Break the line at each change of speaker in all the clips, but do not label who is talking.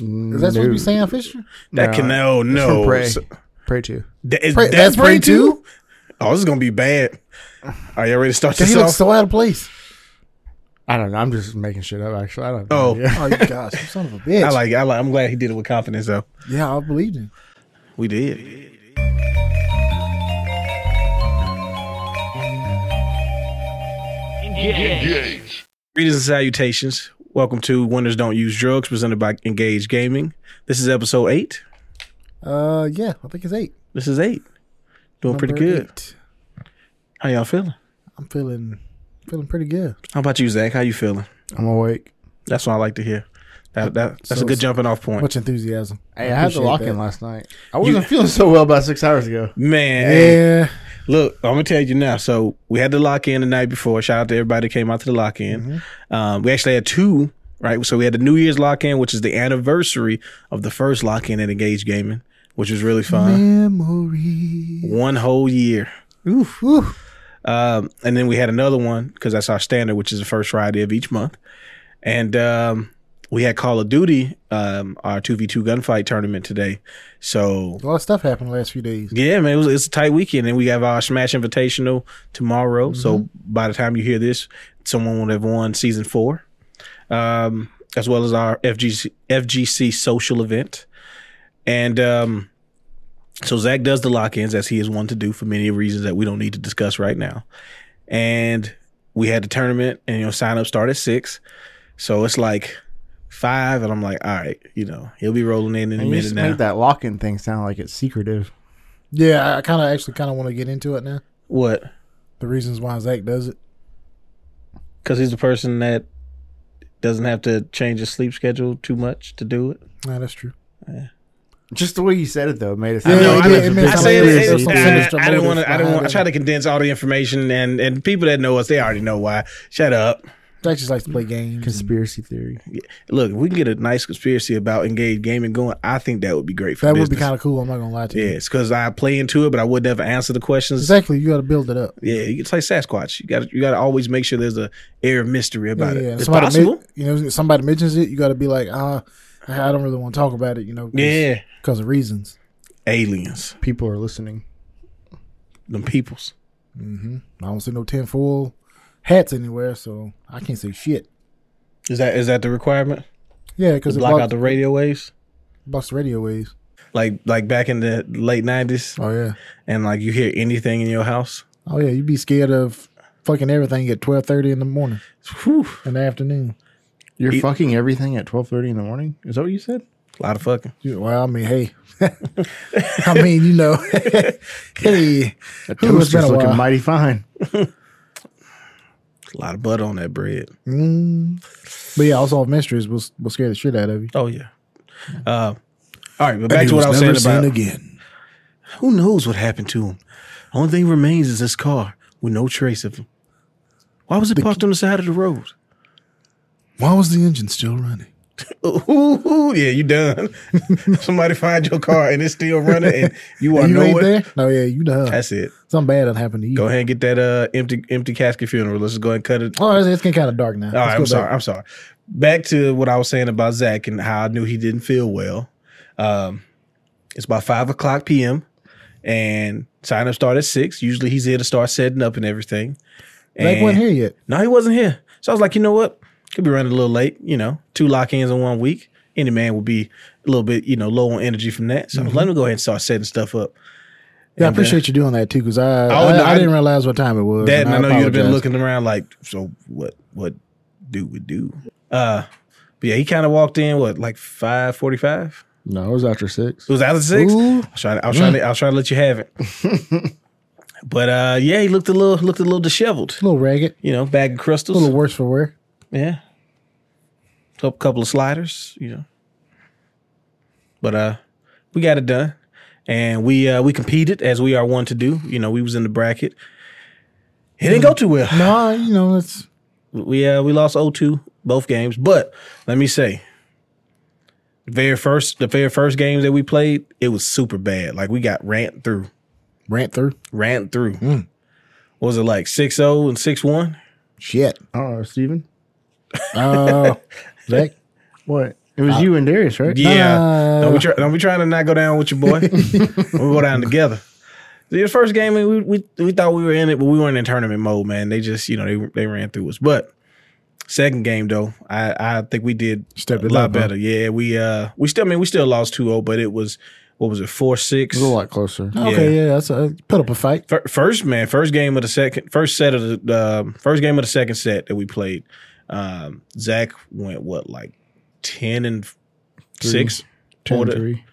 Is that supposed to be Sam Fisher?
That can no,
It's from
no.
Pray.
So-
Pray to.
that- is-
Pray-
that's Prey
Prey
too. Oh, this is gonna be bad. Are y'all ready to start
Dude,
this
he
off?
looks so out of place.
I don't know. I'm just making shit up. Actually, I don't.
Oh.
know.
Oh, you gosh, you son of a bitch.
I like. I like. I'm glad he did it with confidence though.
yeah, I believed him.
We did.
Engage.
Greetings and salutations. Welcome to Winners Don't Use Drugs, presented by Engage Gaming. This is episode eight.
Uh, yeah, I think it's eight.
This is eight. Doing pretty
Number
good.
eight.
How y'all feeling?
I'm feeling feeling pretty good.
How about you, Zach? How you feeling?
I'm awake.
That's what I like to hear. That, that that's
So-
a good jumping off point.
Much enthusiasm.
Hey, I had the
appreciate
lock in
that.
last night. I wasn't feeling so well about six hours ago.
Man, hey,
Yeah,
look, I'm gonna tell you now. So we had the lock in the night before. Shout out to everybody that came out to the lock in. Um, we actually had two, right? So we had the New Year's lock in, which is the anniversary of the first lock in at Engage Gaming, which was really fun.
memory.
One whole year.
Oof, oof.
Um, and then we had another one because that's our standard, which is the first Friday of each month. And um, we had Call of Duty, um, our 2v2 gunfight tournament today. So
A lot of stuff happened the last few days.
Yeah, man, it was, it's a tight weekend, and we have our Smash Invitational tomorrow. So
Mm-hmm.
by the time you hear this, someone will have won season four, um, as well as our FGC, FGC social event, and um, so Zach does the lock-ins as he is one to do for many reasons that we don't need to discuss right now, and we had the tournament, and you know, sign up start at six, so it's like five, and I'm like, all right, you know, he'll be rolling in in
And
a
you
minute
just
now.
made that lock in thing sound like it's secretive.
Yeah, I- I kind of actually kind of want to get into it now.
what?
The reasons why Zach does it.
because he's the person that doesn't have to change his sleep schedule too much to do it.
Nah, that's true.
Just the way you said it though made it
Yeah,
sound like
it did.
was
It
a
made
big
it
I
sound
said
like
secret.
it,
there's
it,
some
I,
sinister
I didn't
motive
want to. I didn't
behind
want. I
it.
try to condense all the information, and and people that know us, they already know why. Shut up.
Zach just likes to play games. and-
conspiracy theory.
Look, if we can get a nice conspiracy about engaged gaming going, I think that would be great for
That
business.
would be kind of cool. I'm not gonna lie to you.
Yes, because I play into it, but I would never answer the questions.
Exactly. You got to build it up.
Yeah, you- it's like Sasquatch. You got you got to always make sure there's a air of mystery about
yeah,
it.
yeah.
It's
somebody
possible.
men- you know, somebody mentions it, you got to be like, ah, I don't really want to talk about it. You know,
yeah,
because of reasons.
aliens,
People are listening.
them peoples.
Mm-hmm. I don't see no tinfoil hats anywhere, so I can't say shit.
Is that is that the requirement?
Yeah, because
To
it
block
blocks,
out the radio waves.
blocks the radio waves.
like like back in the late nineties,
Oh yeah,
and like you hear anything in your house.
oh yeah. You'd be scared of fucking everything at twelve thirty in the morning
Whew,
in the afternoon.
You're
Eat-
fucking everything at twelve thirty in the morning. Is that what you said?
a lot of fucking.
You- well, I mean, hey, I mean, you know, hey,
That
Ooh, it's been
toaster's
a
looking
while.
mighty fine.
A lot of butter on that bread.
mm. but yeah, also mysteries will will scare the shit out of you.
Oh yeah. Uh, all right, but back to what I was saying about
again.
who knows what happened to him. Only thing remains is this car with no trace of him. Why was it parked on the side of the road?
Why was the engine still running?
Ooh, ooh, yeah, you done. Somebody find your car and it's still running, and you are
you ain't
nowhere.
there? No, yeah, you done.
That's it.
Something bad done happened to you.
Go ahead and get that uh empty empty casket funeral. Let's just go ahead and cut it
Oh, it's, it's getting kind of dark now.
All right, I'm
Let's go
sorry.
back.
I'm sorry. Back to what I was saying about Zach and how I knew he didn't feel well. Um, it's about five o'clock p.m. and sign up start at six. Usually he's here to start setting up and everything.
Zach
And-
wasn't here yet.
No, he wasn't here. So I was like, you know what? Could be running a little late. You know, two lock-ins in one week. Any man would be a little bit, you know, low on energy from that.
Mm-hmm.
So let him go ahead and start setting stuff up.
Yeah, I
And, uh,
appreciate you doing that too, because I,
Oh,
I,
no,
I
I-
didn't realize what time it was.
That and I, know you'd have been
apologize.
looking around like, so what what do we do? Uh but yeah, he kind of walked in what like five forty five?
No, it was after six.
It was out of six.
Ooh.
I was trying to, I was trying to I was trying to let you have it. but uh yeah, he looked a little looked a little disheveled.
A little ragged,
You know, bag of
a
crystals.
little worse for wear.
Yeah. A couple of sliders, you know. But uh we got it done. And we uh we competed as we are one to do. You know, we was in the bracket. It didn't go too well.
No, you know it's
We uh we lost 0-2 both games, but let me say, the very first the very first game that we played, it was super bad. Like we got ran through,
rant through.
ran through. What was it like 6-0 and 6-1?
Shit.
I don't know, Steven?
Uh, Zach,
What?
It was you and Darius, right?
Yeah.
Uh,
don't, be try, don't be trying to not go down with your boy. we'll go down together. The first game, we, we we thought we were in it, but we weren't in tournament mode, man. They just, you know, they they ran through us. But second game though, I, I think we did
Stepped
a
it
lot
up, huh?
better. Yeah, we uh we still I mean we still lost 2-0, but it was what was it, four six?
It's a lot closer.
Okay, yeah, that's a, put up a fight.
Fir- First man, first game of the second, first set of the um, first game of the second set that we played. Um, Zach went what like ten and f- six.
Ten
Order-
three.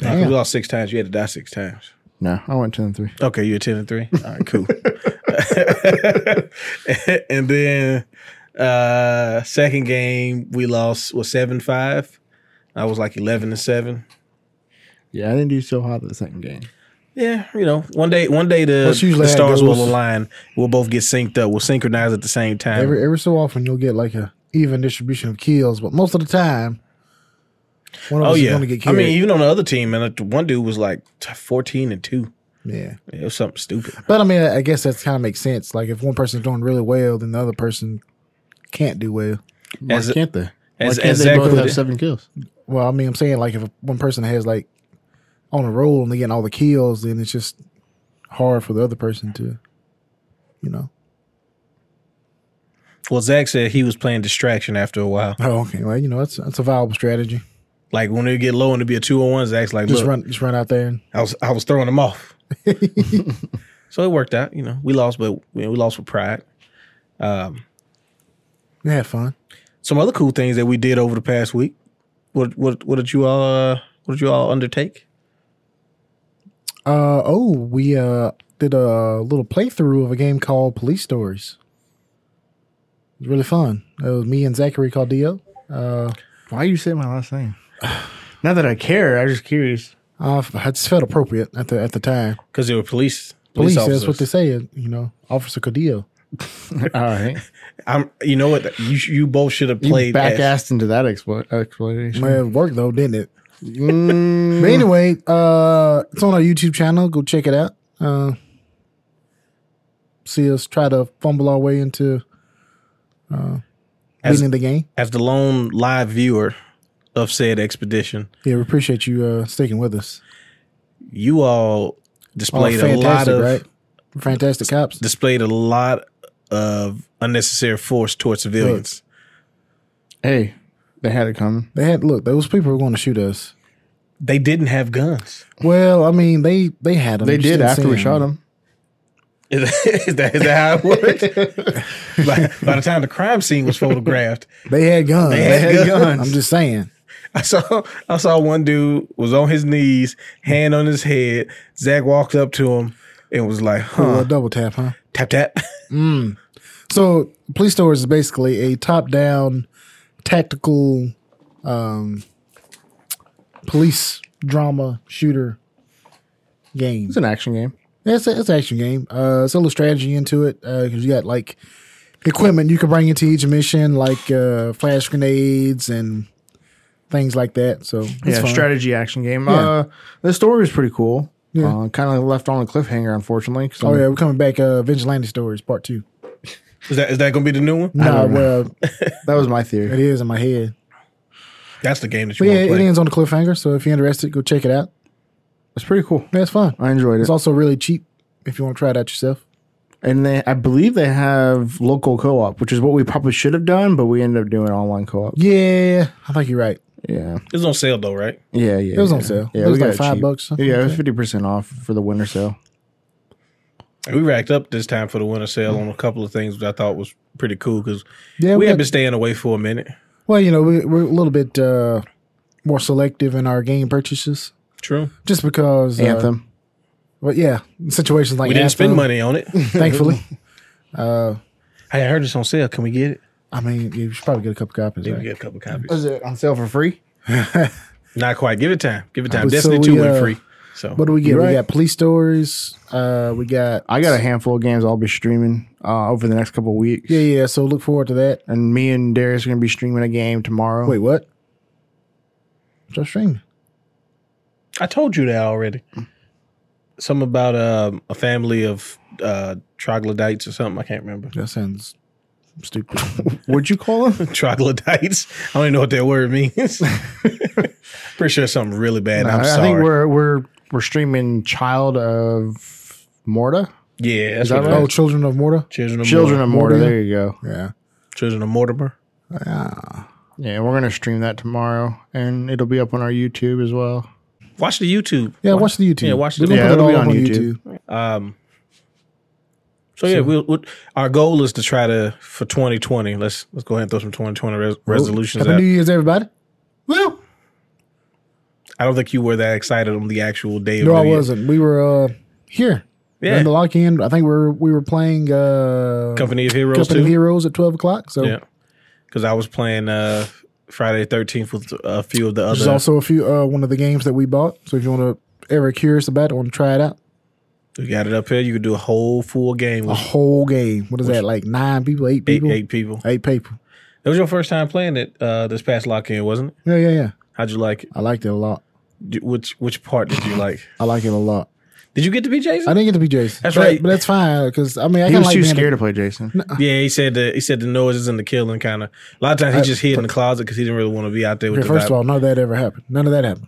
Uh,
Damn.
we lost six times. You had to die six times.
No, I went ten three.
Okay, you're ten and three. All right, cool. and then uh second game we lost was seven five. I was like eleven and seven.
Yeah, I didn't do so hot the second game.
Yeah, you know, one day, one day the,
That's usually
the
how it
stars will
goes.
align. We'll both get synced up. We'll synchronize at the same time.
Every every so often you'll get like a even distribution of kills, but most of the time, one of
Oh
us is
yeah,
going to get
I
killed.
mean, even on the other team, man, the one dude was like t- fourteen and two.
yeah,
It was something stupid.
but I mean, I I guess that kind of makes sense. Like if one person's doing really well, then the other person can't do well.
Why
As-
can't they? Why
as-
can't
as
they
Zach
both
would-
have seven kills?
Well, I mean, I'm saying like if one person has like on a roll and they getting all the kills, then it's just hard for the other person to, you know.
Well, Zach said he was playing distraction after a while.
Oh, okay. Well, you know, that's that's a viable strategy.
Like when it get low and it be a two on one, Zach's like,
Just
"Look,
run, just run out there and
I was I was throwing them off. so it worked out. You know, we lost, but we, we lost with pride. Um,
you have fun.
some other cool things that we did over the past week. What what what did you all uh, what did you all undertake?
Uh oh, we uh did a little playthrough of a game called Police Stories. It was really fun. It was me and Zachary Caldillo. Uh,
Why you say my last name? Not that I care. I was just curious.
I, f- I just felt appropriate at the at the time.
Because they were police police,
Police,
officers.
that's what they say, you know, Officer Cordillo.
All right,
I'm. You know what? You you both should have
you
played.
back
as-
assed into that expla- explanation.
Man, it worked though, didn't it?
Mm,
But anyway, uh, it's on our YouTube channel. Go check it out. Uh, see us try to fumble our way into uh,
As-
winning the game.
as the lone live viewer of said expedition,
Yeah, we appreciate you uh, sticking with us.
you
Oh,
all displayed a lot
fantastic,
of
right? Fantastic cops.
displayed a lot of unnecessary force towards civilians.
hey, they had it coming.
They had look; those people were going to shoot us.
They didn't have guns.
Well, I mean, they they had them.
They did after we shot them.
Is that- is that, is that how it worked? by, by the time the crime scene was photographed,
They had guns.
They had guns.
I'm just saying.
I saw I saw one dude was on his knees, hand on his head. Zach walked up to him and was like,
Well,
"Huh,
double tap, huh?
tap tap."
So, Police Stories is basically a top-down tactical um, police drama shooter game.
It's an action game.
Yeah, It's a, it's an action game. Uh, it's a little strategy into it because you got like equipment you can bring into each mission, like uh, flash grenades and things like that. So it's
yeah,
fun.
strategy action game.
Yeah.
Uh, the story was pretty cool.
Yeah.
Uh, kind of left on a cliffhanger, unfortunately. 'cause
Oh
I'm-
yeah, we're coming back. Uh, Vigilante Stories Part Two.
Is that is that gonna be the new one?
No, well,
that was my theory.
it is in my head.
That's the game that you
But yeah,
want to
it
play.
ends on the cliffhanger. So if you're interested, go check it out.
It's pretty cool.
Yeah, it's fun.
I enjoyed
It's
it.
also really cheap if you want to try it out yourself.
And they, I believe they have local co-op, which is what we probably should have done, but we ended up doing online co-op.
Yeah, I think you're right.
Yeah,
It was on sale though, right?
yeah, yeah.
It was
yeah.
on sale.
Yeah,
it was
we
like
got it
five
cheap.
bucks. something
Yeah, it
like
was
that.
fifty percent off for the winter sale.
We racked up this time for the winter sale on a couple of things which I thought was pretty cool because
yeah,
we
we
had
got-
been staying away for a minute.
well, you know, we, we're a little bit uh, more selective in our game purchases.
True.
just because uh,
Anthem.
But yeah, situations like
We didn't spend
Anthem,
money on it.
Thankfully,
Hey, I heard it's on sale. Can we get it?
I mean, you should probably get a couple copies.
Did we
right?
get a couple copies?
Uh,
Was it on sale for free?
Not quite. Give it time. Give it time.
But so
Destiny
we,
two went
uh,
free. So
What do we get?
Right.
We got police stories. Uh, we got
I got a handful of games I'll be streaming uh, over the next couple of weeks.
yeah, yeah. So look forward to that.
And me and Darius are gonna be streaming a game tomorrow.
Wait, what? Just streaming.
I told you that already. Something about um, a family of uh, troglodytes or something. I can't remember.
That sounds Stupid.
What'd you call them?
Troglodytes. I don't even know what that word means. Pretty sure it's something really bad.
I
I'm sorry.
think we're we're we're streaming Child of Morta.
yeah, that's
that
what it
right?
oh,
is.
Children of Morta.
Children of
Children
Mortimer.
of Morta.
Morta.
There you go.
Yeah.
Children of Mortimer.
Yeah, we're gonna stream that tomorrow, and it'll be up on our YouTube as well.
Watch the YouTube.
Yeah, watch the YouTube.
Yeah, watch the-
We're gonna
Yeah,
put it
it'll be
all up
on YouTube.
Um, so yeah, we'll, we'll, our goal is to try to for 2020. Let's let's go ahead and throw some 2020 res- resolutions
Happy
out.
New Year's, everybody. Well,
I don't think you were that excited on the actual day. Of
no,
New
I
Year.
wasn't. We were uh, here.
Yeah,
In the lock in, I think we were we were playing uh,
Company of Heroes
Company
too.
Heroes at twelve o'clock. So
Yeah, because I was playing uh, Friday Thirteenth with a few of the
There's
other.
also a few uh, one of the games that we bought. So if you want to ever curious about it, want to try it out,
we got it up here. You could do a whole full game
a
with
whole game. What is that? Like nine people, eight
eight,
people,
eight people.
Eight people.
It was your first time playing it uh, this past lock in, wasn't it?
Yeah, yeah, yeah.
How'd you like it?
I liked it a lot.
D- Which which part did you like?
I like it a lot.
Did you get to be Jason?
I didn't get to be Jason.
That's
but-
right.
but that's fine because I mean I
He
kinda
was
like
too
being
scared to play Jason.
Yeah, he said the he said the noises and the killing kind of. A lot of times he just hid in the closet because he didn't really want to be out there
A,
with
okay,
the
first of
vibe.
all, none of that ever happened. None of that happened.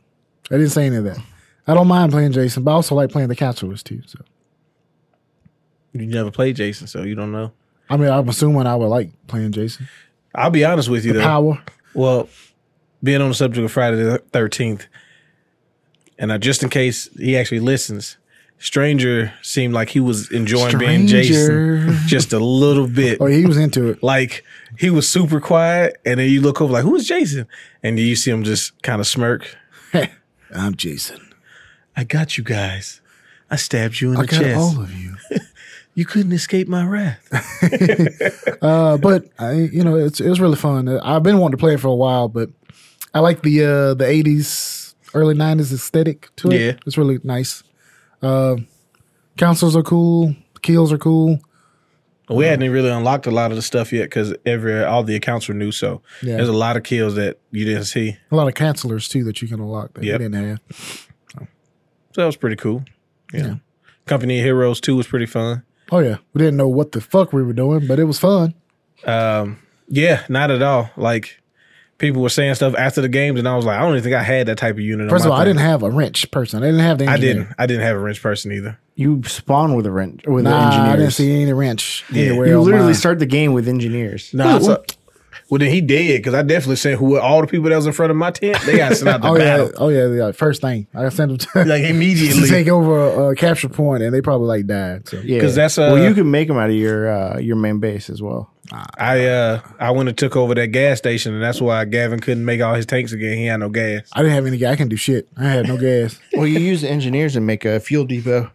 I didn't say any of that. I don't mind playing Jason, but I also like playing the counselors too. So
You never played Jason, so you don't know.
I mean, I'm assuming I would like playing Jason.
I'll be honest with you though.
Power.
Well, being on the subject of Friday the Thirteenth, and uh, just in case he actually listens, Stranger seemed like he was enjoying being Jason
Stranger.
just a little bit.
Oh, he was into it.
Like he was super quiet, and then you look over like, "Who is Jason?" And you see him just kind of smirk.
I'm Jason.
I got you guys. I stabbed you in
I
the
got oh
chest.
all of you.
You couldn't escape my wrath.
Uh, but I, you know, it's it was really fun. Uh, I've been wanting to play it for a while, but I like the uh, the eighties, early nineties aesthetic to it.
Yeah.
it's really nice. Uh, councils are cool. Kills are cool.
We hadn't really unlocked a lot of the stuff yet because every all the accounts were new. So
Yeah.
there's a lot of kills that you didn't see.
A lot of cancelers too that you can unlock that
Yep.
we didn't have.
So that was pretty cool. Yeah. Company of Heroes 2 was pretty fun.
Oh yeah, we didn't know what the fuck we were doing, but it was fun.
Um, yeah, not at all. Like people were saying stuff after the games, and I was like, I don't even think I had that type of unit. on
First of
my
all, I
thing.
didn't have a wrench person. I didn't have the.
I
Engineer.
didn't. I didn't have a wrench person either.
You spawn with a wrench with the
Nah,
engineers.
I didn't see any wrench
Yeah.
anywhere.
you
on
literally
mine.
start the game with engineers.
No. well, then he did because I definitely sent who all the people that was in front of my tent. They got sent out the
Oh yeah,
battle
oh yeah, yeah. First thing I sent them to,
like
to
immediately
take over a, a capture point, and they probably like died. So
Yeah,
'Cause that's, uh,
well, you can make them out of your uh, your main base as well.
I uh I went and took over that gas station, and that's why Gavin couldn't make all his tanks again. He had no gas.
I didn't have any gas. I can do shit. I had no gas.
Well, you use the engineers and make a fuel depot.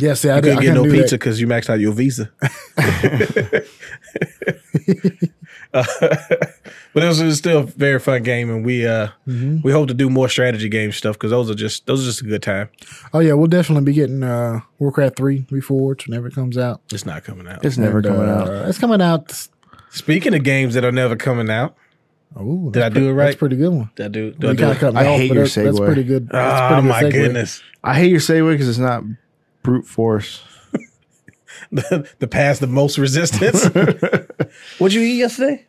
Yeah, see, I
I
didn't
couldn't get no
do
pizza
That.
because you maxed out your visa. Uh, but it was, it was still a very fun game, and we uh
Mm-hmm.
we hope to do more strategy game stuff because those are just those are just a good time.
Oh yeah, we'll definitely be getting uh Warcraft three reforged whenever it comes out.
It's not coming out.
It's never
And,
coming
uh,
out.
It's coming out.
Speaking of games that are never coming out,
Oh,
Did I do it
That's
right?
pretty good one.
did I do, did I
You
do
kinda
it?
cut me
I
off,
hate
but
your
that's, that's
segue.
pretty good. that's
Ah,
pretty good
my
segue.
goodness!
I hate your segue because it's not brute force.
the, the pass the most resistance. What'd you eat yesterday?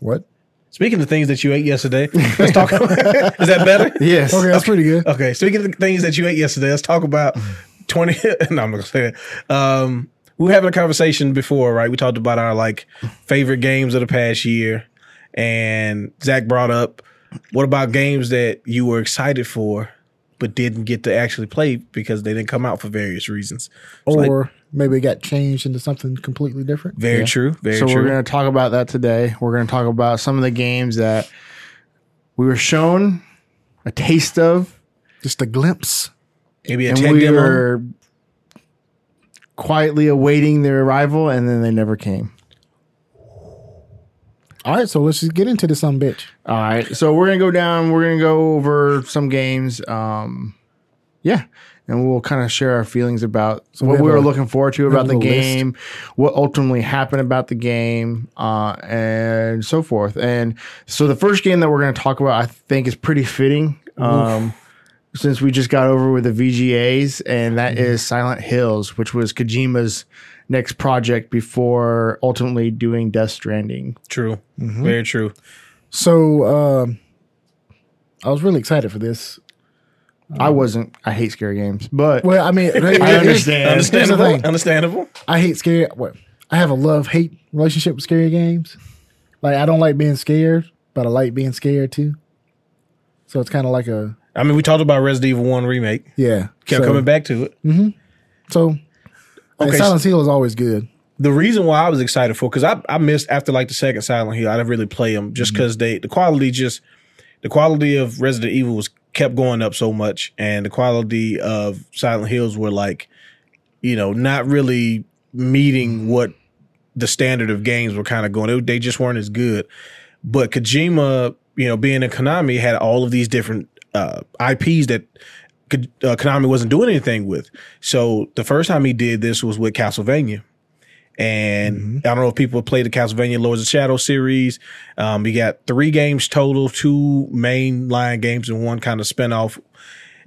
What?
Speaking of things that you ate yesterday, let's talk. is that better?
Yes.
Okay, that's pretty good.
Okay. Speaking of the things that you ate yesterday, let's talk about twenty. no, I'm not gonna say that. Um, we were having a conversation before, right? We talked about our like favorite games of the past year, and Zach brought up what about games that you were excited for but didn't get to actually play because they didn't come out for various reasons. It's like,
Or maybe it got changed into something completely different.
very true. Very
so
true.
we're going to talk about that today. We're going to talk about some of the games that we were shown a taste of,
Just a glimpse.
Maybe a
and
tech
we
demo.
were quietly awaiting their arrival, and then they never came.
All right, so let's just get into this some bitch.
All right, so we're gonna go down. We're gonna go over some games. Um, yeah, and we'll kind of share our feelings about
we
what
have
we were
a-
looking forward to
have
about
a
the
little list.
game, what ultimately happened about the game, uh, and so forth. And so the first game that we're gonna talk about, I think, is pretty fitting. Um,
Mm-hmm.
since we just got over with the VGAs, and that is Silent Hills, which was Kojima's next project before ultimately doing Death Stranding.
True.
Mm-hmm.
Very true.
So um, I was really excited for this. Oh.
I wasn't. I hate scary games, but
Well, I mean,
I understand.
Here's the
Understandable.
thing.
Understandable.
I hate scary. What? I have a love hate relationship with scary games. Like I don't like being scared, but I like being scared too. So it's kind of like a
I mean, we talked about Resident Evil One remake.
yeah.
Kept
so,
coming back to it.
So and
Okay,
Silent Hill is always good.
the reason why I was excited for because I, I missed after like the second Silent Hill, I didn't really play them just because they the quality just the quality of Resident Evil was kept going up so much, and the quality of Silent Hills were like, you know, not really meeting what the standard of games were kind of going. They, they just weren't as good. But Kojima, you know, being in Konami, had all of these different uh, IPs that Ko- uh, Konami wasn't doing anything with. So the first time he did this was with Castlevania. And I don't know if people have played the Castlevania Lords of Shadow series. Um, you got three games total, two main line games and one kind of spinoff.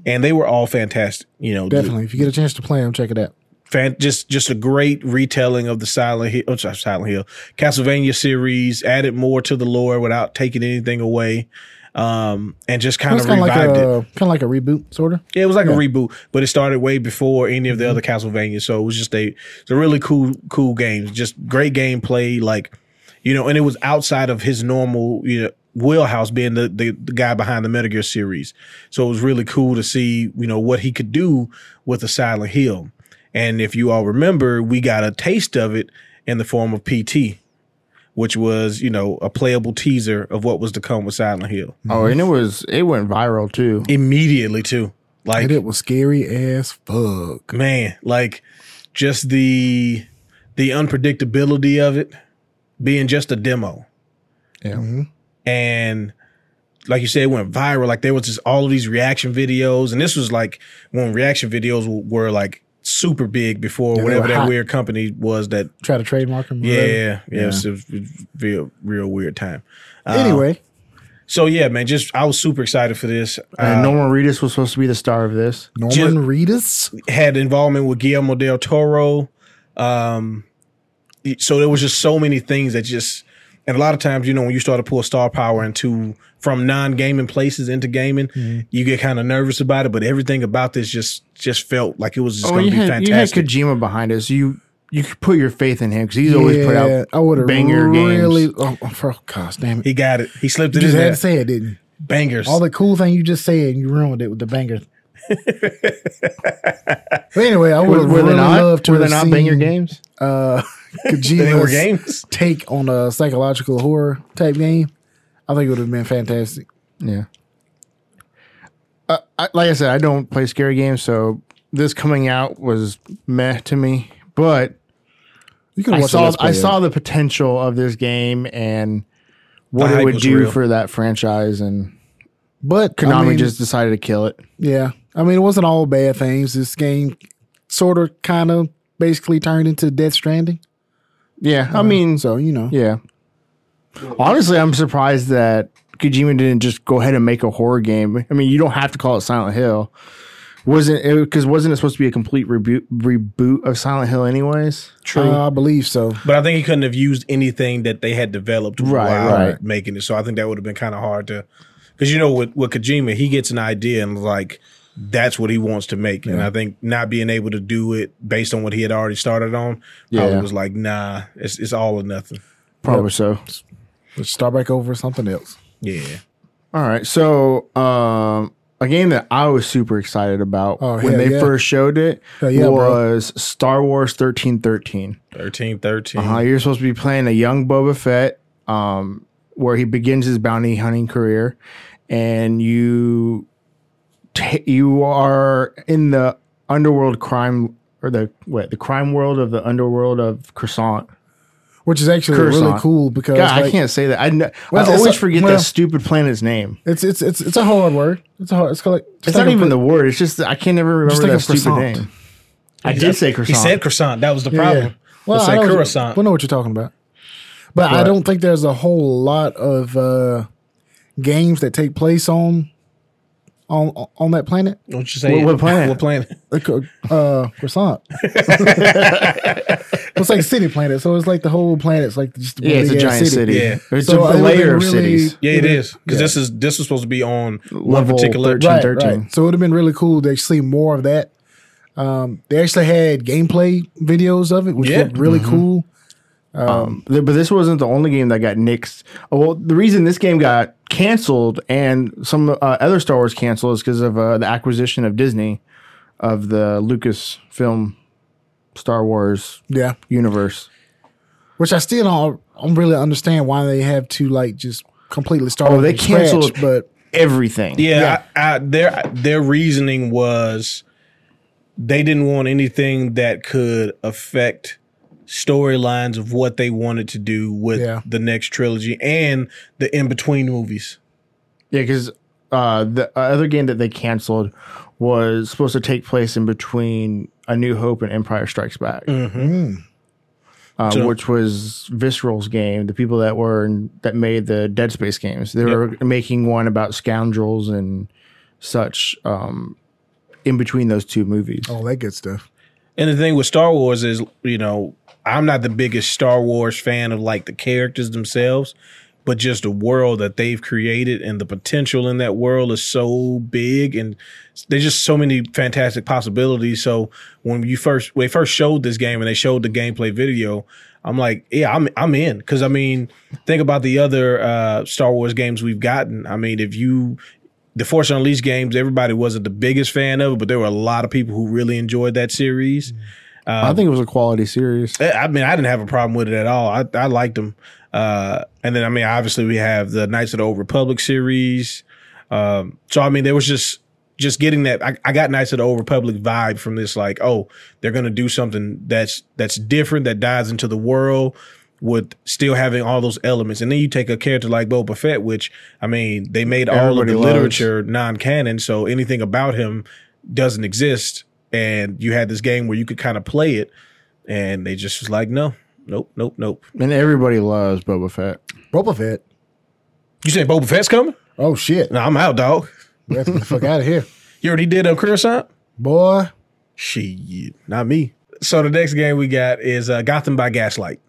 And they were all fantastic. You know, the-
Definitely, if you get a chance to play them, check it out.
fan, just just a great retelling of the Silent Hill, oh, sorry, Silent Hill, Castlevania series, added more to the lore without taking anything away, um, and just kind
It's
of
kind of like
revived it.
a kind of like a reboot, sort of.
Yeah, it was like a reboot, but it started way before any of the other Castlevania. So it was just a it's a really cool cool games, just great gameplay. Like you know, and it was outside of his normal you know wheelhouse, being the, the the guy behind the Metal Gear series. So it was really cool to see you know what he could do with a Silent Hill. And if you all remember, we got a taste of it in the form of PT. Which was, you know, a playable teaser of what was to come with Silent Hill.
oh, and it was it went viral too.
Immediately, too, like
And it was scary as fuck.
man like just the the unpredictability of it being just a demo
Yeah.
Mm-hmm.
and like you said it went viral like there was just all of these reaction videos and this was like when reaction videos w- were like super big
Yeah,
before
they
whatever
were
that
hot.
weird company was that
Try to trademark them. or
yeah
whatever.
yeah, It, was, it was real real weird time Uh,
Anyway,
so yeah man just i was super excited for this
And
Uh,
Norman Reedus was supposed to be the star of this.
Norman
Jim-
Reedus.
had involvement with Guillermo del Toro. Um, so there was just so many things that just, and a lot of times, you know, when you start to pull star power into from non-gaming places into gaming,
Mm-hmm.
you get kind of nervous about it. But everything about this just just felt like it was just
Oh,
going
you
to be
had, you had
fantastic.
Kojima behind us. You you could put your faith in him because he's always put
Yeah,
out
I would have
banger
really.
games.
Oh, oh, for- gosh, damn it!
he got it. He slipped
You
it in
just had
there.
to say it, didn't you?
Bangers.
All the cool thing you just said, you ruined it with the banger. but anyway, I would
Were,
have
were
really
they
love
not?
to
Were they
have
not
seen,
banger games?
Uh,
they were
Kojima's
games.
take on a psychological horror type game. I think it would have been fantastic.
Yeah. Uh, I, like I said, I don't play scary games, so this coming out was meh to me. But
You could
I
watch the
saw
Let's Play
I
of it.
saw the potential of this game and what
The hype
it would
was
do
real.
for that franchise, and
but I
Konami
mean,
just decided to kill it.
yeah. I mean, it wasn't all bad things. This game sort of, kind of, basically turned into Death Stranding.
Yeah, I mean,
So you know,
yeah. Honestly, I'm surprised that Kojima didn't just go ahead and make a horror game. I mean, you don't have to call it Silent Hill. Wasn't it because wasn't it supposed to be a complete reboot reboot of Silent Hill anyways?
True.
uh, I believe so.
but I think he couldn't have used anything that they had developed
Right,
while
right.
making it. So I think that would have been kind of hard to, because you know with with Kojima, he gets an idea and like that's what he wants to make, and I think not being able to do it based on what he had already started on, probably
Yeah.
was like, nah, it's it's all or nothing.
Probably so.
Let's start back over with something else.
Yeah,
All right. So, um, a game that I was super excited about
Oh,
when
hell
they
yeah.
first showed it
Hell yeah, bro.
was Star Wars 1313.
thirteen, thirteen.
Uh, you're supposed to be playing a young Boba Fett, um, where he begins his bounty hunting career, and you ta you are in the underworld crime or the what the crime world of the underworld of Croissant.
Which is actually really
Croissant.
cool because
God, I
like,
can't say that. I, kn-
Well,
I
it's-
always forget
well-
that stupid planet's name.
It's it's it's it's a hard word. It's a hard. It's called.
It's not even the word. It's just that I can't ever remember
Just think
that
of
stupid
croissant.
name. I did say croissant.
He said croissant. That was the problem.
Well,
Well,
I
say
know, what you-
croissant.
we know what you're talking about, but, I
But-
don't think there's a whole lot of uh, games that take place on on on that planet?
Don't you
What-
say it?
what planet?
What planet?
Uh, croissant. it's like city planet, so it's like the whole planet's like just
Yeah, it's a
big-ass
giant city.
Yeah.
It's
So
a
it would've
layer
been
of
really-
cities.
Yeah, it is because
Yeah.
this is this is supposed to be on one
Level
particular.
13.
right,
13.
right. So it would have been really cool to see more of that. Um, they actually had gameplay videos of it, which
Yeah.
looked
Mm-hmm.
really cool.
Um, th- but this wasn't the only game that got nixed. Oh, Well, the reason this game got canceled and some uh, other Star Wars canceled is because of uh, the acquisition of Disney of the Lucasfilm Star Wars
Yeah,
universe.
which I still don't, don't really understand why they have to like just completely start.
Oh,
over
they
from scratch,
canceled-
but
Everything.
Yeah, I, I, their their reasoning was they didn't want anything that could affect storylines of what they wanted to do with
Yeah.
the next trilogy and the in between movies.
Yeah, because uh, the other game that they canceled was supposed to take place in between A New Hope and Empire Strikes Back, uh,
So-
which was Visceral's game. The people that were in, that made the Dead Space games, they were making one about scoundrels and such. Um, in between those two movies,
all that good stuff.
And the thing with Star Wars is, you know, I'm not the biggest Star Wars fan of like the characters themselves, but just the world that they've created and the potential in that world is so big and there's just so many fantastic possibilities. So when you first when they first showed this game and they showed the gameplay video, I'm like, yeah, I'm I'm in cuz I mean, think about the other uh Star Wars games we've gotten. I mean, if you the Force Unleashed games, everybody wasn't the biggest fan of it, but there were a lot of people who really enjoyed that series.
I think it was a quality series.
Eh, I mean, I didn't have a problem with it at all. I, I liked them. Uh, and then, I mean, obviously we have the Knights of the Old Republic series. Um, so, I mean, there was just, just getting that. I, I got Knights of the Old Republic vibe from this, like, oh, they're going to do something that's, that's different, that dives into the world with still having all those elements. And then you take a character like Boba Fett, which, I mean, they made all of
Everybody
the
loves.
literature non-canon. So anything about him doesn't exist. And you had this game where you could kind of play it and they just was like, no, nope, nope, nope.
And everybody loves Boba Fett.
Boba Fett.
You say Boba Fett's coming?
Oh shit,
No, I'm out, dog.
we have to get the fuck out of here,
You already did uh, a croissant?
boy.
Shit, not me. So the next game we got is uh, Gotham by Gaslight,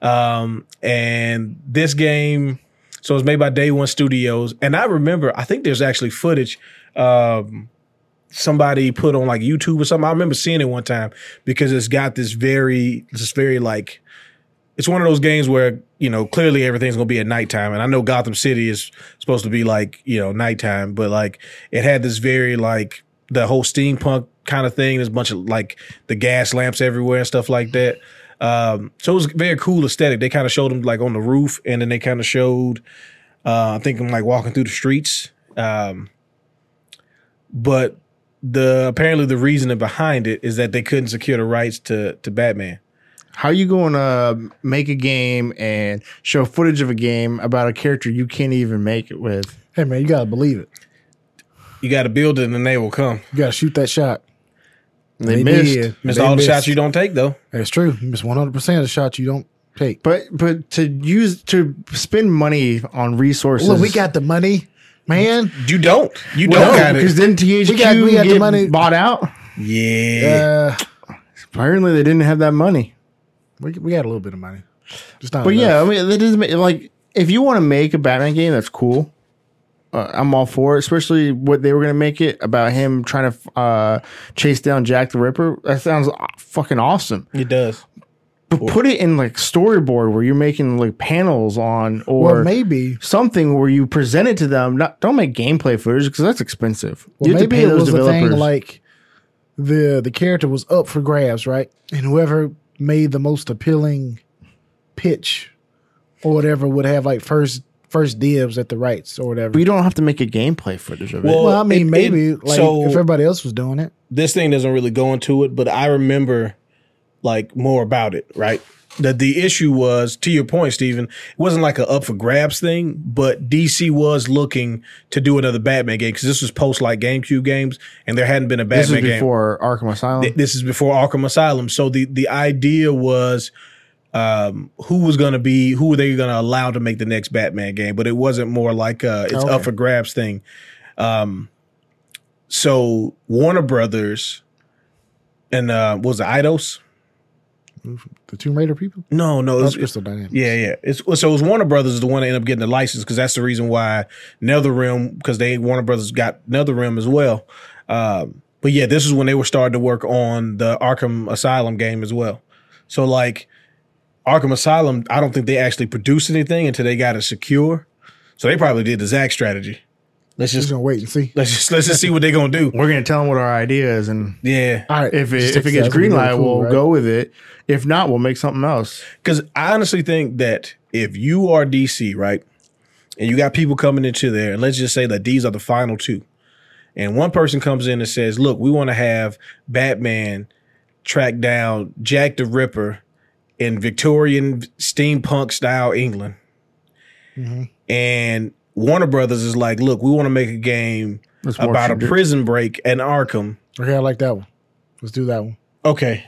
um, and this game, so it's made by Day One Studios, and I remember, I think there's actually footage. Um, somebody put on like YouTube or something. I remember seeing it one time because it's got this very, this very like, it's one of those games where you know clearly everything's gonna be at nighttime, and I know Gotham City is supposed to be like you know nighttime, but like it had this very like the whole steampunk kind of thing. There's a bunch of like the gas lamps everywhere and stuff like that. Um, so it was a very cool aesthetic. They kind of showed them like on the roof, and then they kind of showed uh, I think I'm like walking through the streets. Um, but the apparently the reasoning behind it is that they couldn't secure the rights to to Batman.
How you going to make a game and show footage of a game about a character you can't even make it with?
Hey man, you gotta believe it.
You got to build it, and they will come.
You gotta shoot that shot.
They,
They
missed.
did.
Missed
They
all
missed.
the shots you don't take though.
That's true. You miss one hundred percent of the shots you don't take.
But but to use to spend money on resources.
Look, we got the money, man.
You don't. You
well,
don't got
because
it.
then THQ
We got- we got the
get
money.
bought out.
Yeah.
Uh,
Apparently, they didn't have that money.
we we got a little bit of money. Just not
But
enough.
yeah, I mean, that doesn't make, like if you want to make a Batman game, that's cool. Uh, I'm all for it, especially what they were going to make it about him trying to uh, chase down Jack the Ripper. That sounds aw- fucking awesome.
it does.
But put it in like storyboard where you're making like panels on or
Well, maybe
something where you present it to them. Not don't make gameplay footage because that's expensive.
Well,
you have
maybe
to pay
it
those
was a
developers.
thing like the the character was up for grabs, right? And whoever made the most appealing pitch or whatever would have like first first dibs at the rights or whatever.
but you don't have to make a gameplay footage of
Well,
it.
well, I mean,
it-
maybe
it-
like
so-
if everybody else was doing it,
This thing doesn't really go into it, but I remember like more about it, right? That the issue was, to your point, Steven, it wasn't like a up for grabs thing, but DC was looking to do another Batman game because this was post like GameCube games, and there hadn't been a
This is
Batman game.
before Arkham Asylum.
Th- this is before Arkham Asylum. So the the idea was um who was going to be who were they going to allow to make the next Batman game, but it wasn't more like uh it's
Okay.
up for grabs thing. Um So Warner Brothers and uh what was it Idos?
The Tomb Raider people?
No, no, it
That's
was,
Crystal Dynamics.
yeah, yeah. It's so it was Warner Brothers is the one that ended up getting the license because that's the reason why NetherRealm because they Warner Brothers got NetherRealm as well. Um, but yeah, this is when they were starting to work on the Arkham Asylum game as well. So like Arkham Asylum, I don't think they actually produced anything until they got it secure. So they probably did the Zack strategy. Let's
Just
just
gonna wait and see.
let's just let's just see what they're gonna do.
We're gonna tell them what our idea is, and
Yeah,
All right.
if it, if
just
it gets
take that. That'd be
green
really
light,
cool,
we'll
right?
go with it. If not, we'll make something else.
Because I honestly think that if you are DC, right, and you got people coming into there, and let's just say that these are the final two, and one person comes in and says, "Look, we want to have Batman track down Jack the Ripper in Victorian steampunk style England,"
Mhm.
and Warner Brothers is like, "Look, we want to make a game
That's more
about a
tradi-
prison break and Arkham."
Okay, I like that one. Let's do that one.
Okay,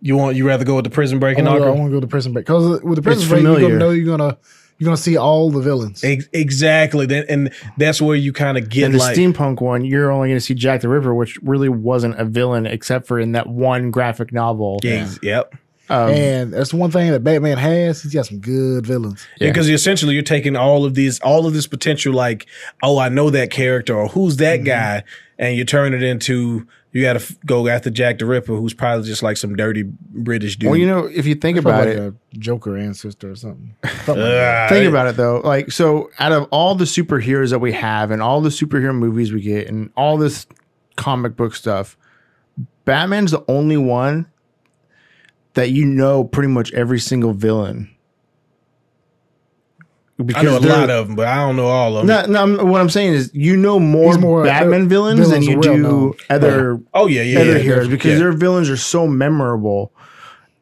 you want you rather go with the prison break
I
and
want, to, I
Arkham?
want to go to prison break because with the prison
It's
break, you're
familiar.
gonna know you're gonna you're gonna see all the villains.
Ex- exactly, Then- and that's where you kind of get
And the
like.
steampunk one, you're only going to see Jack the Ripper, which really wasn't a villain except for in that one graphic novel.
Yeah, ex- Yep.
Um,
and that's one thing that Batman has. He's got some good villains.
Yeah.
Because essentially you're taking all of these, all of this potential, like, oh, I know that character or who's
Mm-hmm.
that guy, and you turn it into you got to f- go after Jack the Ripper, who's probably just like some dirty British dude.
well, you know, if you think about
Probably
it, Uh,
like a Joker ancestor or something. Something like that.
Ah,
think about it though. Like, so out of all the superheroes that we have, and all the superhero movies we get, and all this comic book stuff, Batman's the only one that you know pretty much every single villain.
I know a
Because they're-
lot of them, but I don't know all of them. uh,
No, no. I'm- What I'm saying is, you know more,
He's more-
Batman villains,
villains
than you
are
do
well-known.
other
oh yeah, yeah,
other
yeah.
heroes because
Yeah.
their villains are so memorable.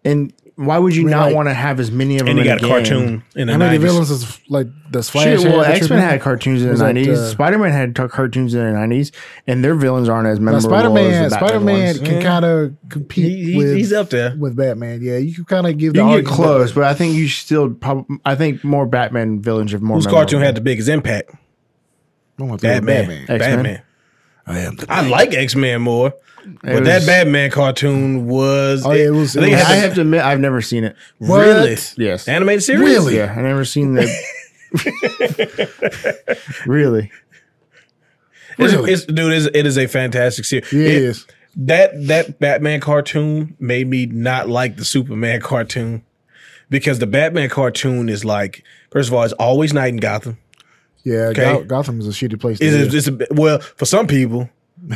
And why would you
mean,
not
like-
want to have as many of them?
and you
in
got a
game?
cartoon in the
How many
90s.
villains is like the Flash?
Shit, well,
had that
X Men
you-
had cartoons in the
was that,
nineties.
uh,
Spider Man had t- cartoons in the nineties, and their villains aren't as
Now,
memorable.
Spider-Man,
as the Batman
Spider-Man
ones.
can kind of compete
He- he-
with,
he's up there.
with Batman. Yeah, you can kind of give
You
the
can get
argument-
close, but I think you still. Prob- I think more Batman villains are more.
Whose
memorable.
cartoon had the biggest impact?
I'm gonna throw it
Batman.
Batman.
Batman.
X-Men.
I am the
I like X Men more,
It
but
was-
that Batman cartoon was.
Oh, yeah, it was-
I think
it
it
was-
I
had
have to admit, I've never seen it.
the- really
What?
Yes,
animated series.
Really?
Yeah, I never seen that. really,
It's-
Really?
it's- dude, it's, it is a fantastic series.
Yeah,
It-
it is.
that that Batman cartoon made me not like the Superman cartoon because the Batman cartoon is like, first of all, it's always night in Gotham.
Yeah,
Okay.
Go- Gotham is a shitty place. To
Is
live.
it? It's a, well for some people.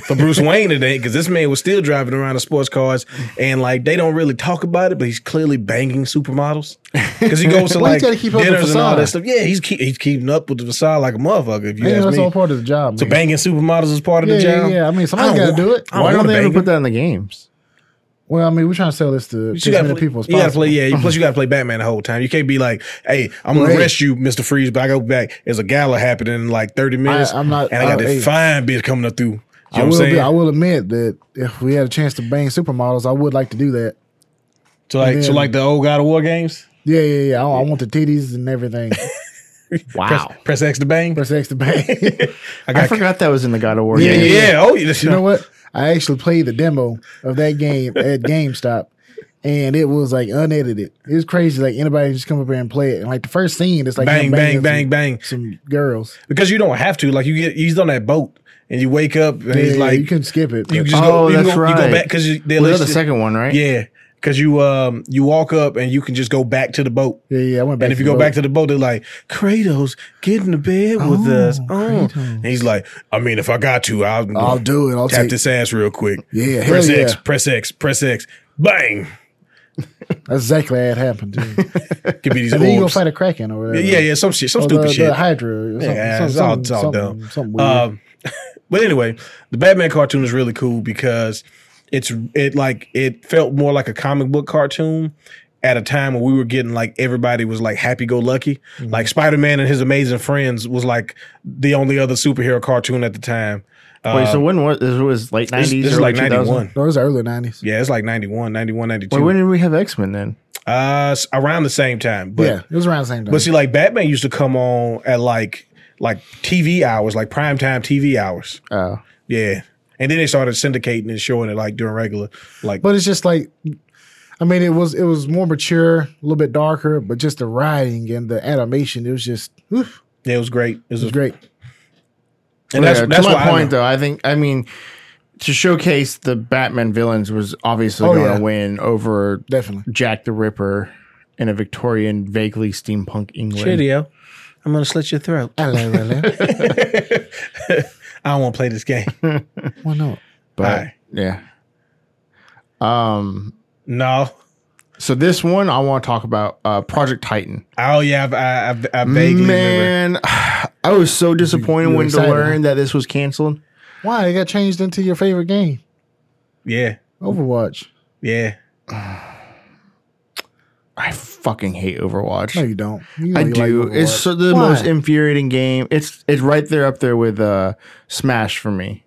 For Bruce Wayne today, because this man was still driving around in sports cars, and like they don't really talk about it, but he's clearly banging supermodels because he goes to
Well,
like
he's gotta keep up with the
dinners and all that
facade.
stuff. Yeah, he's keep, he's keeping up with the facade like a motherfucker. If you
Yeah,
ask
that's
me,
all part of the job.
so
man.
banging supermodels is part of
yeah,
the
yeah,
job.
yeah. I mean, somebody's
don't
got to
wa-
do it.
I
why don't
wanna
they ever
bang
put
him.
that in the games?
Well, I mean, we're trying to sell this to as
You gotta
many
play-
people as
you gotta
possible.
play, yeah. Plus, you gotta play Batman the whole time. You can't be like, "Hey, I'm gonna
Right.
arrest you, Mister Freeze," but I go back. There's a gala happening in like 30 minutes,
I'm not-
and I got
I-
this
hey.
fine bitch coming up through. You know
I will.
what I'm saying?
Be, I will admit that if we had a chance to bang supermodels, I would like to do that.
so like,
and
so
then-
like the old God of War games.
Yeah, yeah, yeah. I, I want the titties and everything.
Wow,
Press, press X to bang.
Press X to bang.
I
I
got.
forgot that was in the God of War.
yeah,
game.
yeah, yeah. Oh, you,
you know what? I actually played the demo of that game at GameStop, and it was like unedited. It was crazy. Like anybody just come up here and play it. And like the first scene, it's like
bang,
him
bang,
banging
bang, bang.
Some, some girls.
Because you don't have to. Like you get, he's on that boat, and you wake up, and
Yeah,
he's
yeah,
like,
you can skip it.
you
but-
just
Oh,
go, you
that's
go, you go
right.
back because they
Well, that was
list
the second one, right?
Yeah, because you um you walk up and you can just go back to the boat.
yeah, yeah. I went back.
And if you go back to the boat, they're like, Kratos, get in the bed with
Oh,
us. Oh. And he's like, I mean, if I got to, I'll,
I'll do it. I'll
tap
take
this ass real quick.
Yeah, hell
Press
yeah.
X, press X, press X. Bang.
That's exactly how it happened. Dude.
Give me these
and then you go
orbs.
fight a kraken or whatever.
Yeah, yeah, some shit, some
Or
stupid
the,
shit.
The Hydra. Or something,
Yeah,
something,
it's all-
something,
it's all
something,
dumb.
Something weird.
Um, but anyway, the Batman cartoon is really cool because it's it like it felt more like a comic book cartoon at a time when we were getting like everybody was like happy go lucky.
Mm-hmm.
Like Spider Man and his amazing friends was like the only other superhero cartoon at the time.
Wait, so when was this? Was late
Uh, This,
nineties?
this is like 91.
no, it was the early nineties.
Yeah, it's like 91, 91,
Wait,
92.
when did we have X Men then?
uh, s- around the same time. But
Yeah, it was around the same time.
But see, like Batman used to come on at like like TV hours, like primetime TV hours.
Uh,
Yeah. And then they started syndicating and showing it like during regular, like
But it's just like, I mean, it was it was more mature, a little bit darker, but just the writing and the animation, it was just oof,
yeah, it was great. It was,
it was great.
and that's
yeah,
that's
to
why
my
I
point,
know.
though. I think I mean to showcase the Batman villains was obviously
Oh,
going
yeah.
to win over
Definitely.
Jack the Ripper in a Victorian, vaguely steampunk England.
Cheerio. I'm gonna slit your throat.
Hello, hello.
I don't want to play this game.
Why not?
But
Aye.
yeah. Um.
No.
So this one I want to talk about uh, Project Titan.
Oh yeah, I, I, I vaguely remember.
Man, I was so disappointed
you were
when
excited,
to learn that this was canceled.
Why it got changed into your favorite game,
Yeah,
Overwatch?
yeah.
I fucking hate Overwatch.
No, you don't. You know
I
you like
do.
Overwatch.
it's so, the
Why?
most infuriating game. It's it's right there up there with uh, Smash for me.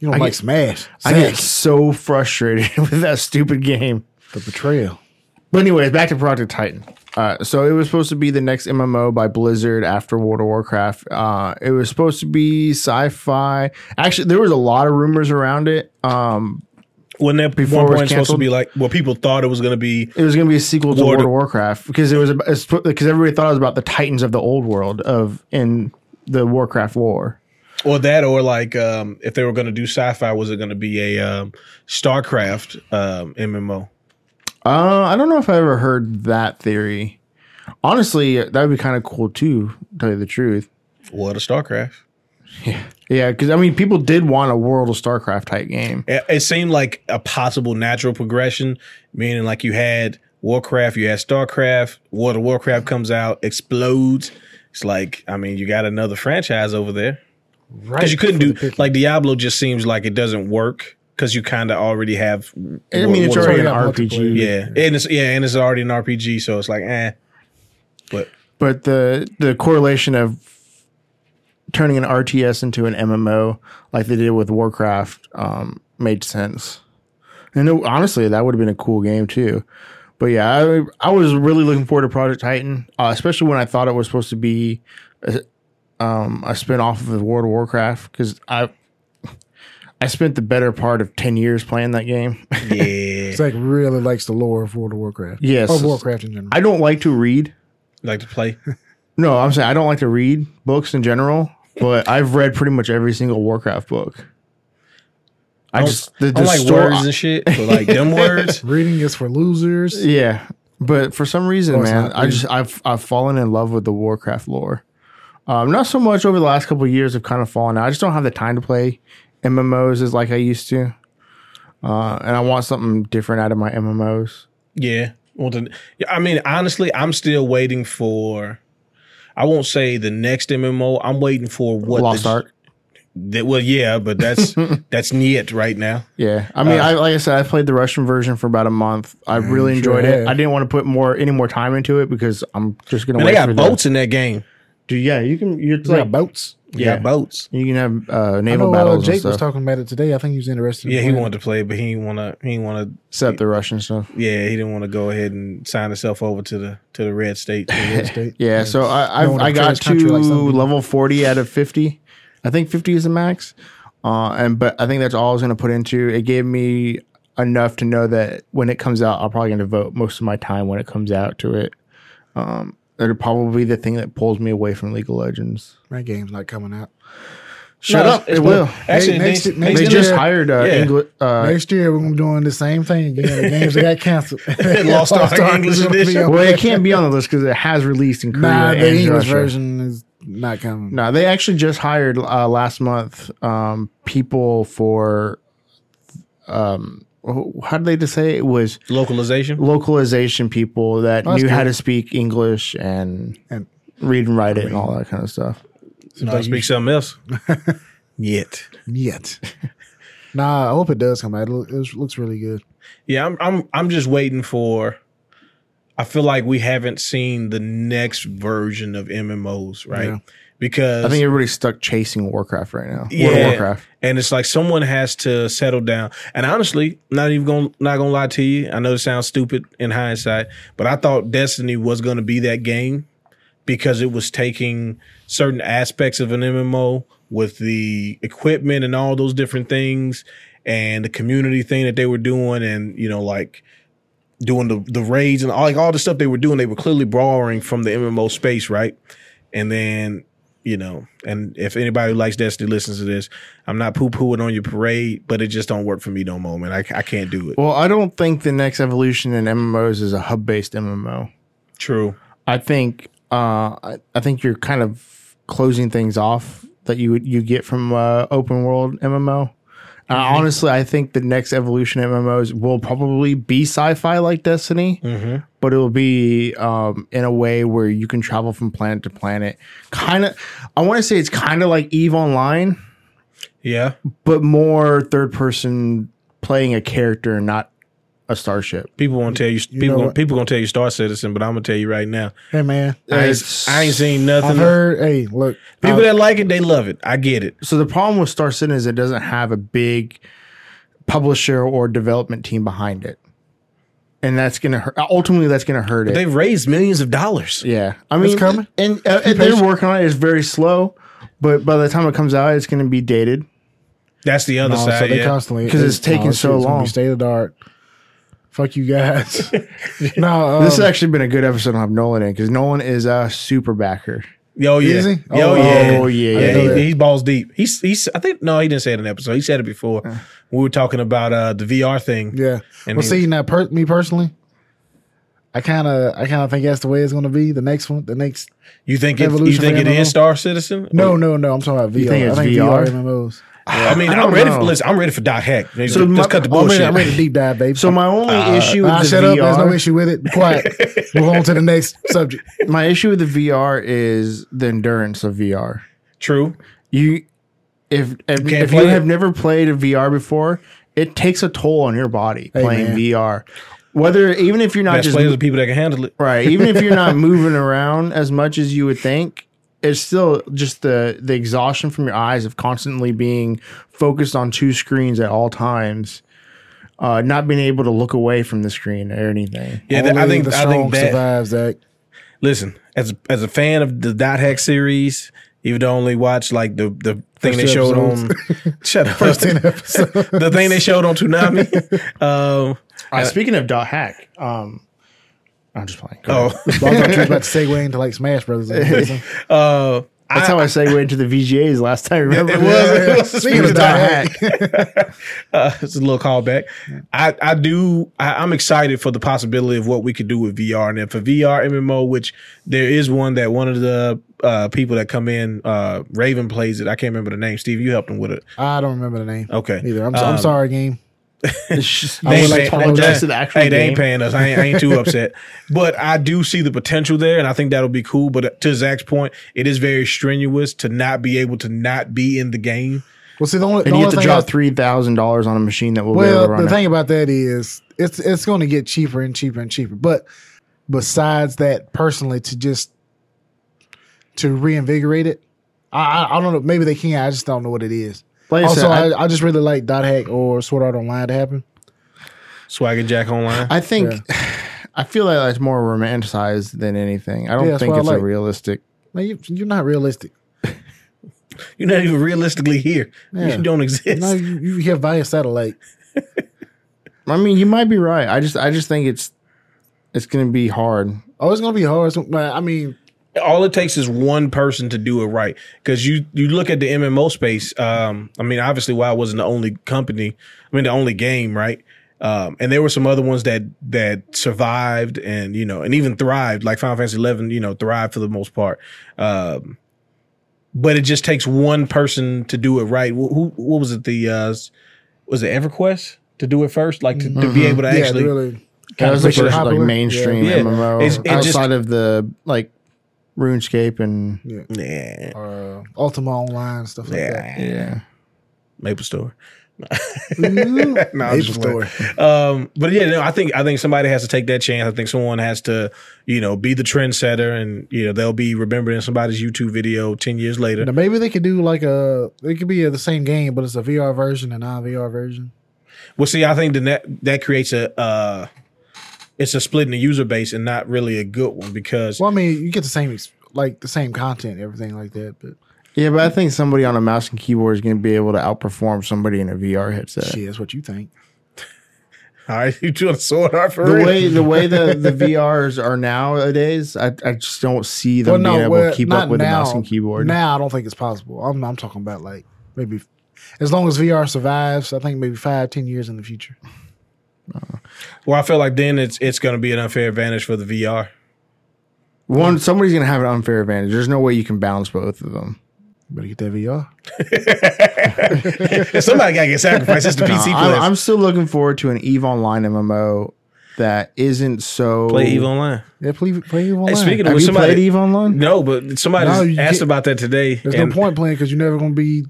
you don't
I
like
get-
Smash.
I get
Sack,
so frustrated with that stupid game.
the betrayal.
But anyways, back to Project Titan. Uh, so it was supposed to be the next MMO by Blizzard after World of Warcraft. Uh, it was supposed to be sci-fi. Actually, there was a lot of rumors around it. Um,
When that
Before
one
it was
point it's supposed to
canceled?
be like, well, people thought it was gonna be.
it was going to be a sequel to
World
World
of-
of Warcraft because it was because everybody thought it was about the Titans of the old world of in the Warcraft War.
or that or like um if they were going to do sci-fi was it going to be a um starcraft um mmo
Uh, I don't know if I ever heard that theory. Honestly, that would be kind of cool too. to Tell you the truth.
what a starcraft
Yeah, because I mean, people did want a World of Starcraft type game.
it, it seemed like a possible natural progression meaning like you had warcraft you had starcraft world of warcraft comes out explodes it's like i mean you got another franchise over there
Right.
because you couldn't
for the
do
pick.
like diablo just seems like it doesn't work because you kind of already have
I mean, it's
War-
already an
Warcraft multiplayer.
RPG.
yeah and it's yeah and it's already an rpg so it's like eh but
but the the correlation of turning an RTS into an MMO like they did with Warcraft um, made sense. And it- honestly, that would have been a cool game too. But yeah, I, I was really looking forward to Project Titan, uh, especially when I thought it was supposed to be a, um, a spinoff of World of Warcraft because I I spent the better part of ten years playing that game.
yeah
Zach really likes the lore of World of Warcraft.
Yes.
Or Warcraft in general.
I don't like to read.
like to play
No, I'm saying I don't like to read books in general, but I've read pretty much every single Warcraft book. I,
don't-
just the,
I
the
don't Oh, like
story,
words and shit, but like them words.
Reading is for losers.
yeah, but for some reason,
course
man,
not,
I just I've I've fallen in love with the Warcraft lore. Um, not so much over the last couple of years. I've kind of fallen out. I just don't have the time to play MMOs as like I used to, uh, and I want something different out of my MMOs.
Yeah. Well, the- yeah, I mean, honestly, I'm still waiting for. I won't say the next MMO. I'm waiting for what
Lost
the,
Ark.
that- well, yeah, but that's that's it right now.
Yeah, I mean,
Uh,
I, like I said, I played the Russian version for about a month. I really
you Mm, sure
enjoyed it.
have.
I didn't want to put more any more time into it because I'm just gonna.
Man,
wait
they got
for
boats in that game.
The, Dude, yeah, you can. You're
It's like
like,
boats.
You
yeah,
got boats.
you can have uh,
I
naval
know uh,
battles and
Jake was
stuff.
talking about it today. I think he was interested. in
Yeah, he
playing it.
wanted to play, but he didn't want to. He didn't want to.
except the Russian stuff.
Yeah, he didn't want to go ahead and sign himself over to the to the red state.
Red State.
Yeah, so I I've,
Don't
I got
encourage
to
country like some people.
level forty out of fifty. I think fifty is the max. Uh, and but I think that's all I was gonna put into. It gave me enough to know that when it comes out, I'm probably gonna devote most of my time when it comes out to it. Um, it'll probably be the thing that pulls me away from League of Legends.
My game's not coming out.
Shut
No,
up!
it's-
It will.
Actually,
Next-
next, next,
next
They
It's
just
gonna-
hired uh,
yeah.
Engli- uh,
Next year, we're going to be doing the same thing again. The games that got canceled.
Lost Ark English
is gonna be
edition.
on-
well, it can't be on the list because it has released in Korea
Nah, the
and
English
Russia.
version is not coming.
No, they actually just hired uh, last month um, people for um, wh- how did they just say it was
localization.
localization people that
That's
knew how
good.
to speak English and,
And-
read and write it and all that kind of stuff.
No, I speak something else. Yet.
Yet. Nah, I hope it does come out. It loo- It looks really good.
Yeah, I'm I'm I'm just waiting for I feel like we haven't seen the next version of MMOs, right?
Yeah.
Because
I think everybody's stuck chasing Warcraft right now. World
yeah,
of Warcraft.
and it's like someone has to settle down. And honestly, not even going to not gonna lie to you. I know it sounds stupid in hindsight, but I thought Destiny was gonna be that game because it was taking certain aspects of an MMO with the equipment and all those different things and the community thing that they were doing and you know like doing the the raids and all, like all the stuff they were doing they were clearly borrowing from the MMO space right and then you know and if anybody who likes Destiny listens to this I'm not poo pooing on your parade but it just don't work for me no moment I I can't do it
Well, I don't think the next evolution in MMOs is a hub based MMO.
true
I think uh, I, I think you're kind of closing things off that you you get from uh, open world MMO. Uh, honestly, I think the next evolution of MMOs will probably be sci-fi like Destiny,
Mhm.
but it will be um, in a way where you can travel from planet to planet. Kind of, I want to say it's kind of like Eve Online,
yeah
but more third person playing a character and not a starship.
people won't tell you,
know
people
what?
people gonna tell you Star Citizen but I'm gonna tell you right now
Hey man,
I ain't,
It's-
I ain't seen
I've
nothing
heard. Hey, look,
people that like it they love it I get it
so the problem with Star Citizen is it doesn't have a big publisher or development team behind it, and that's gonna hurt. Ultimately, that's gonna hurt it.
they've raised millions of dollars
yeah, I mean,
coming.
and, uh, and they're working on it. It's very slow, but by the time it comes out, it's gonna be dated.
that's the other
No,
side
so they
yeah.
constantly
'Cause it's taking so
gonna be
long.
State of the art. Fuck you guys. no,
this has
um,
actually been a good episode. to have Nolan in because Nolan is a super backer.
Oh yeah.
Is he?
Oh,
Oh,
yeah.
oh, yeah.
I didn't know
Yeah.
that.
He, he balls deep. He's he's. I think no, he didn't say it in the episode. He said it before. We were talking about uh the VR thing.
yeah.
And
well,
he-
see, now per- me personally, I kind of, I kind of think that's the way it's going to be. The next one, the next.
You think it, you
Evolution
think
for
it
MMO?
is Star Citizen?
No, no, no. I'm talking about VR.
think it's
I think
VR?
VR MMOs.
I mean,
I
I'm
don't
ready. For,
know.
listen, I'm ready for Doc Hack. Just,
So my-
cut the
I'm
bullshit.
ready, I'm ready to deep dive, baby.
So my only issue with
Nah,
the
Uh, shut
VR,
up. There's no issue with it. Quiet. Move on to the next subject.
my issue with the VR is the endurance of VR.
True.
you if if,
can't
if you
play it.
have never played a VR before, it takes a toll on your body playing
man.
VR. Whether even if you're not
Best
just
players are people that can handle it.
right, even if you're not moving around as much as you would think, it's still just the the exhaustion from your eyes of constantly being focused on two screens at all times. Uh, not being able to look away from the screen or anything. Oh,
Yeah, that, I
Only
think.
the
I
strong
think that.
survives that.
Listen, as as a fan of the Dot Hack series, even though I only watch like the the thing
First
they
two
showed
episodes.
on. Shut up.
First ten episodes.
the thing they showed on Toonami. um,
Uh, speaking of dot hack, um, I'm just playing. Go ahead.
oh,
Well, I thought you was about to segue into like Smash Brothers. or something.
uh,
That's how I segued into the VGAs last time. Remember?
it was. It was
Speaking
It was
of
dot
that,
hack.
uh, it's a little callback. I, I do. I, I'm excited for the possibility of what we could do with VR and if a VR MMO, which there is one that one of the uh, people that come in, uh, Raven plays it. I can't remember the name. Steve, you helped him with it.
I don't remember the name
Okay.
either. I'm,
Um,
I'm sorry, game.
It's just-
I would
ain't
like
paying-
to apologize
to the actual
Hey, they ain't
game.
paying us. I ain't, I ain't too upset, but I do see the potential there, and I think that'll be cool. But to Zach's point, it is very strenuous to not be able to not be in the game.
Well, see, the only, the
and you
only
have to
thing
drop
I-
three thousand dollars on a machine that will be able
Well,
to run
the
it.
thing about that is it's it's going to get cheaper and cheaper and cheaper. But besides that, personally, to just to reinvigorate it, I I, I don't know. Maybe they can. I just don't know what it is.
Like I
also,
said, I,
I, I just really like Dot Hack or Sword Art Online to happen.
Swag and Jack online.
I think I feel like that's more romanticized than anything. I don't
Yeah, that's
think
what I
it's
like.
a realistic.
Like you, you're not realistic.
You're not even realistically here.
Yeah.
You don't exist.
No, you, you here via satellite.
I mean, you might be right. I just I just think it's it's going to be hard.
Oh, it's gonna be hard. It's- I mean,
all it takes is one person to do it right because you you look at the mmo space um i mean obviously WoW wasn't the only company i mean the only game right um and there were some other ones that that survived and you know and even thrived like final fantasy 11 you know thrived for the most part um but it just takes one person to do it right who, who what was it the uh was it everquest to do it first like to,
Mm-hmm.
to be able to
yeah,
actually
really.
That was the
pretty
first like
popular.
mainstream
Yeah. Yeah.
MMO
It's- it just-
outside of the like RuneScape and
yeah
Uh, Ultima Online and stuff like
yeah
yeah.
maple store
that.
No, I'm
Maple
just playing.
Story.
Um, but yeah, no, I think I think somebody has to take that chance. I think someone has to, you know, be the trendsetter, and you know they'll be remembered in somebody's YouTube video ten years later.
Now maybe they could do like a it could be the same game, but it's a VR version and non VR version.
Well, see, I think the net, that creates a uh, it's a split in the user base and not really a good one because
Well, I mean, you get the same ex- like the same content, everything like that. But
Yeah, but I think somebody on a mouse and keyboard is going to be able to outperform somebody in a VR headset.
shit, that's what you think.
All right, you two are sword art for
The
real.
way the way the, the VRs are nowadays, I, I just don't see them being able
well,
to keep
not
up with a mouse
now.
and keyboard.
Now I don't think it's possible. I'm, I'm talking about like maybe as long as VR survives, I think maybe five, ten years in the future.
well, I feel like then it's it's going to be an unfair advantage for the VR.
One somebody's going to have an unfair advantage. There's no way you can balance both of them.
Better get that VR.
Somebody got to get sacrificed. It's the
No,
PC
I'm,
players.
I'm still looking forward to an Eve Online MMO that isn't so.
Play Eve Online.
Yeah, play, play it online.
speaking of-
Have
With
you
somebody-
played Eve Online?
No, but somebody
No,
just
you
asked
can't-
about that today.
There's
and
no point playing because you're never going to be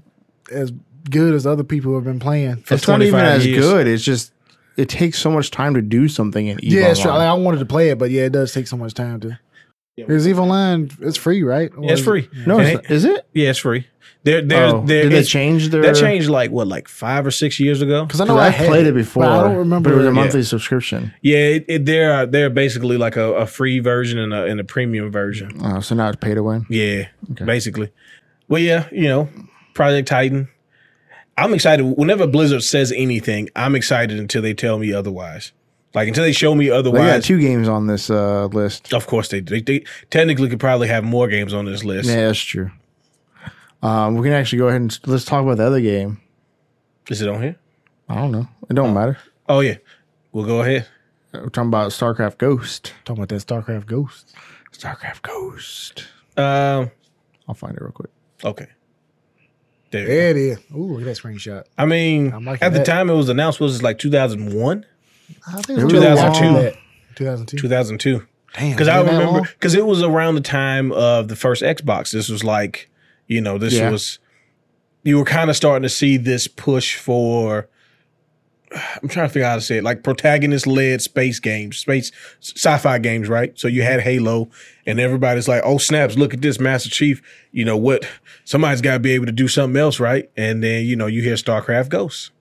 as good as other people who have been playing.
for
It's not even
25
as
years.
good. It's just it takes so much time to do something in Eve
yeah,
Online.
it's true. Like, I wanted to play it, but yeah, it does take so much time to.
Yeah.
Is Eve Online? It's free, right? Or
Yeah,
is
it's
it-
free.
No,
And
it's
it-
not. is it?
yeah, it's free. There, there,
Oh,
there.
did they
it's-
change their?
that changed like what, like five or six years ago?
Because I know
Because
I,
I
had
played it
but
before.
I don't remember.
But it was a
Yeah.
monthly subscription.
Yeah, it, it, there are they're basically like a, a free version and a and a premium version.
Oh, so now it's pay to win.
Yeah, basically. Well, yeah, you know, Project Titan. I'm excited. Whenever Blizzard says anything, I'm excited until they tell me otherwise. Like until they show me
They got
otherwise.
two games on this uh, list.
of course they, do. they they technically could probably have more games on this list.
Yeah, that's true. Um, we can actually go ahead and let's talk about the other game.
Is it on here?
I don't know. It don't matter.
Oh yeah, we'll go ahead.
Uh, We're talking about StarCraft Ghost.
Talking about that StarCraft Ghost.
StarCraft Ghost.
Um,
I'll find it real quick.
okay. There.
Yeah, it is. Ooh, look at that screenshot.
I mean,
I'm
at
liking
the
that.
time it was announced was like 2001,
I think it was
2002.
2002. 2002.
2002.
Damn.
Because
it's
I
been that
remember
long?
because it was around the time of the first Xbox. This was like, you know, this
Yeah.
was you were kind of starting to see this push for. I'm trying to figure out how to say it. Like protagonist led space games, space sci fi games, right? So you had Halo, and everybody's like, oh, snaps, look at this, Master Chief. You know what? Somebody's got to be able to do something else, right? And then, you know, you hear StarCraft Ghosts.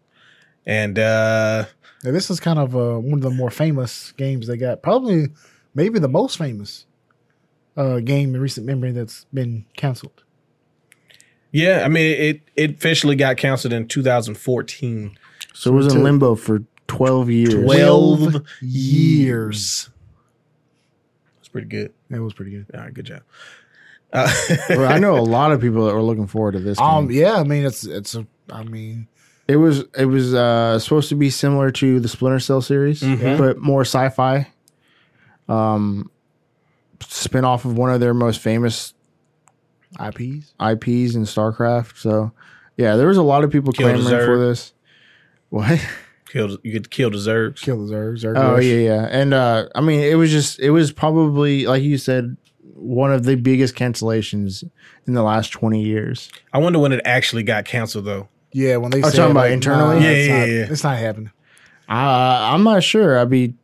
And uh,
Now, this is kind of uh, one of the more famous games they got. Probably, maybe the most famous uh, game in recent memory that's been canceled.
yeah, I mean, it, it officially got canceled in 2014.
So it was in limbo for 12 years.
12
years.
It's pretty good.
That was pretty good.
All right, good job. Uh,
Bro, I know a lot of people that were looking forward to this.
Um,
game.
yeah, I mean, it's it's a, I mean,
It was it was uh, supposed to be similar to the Splinter Cell series,
Mhm.
but more sci-fi. Um, spin off of one of their most famous
IPs.
IPs in StarCraft. So, yeah, there was a lot of people
Kill
clamoring
Zerg.
for this. What?
kill, you could kill the Zergs.
Kill the Zergs. Zerg
Oh
Rush.
yeah, yeah. And uh, I mean, it was just it was probably like you said one of the biggest cancellations in the last twenty years.
I wonder when it actually got canceled, though.
Yeah, when they
Oh,
said,
talking about
like,
internally?
nah,
Yeah,
it's
yeah,
not,
yeah.
it's not happening.
Uh, I'm not sure. I mean,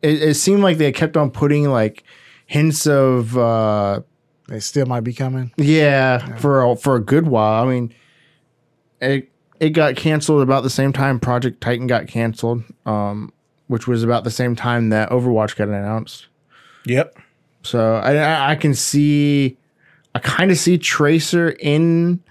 it, it seemed like they kept on putting like hints of uh,
It still might be coming.
yeah for a, for a good while. I mean, it it got canceled about the same time Project Titan got canceled, um, which was about the same time that Overwatch got announced.
Yep.
So I- I, I can see, I kind of see Tracer in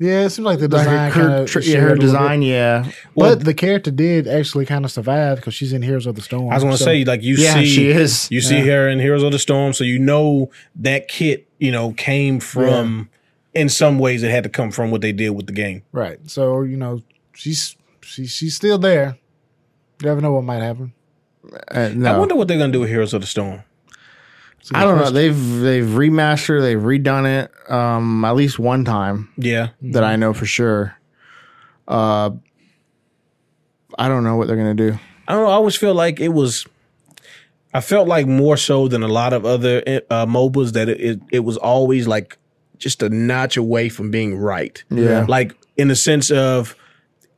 Yeah, it seems like the
like
design
her,
kinda
tra-
shared a
her
little bit.
design. Yeah,
Well-
but the character did actually kind of survive because she's in Heroes of the Storm.
I was going to
so-
say, like, you
yeah,
see,
she is.
you see her in Heroes of the Storm, so you know that kit, you know, came from. In some ways, it had to come from what they did with the game.
right. So you know, she's she, she's still there. You never know what might happen.
Uh, no.
I
I,
wonder what they're going to do with Heroes of the Storm.
It's a good
don't know.
question.
They've they've remastered, they've redone it um, at least one time
Yeah,
that I know for sure. Uh, I don't know what they're gonna do.
I don't know. I always feel like it was. I felt like more so than a lot of other uh, MOBAs that it, it it was always like just a notch away from being right.
Yeah.
like in the sense of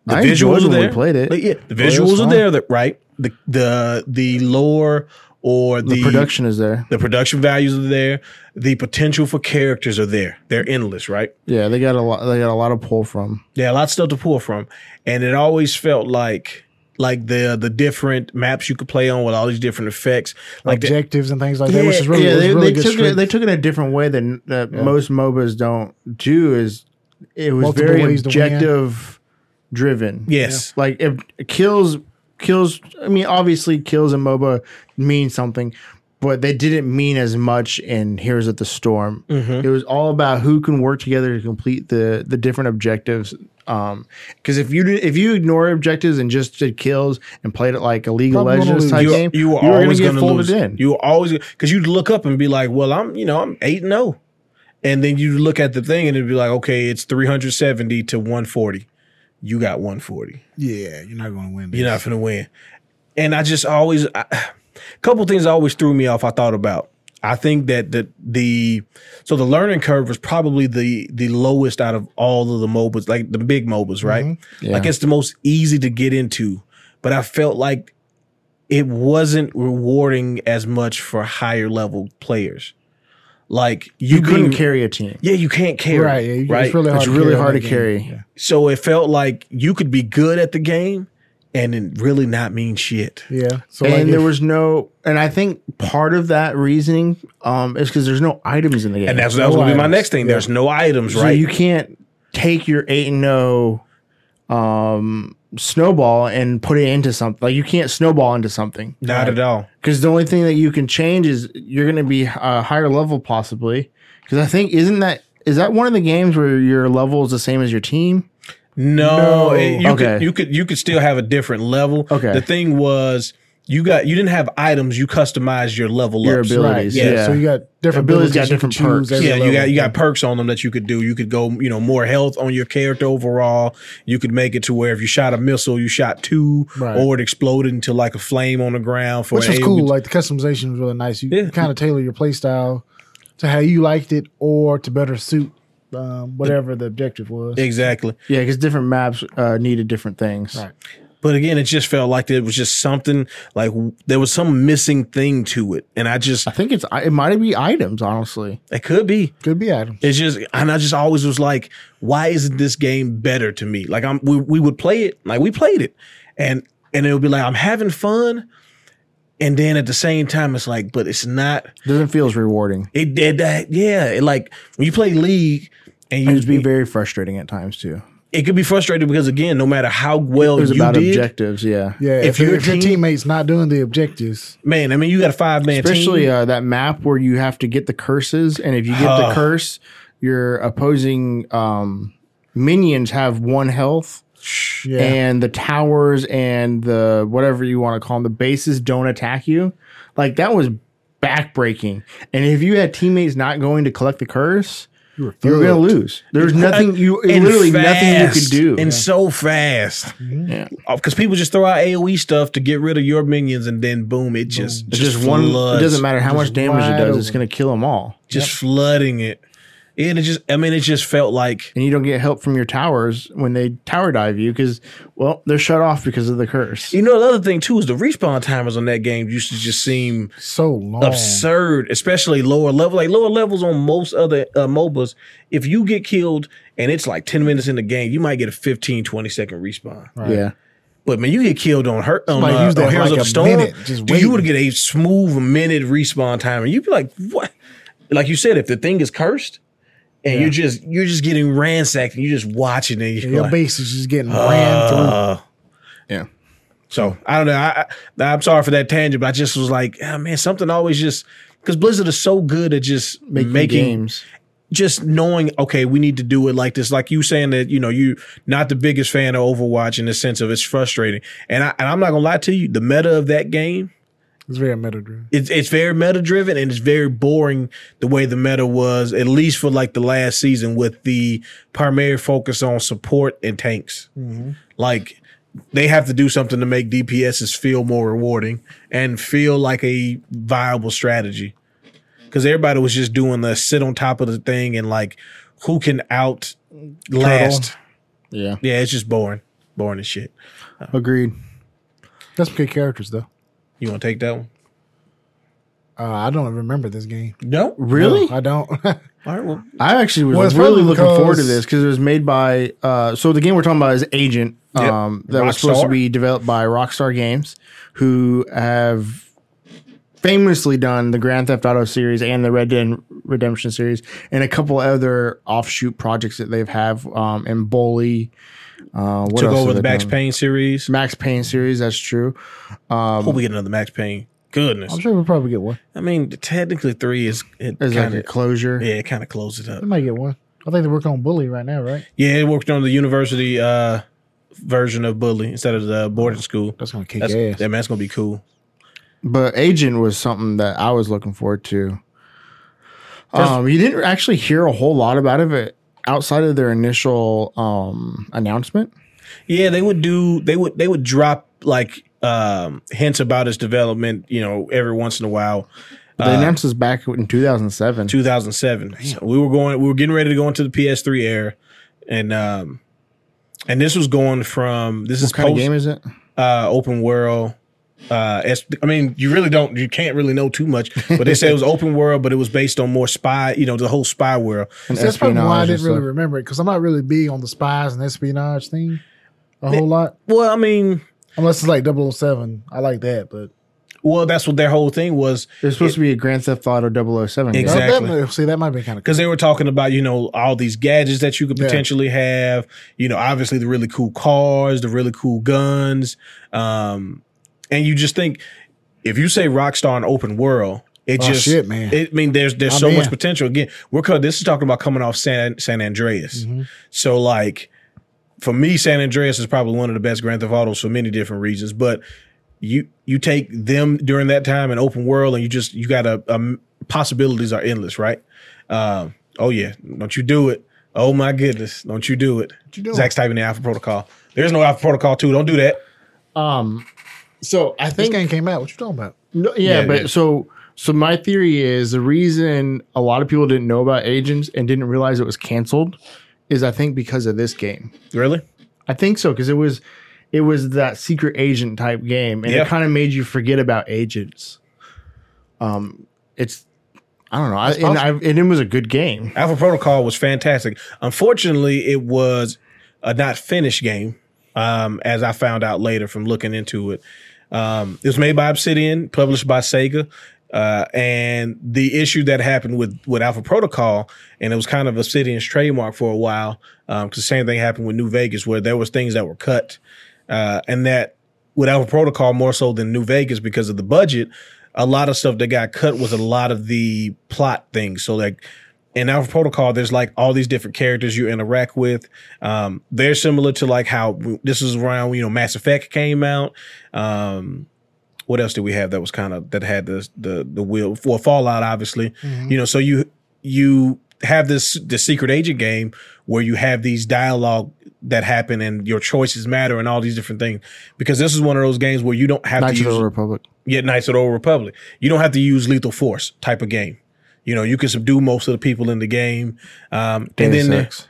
the
I enjoyed
visuals are
when we
there.
played it.
Like, yeah, the
it was
visuals are
fun.
there, that- right? The the the lore or the,
The, production is there.
the production values are there. The potential for characters are there. They're endless, right?
Yeah, they got a lot. They got a lot of pull from.
Yeah, a lot of stuff to pull from, and it always felt like like the the different maps you could play on with all these different effects. Like the,
objectives and things like that, which is really,
yeah,
was
they,
really
they
good.
took it,
strength.
they took it a different way than that most MOBAs don't do. Is it was
Multiple
very
ways to win.
objective driven.
Yes.
like if kills kills. I mean, obviously, kills in MOBA mean something, but they didn't mean as much in Heroes of the Storm. It was all about who can work together to complete the the different objectives. Um, because if you did, if you ignore objectives and just did kills and played it like a League
Probably
of
gonna
Legends
lose.
type
You-
game,
you were
you gonna
always going to
folded
lose. You were always because you'd look up and be like, "Well, I'm you know I'm eight and zero," and then you look at the thing and it'd be like, "Okay, it's three hundred seventy to one forty. You got one forty.
yeah, you're not going to win.
You're not gonna win." And I just always a couple things always threw me off. I thought about. I think that the the so the learning curve was probably the the lowest out of all of the MOBAs, like the big MOBAs, right?
Mm-hmm.
Yeah.
Like it's the most easy to get into, but I felt like it wasn't rewarding as much for higher level players. Like you,
you, couldn't
being-
carry a team.
Yeah, you can't carry.
Right, yeah, you- it's
right.
really hard
It's
to
really
carry
hard
that
to
game.
carry.
Yeah.
so it felt like you could be good at the game and then really not mean shit.
Yeah. So
and
like
there
if-
was no, and I think part of that reasoning um, is because there's no items in the game,
And that's that was gonna be my
items.
next thing. There's no items,
so
right?
you can't take your eight and zero um, snowball and put it into something. Like you can't snowball into something
not at all.
because the only thing that you can change is you're going to be a higher level possibly. Because I think isn't that is that one of the games where your level is the same as your team?
No,
No.
it- you could
Okay.
you could you could still have a different level.
Okay.
The thing was you got you didn't have items, you customized your level
Your
ups.
abilities,
right, yeah.
yeah.
So you got different
Abilities
abilities,
got
you can
different
choose
perks.
every
yeah, you
level.
got you got perks on them that you could do. You could go, you know, more health on your character overall. You could make it to where if you shot a missile, you shot two,
Right.
or it exploded into like a flame on the ground. For
which was
an
cool.
able-
Like the customization was really nice. You
Yeah.
kind of tailor your play style to how you liked it, or to better suit um, whatever the objective was.
Exactly.
Yeah, because different maps uh, needed different things.
Right.
But again, it just felt like it was just something like w- there was some missing thing to it, and I just
I think it's it might be items, honestly.
it could be.
Could be item.
It's just, and I just always was like, why isn't this game better to me? Like I'm, we, we would play it, like we played it, and and it would be like I'm having fun, and then at the same time, it's like, but it's not.
Doesn't feel as rewarding.
It did that, yeah. It, like when you play League, and
It
you
would be very frustrating at times too.
it could be frustrating because again, no matter how well
It was
Oh, you
about
did,
objectives, yeah.
Yeah.
If
If, your
your
if your
team-
teammates not doing the objectives,
man. I mean, you got a five man team,
Especially uh, that map where you have to get the curses, and if you get
Huh.
the curse, your opposing um, minions have one health,
yeah,
and the towers and the whatever you want to call them, the bases don't attack you. Like that was backbreaking, and if you had teammates not going to collect the curse,
you were,
you were
thugged.
going to lose. There's nothing you,
and
literally nothing you could
fast,
do.
and so fast.
Yeah.
because people just throw out AOE stuff to get rid of your minions, and then boom, it just
It's just, one.
floods,
It doesn't matter how much damage it
wide
does; it's
open.
going to kill them all.
just flooding it, and it just I mean, it just felt like
And you don't get help from your towers when they tower dive you because, well, they're shut off because of the curse.
you know the other thing too is the respawn timers on that game used to just seem
so
Oh.
long.
absurd, especially lower level. Like lower levels on most other uh, MOBAs, if you get killed and it's like ten minutes in the game, you might get a 15, 20 second respawn.
Right.
Yeah,
But man, you get killed on her on,
Somebody
uh,
used
on
that
Heroes
like
of
a
the Storm.
minute, just
dude, you
waiting.
would get a smooth minute respawn time, and you'd be like, "What?" Like you said, if the thing is cursed, and you're just you're just getting ransacked, and you're just watching it. You're
Your
like,
base is just getting ran through.
uh,
yeah.
so I don't know. I, I I'm sorry for that tangent, but I just was like, oh, man, something always just because Blizzard is so good at just
Making,
making
games.
just knowing, okay, we need to do it like this. Like you saying that, you know, you not the biggest fan of Overwatch in the sense of it's frustrating. And I and I'm not gonna lie to you, the meta of that game,
It's very meta driven.
it's it's very meta driven and it's very boring the way the meta was, at least for like the last season, with the primary focus on support and tanks. Like they have to do something to make DPSs feel more rewarding and feel like a viable strategy. Cause everybody was just doing the sit on top of the thing and like who can out last.
Yeah,
Yeah, it's just boring. Boring as shit.
agreed.
That's some good characters though.
You wanna take that one?
Uh, I don't remember this game.
No.
Really,
No, I don't.
All right, well.
I actually was
Well, it's
really
probably
looking forward to
because-
this because it was made by. Uh, so the game we're talking about is Agent,
Yep.
um, that was supposed to
Rockstar.
be developed by Rockstar Games, who have famously done the Grand Theft Auto series and the Red Dead Redemption series, and a couple other offshoot projects that they've have um, in Bully. Uh, what
Took
else
over
have
the
they
Max
done?
Payne series.
Max Payne series. That's true.
Hope we get another Max Payne. Goodness.
I'm sure we'll probably get one.
I mean, technically three is it
There's
kind
like a
of
closure.
yeah, it kind of closed it up.
We might get one. I think they work on Bully right now, right?
Yeah, it worked on the university uh, version of Bully instead of the boarding school.
That's gonna kick
That's,
ass.
that man's gonna be cool.
But Agent was something that I was looking forward to. Um, you didn't actually hear a whole lot about of it outside of their initial um, announcement.
Yeah, they would do. They would they would drop like um, hints about his development. You know, every once in a while.
They
Uh,
announced this back in 2007.
2007. So we were going, we were getting ready to go into the PS3 era, and um, and this was going from this is
what kind
post
of game is it?
uh, open world. Uh, as, I mean, you really don't, you can't really know too much. But they said it was open world, but it was based on more spy. You know, the whole spy world.
An
See, that's probably why I
espionage
didn't
and
really
stuff.
remember it because I'm not really big on the spies and espionage thing a whole lot.
Well, I mean,
Unless it's like 007. I like that, but
well, that's what their whole thing was.
There's supposed to be a Grand Theft Auto 007 game.
That- that
Exactly.
might- see, that might be kind of cool.
because they were talking about you know all these gadgets that you could
Yeah.
potentially have you know obviously the really cool cars the really cool guns um and you just think if you say rockstar and open world it
Oh,
just
shit, man.
it I mean there's there's
I'm
so much
in.
potential again we're co- this is talking about coming off san san andreas
Mm-hmm.
so like for me san andreas is probably one of the best grand theft autos for many different reasons but you you take them during that time in open world and you just you got a um, possibilities are endless right um, oh yeah don't you do it oh my goodness don't you do it
you doing?
zach's typing the alpha protocol there's no alpha protocol 2 don't do that
Um, so I
This
think
game came out. What you talking about?
No, yeah,
Yeah,
but
yeah.
so so my theory is the reason a lot of people didn't know about Agents and didn't realize it was canceled is I think because of this game.
really
I think so because it was it was that secret agent type game and
Yeah.
it kind of made you forget about agents. Um, it's I don't know, I, and, I, and it was a good game.
alpha protocol was fantastic unfortunately it was a not finished game um, as i found out later from looking into it um, it was made by obsidian published by sega uh, and the issue that happened with with Alpha Protocol, and it was kind of Obsidian's trademark for a while, because the same thing happened with New Vegas, where there was things that were cut, uh, and that with Alpha Protocol more so than New Vegas because of the budget, a lot of stuff that got cut was a lot of the plot things. So like in Alpha Protocol, there's like all these different characters you interact with. Um, they're similar to like how this is around you know Mass Effect came out. Um, what else did we have that was kind of that had the the the wheel for Fallout, obviously. You know, so you you have this the secret agent game where you have these dialogue that happen and your choices matter and all these different things because this is one of those games where you don't have
Knights
to
of
use
the Republic.
yet Knights of the Old Republic. You don't have to use lethal force type of game. You know, you can subdue most of the people in the game. Um, and
Deus
then
Ex.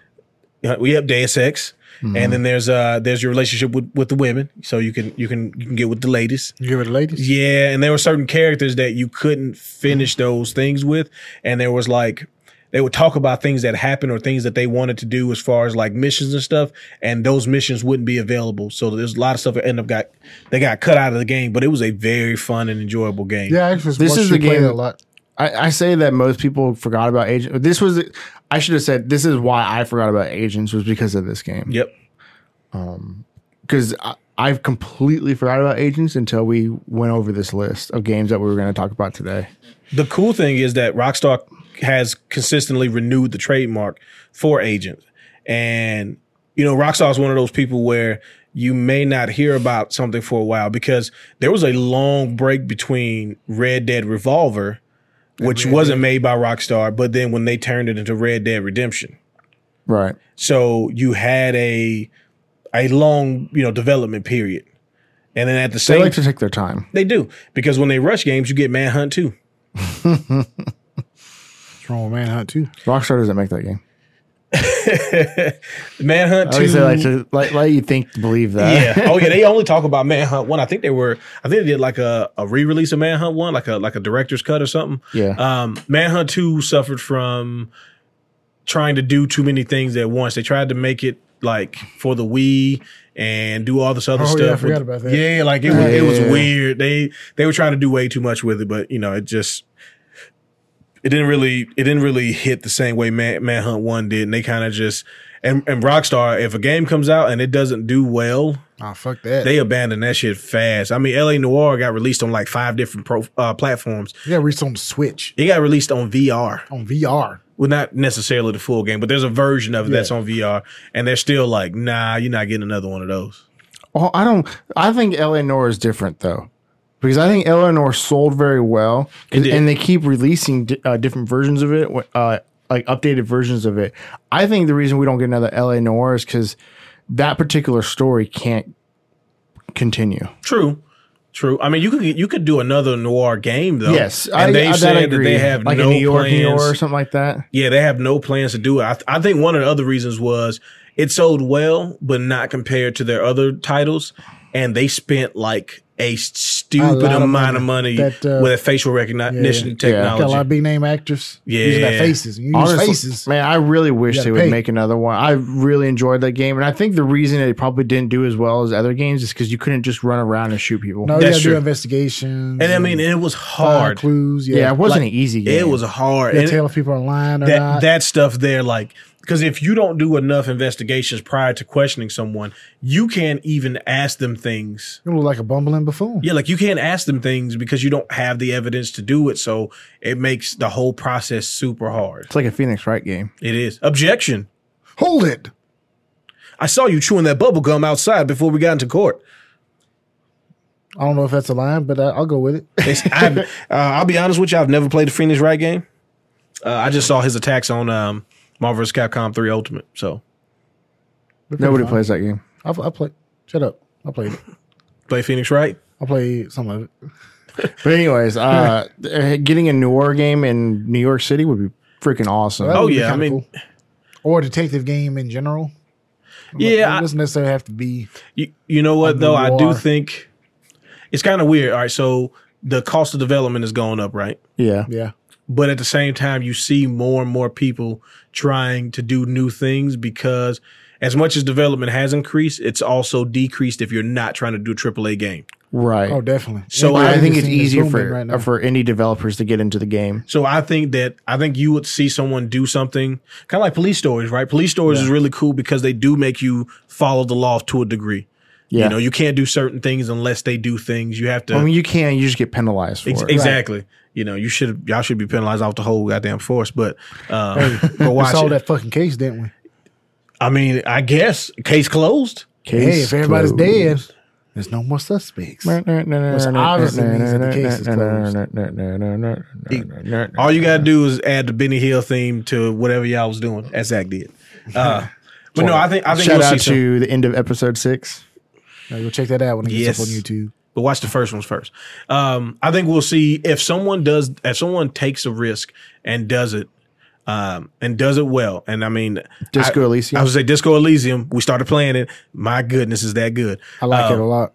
Mm-hmm.
uh, we have Deus Ex. And then there's uh there's your relationship with, with the women, so you can you can you can get with the ladies.
You give it the ladies?
Yeah, and there were certain characters that you couldn't finish those things with, and there was like they would talk about things that happened or things that they wanted to do as far as like missions and stuff, and those missions wouldn't be available. So there's a lot of stuff that ended up got they got cut out of the game, but it was a very fun and enjoyable game.
Yeah, I actually,
This
this
is
is
the
you play
game-
that a lot.
I, I say that most people forgot about agents. This was I should have said this is why I forgot about agents was because of this game.
Yep.
because I've completely forgot about agents until we went over this list of games that we were going to talk about today.
The cool thing is that Rockstar has consistently renewed the trademark for Agent. And, you know, Rockstar is one of those people where you may not hear about something for a while because there was a long break between Red Dead Revolver, which wasn't made by Rockstar, but then when they turned it into Red Dead Redemption.
Right.
So you had a a long, you know, development period. And then at the
They
same
like to take their time.
they do. Because when they rush games, you get Manhunt too.
What's wrong with Manhunt too?
Rockstar doesn't make that game.
Manhunt
I
two.
always say like to like, let you think believe that.
yeah. Oh yeah. They only talk about Manhunt one. I think they were. I think they did like a, a re release of Manhunt one, like a like a director's cut or something.
Yeah.
Um, Manhunt two suffered from trying to do too many things at once. They tried to make it like for the Wii and do all this other
Oh, yeah, I
stuff.
forgot
with-
about that.
Yeah, like it was it was
Yeah.
weird. They they were trying to do way too much with it, but you know, it just it didn't really it didn't really hit the same way Man, Manhunt One did, and they kind of just and, and Rockstar. If a game comes out and it doesn't do well,
Oh fuck that.
they abandon that shit fast. I mean, L.A. Noir got released on like five different pro, uh, platforms.
yeah, reached on Switch
It got released on VR.
on VR.
Well, not necessarily the full game, but there's a version of it that's on VR, and they're still like, nah, you're not getting another one of those.
Oh, I don't. I think Eleanor is different though, because I think Eleanor sold very well, 'cause-
It did.
and they keep releasing di- uh, different versions of it, uh, like updated versions of it. I think the reason we don't get another Eleanor is because that particular story can't continue.
True. True. I mean, you could you could do another noir game though.
yes,
and they've
that
said that
agree.
they have
like
no
in New York,
plans.
New York, or something like that.
Yeah, they have no plans to do it. I, th- I think one of the other reasons was it sold well, but not compared to their other titles, and they spent like a
A
stupid
lot of
amount
money.
of money
That, uh,
with a facial recognition
yeah. Got a
technology.
lot of big name actors using
Yeah.
their faces. You use
Honestly,
faces.
man, I really wish
You
they
gotta
would
pay.
make another one. I really enjoyed that game, and I think the reason it probably didn't do as well as other games is because you couldn't just run around and shoot people.
No, you
That's
gotta do
true.
investigations.
and I mean, it was
find
hard.
clues. Yeah,
yeah, it wasn't an easy game.
It was hard.
You
And-
tell if people are lying or
that
not.
that stuff there like because if you don't do enough investigations prior to questioning someone you can't even ask them things
you look like a bumbling buffoon.
yeah like you can't ask them things because you don't have the evidence to do it so it makes the whole process super hard
It's like a Phoenix Wright game.
it is objection
Hold it.
i saw you chewing that bubble gum outside before we got into court
I don't know if that's a line, but I, I'll go with it.
It's- I've, uh, i'll be honest with you i've never played the phoenix Wright game uh, i just saw his attacks on um, marvel vs capcom 3 ultimate so
Nobody plays that game.
I, I played. Shut up. I played it.
play phoenix Wright.
I played some of it.
But anyways, uh, uh, getting a noir game in New York City would be freaking awesome.
That
Oh,
would be
yeah, I
kinda
mean-
cool. or a detective game in general.
yeah
it
I-
doesn't necessarily have to be.
You, you know what
Of the
though? I do
war.
think it's kind of weird. All right, so the cost of development is going up, right?
yeah,
Yeah,
But at the same time, you see more and more people trying to do new things because as much as development has increased, it's also decreased if you're not trying to do a AAA game.
right.
oh, definitely.
So
Anybody
I
in
think
the
it's
scene is
easier
booming
for
right now.
for indie developers to get into the game.
So I think that I think you would see someone do something kind of like police stories, right? Police stories is really cool because they do make you follow the law to a degree.
Yeah,
You know, you can't do certain things unless they do things. You have to
I mean, you can. You just get penalized for
Ex-
it.
exactly. You know, you should y'all should be penalized off the whole goddamn force. But uh, but
we
watch
saw
it.
that fucking case, didn't we?
I mean, I guess case closed.
Case
hey, if everybody's
closed.
dead, there's no more suspects. obviously means that the case is
All
All you gotta do is add the Benny Hill theme to whatever y'all was doing, as Zach did. Uh, but no, I think I think
Shout
we'll
out
see some.
to the end of episode six.
Now, go check that out when it gets up on
Yes.
YouTube.
But watch the first ones first. Um, I think we'll see if someone does if someone takes a risk and does it. Um, and does it well. And I mean,
Disco
I,
Elysium.
I was say Disco Elysium. We started playing it. My goodness, is that good?
I like
Uh,
it a lot.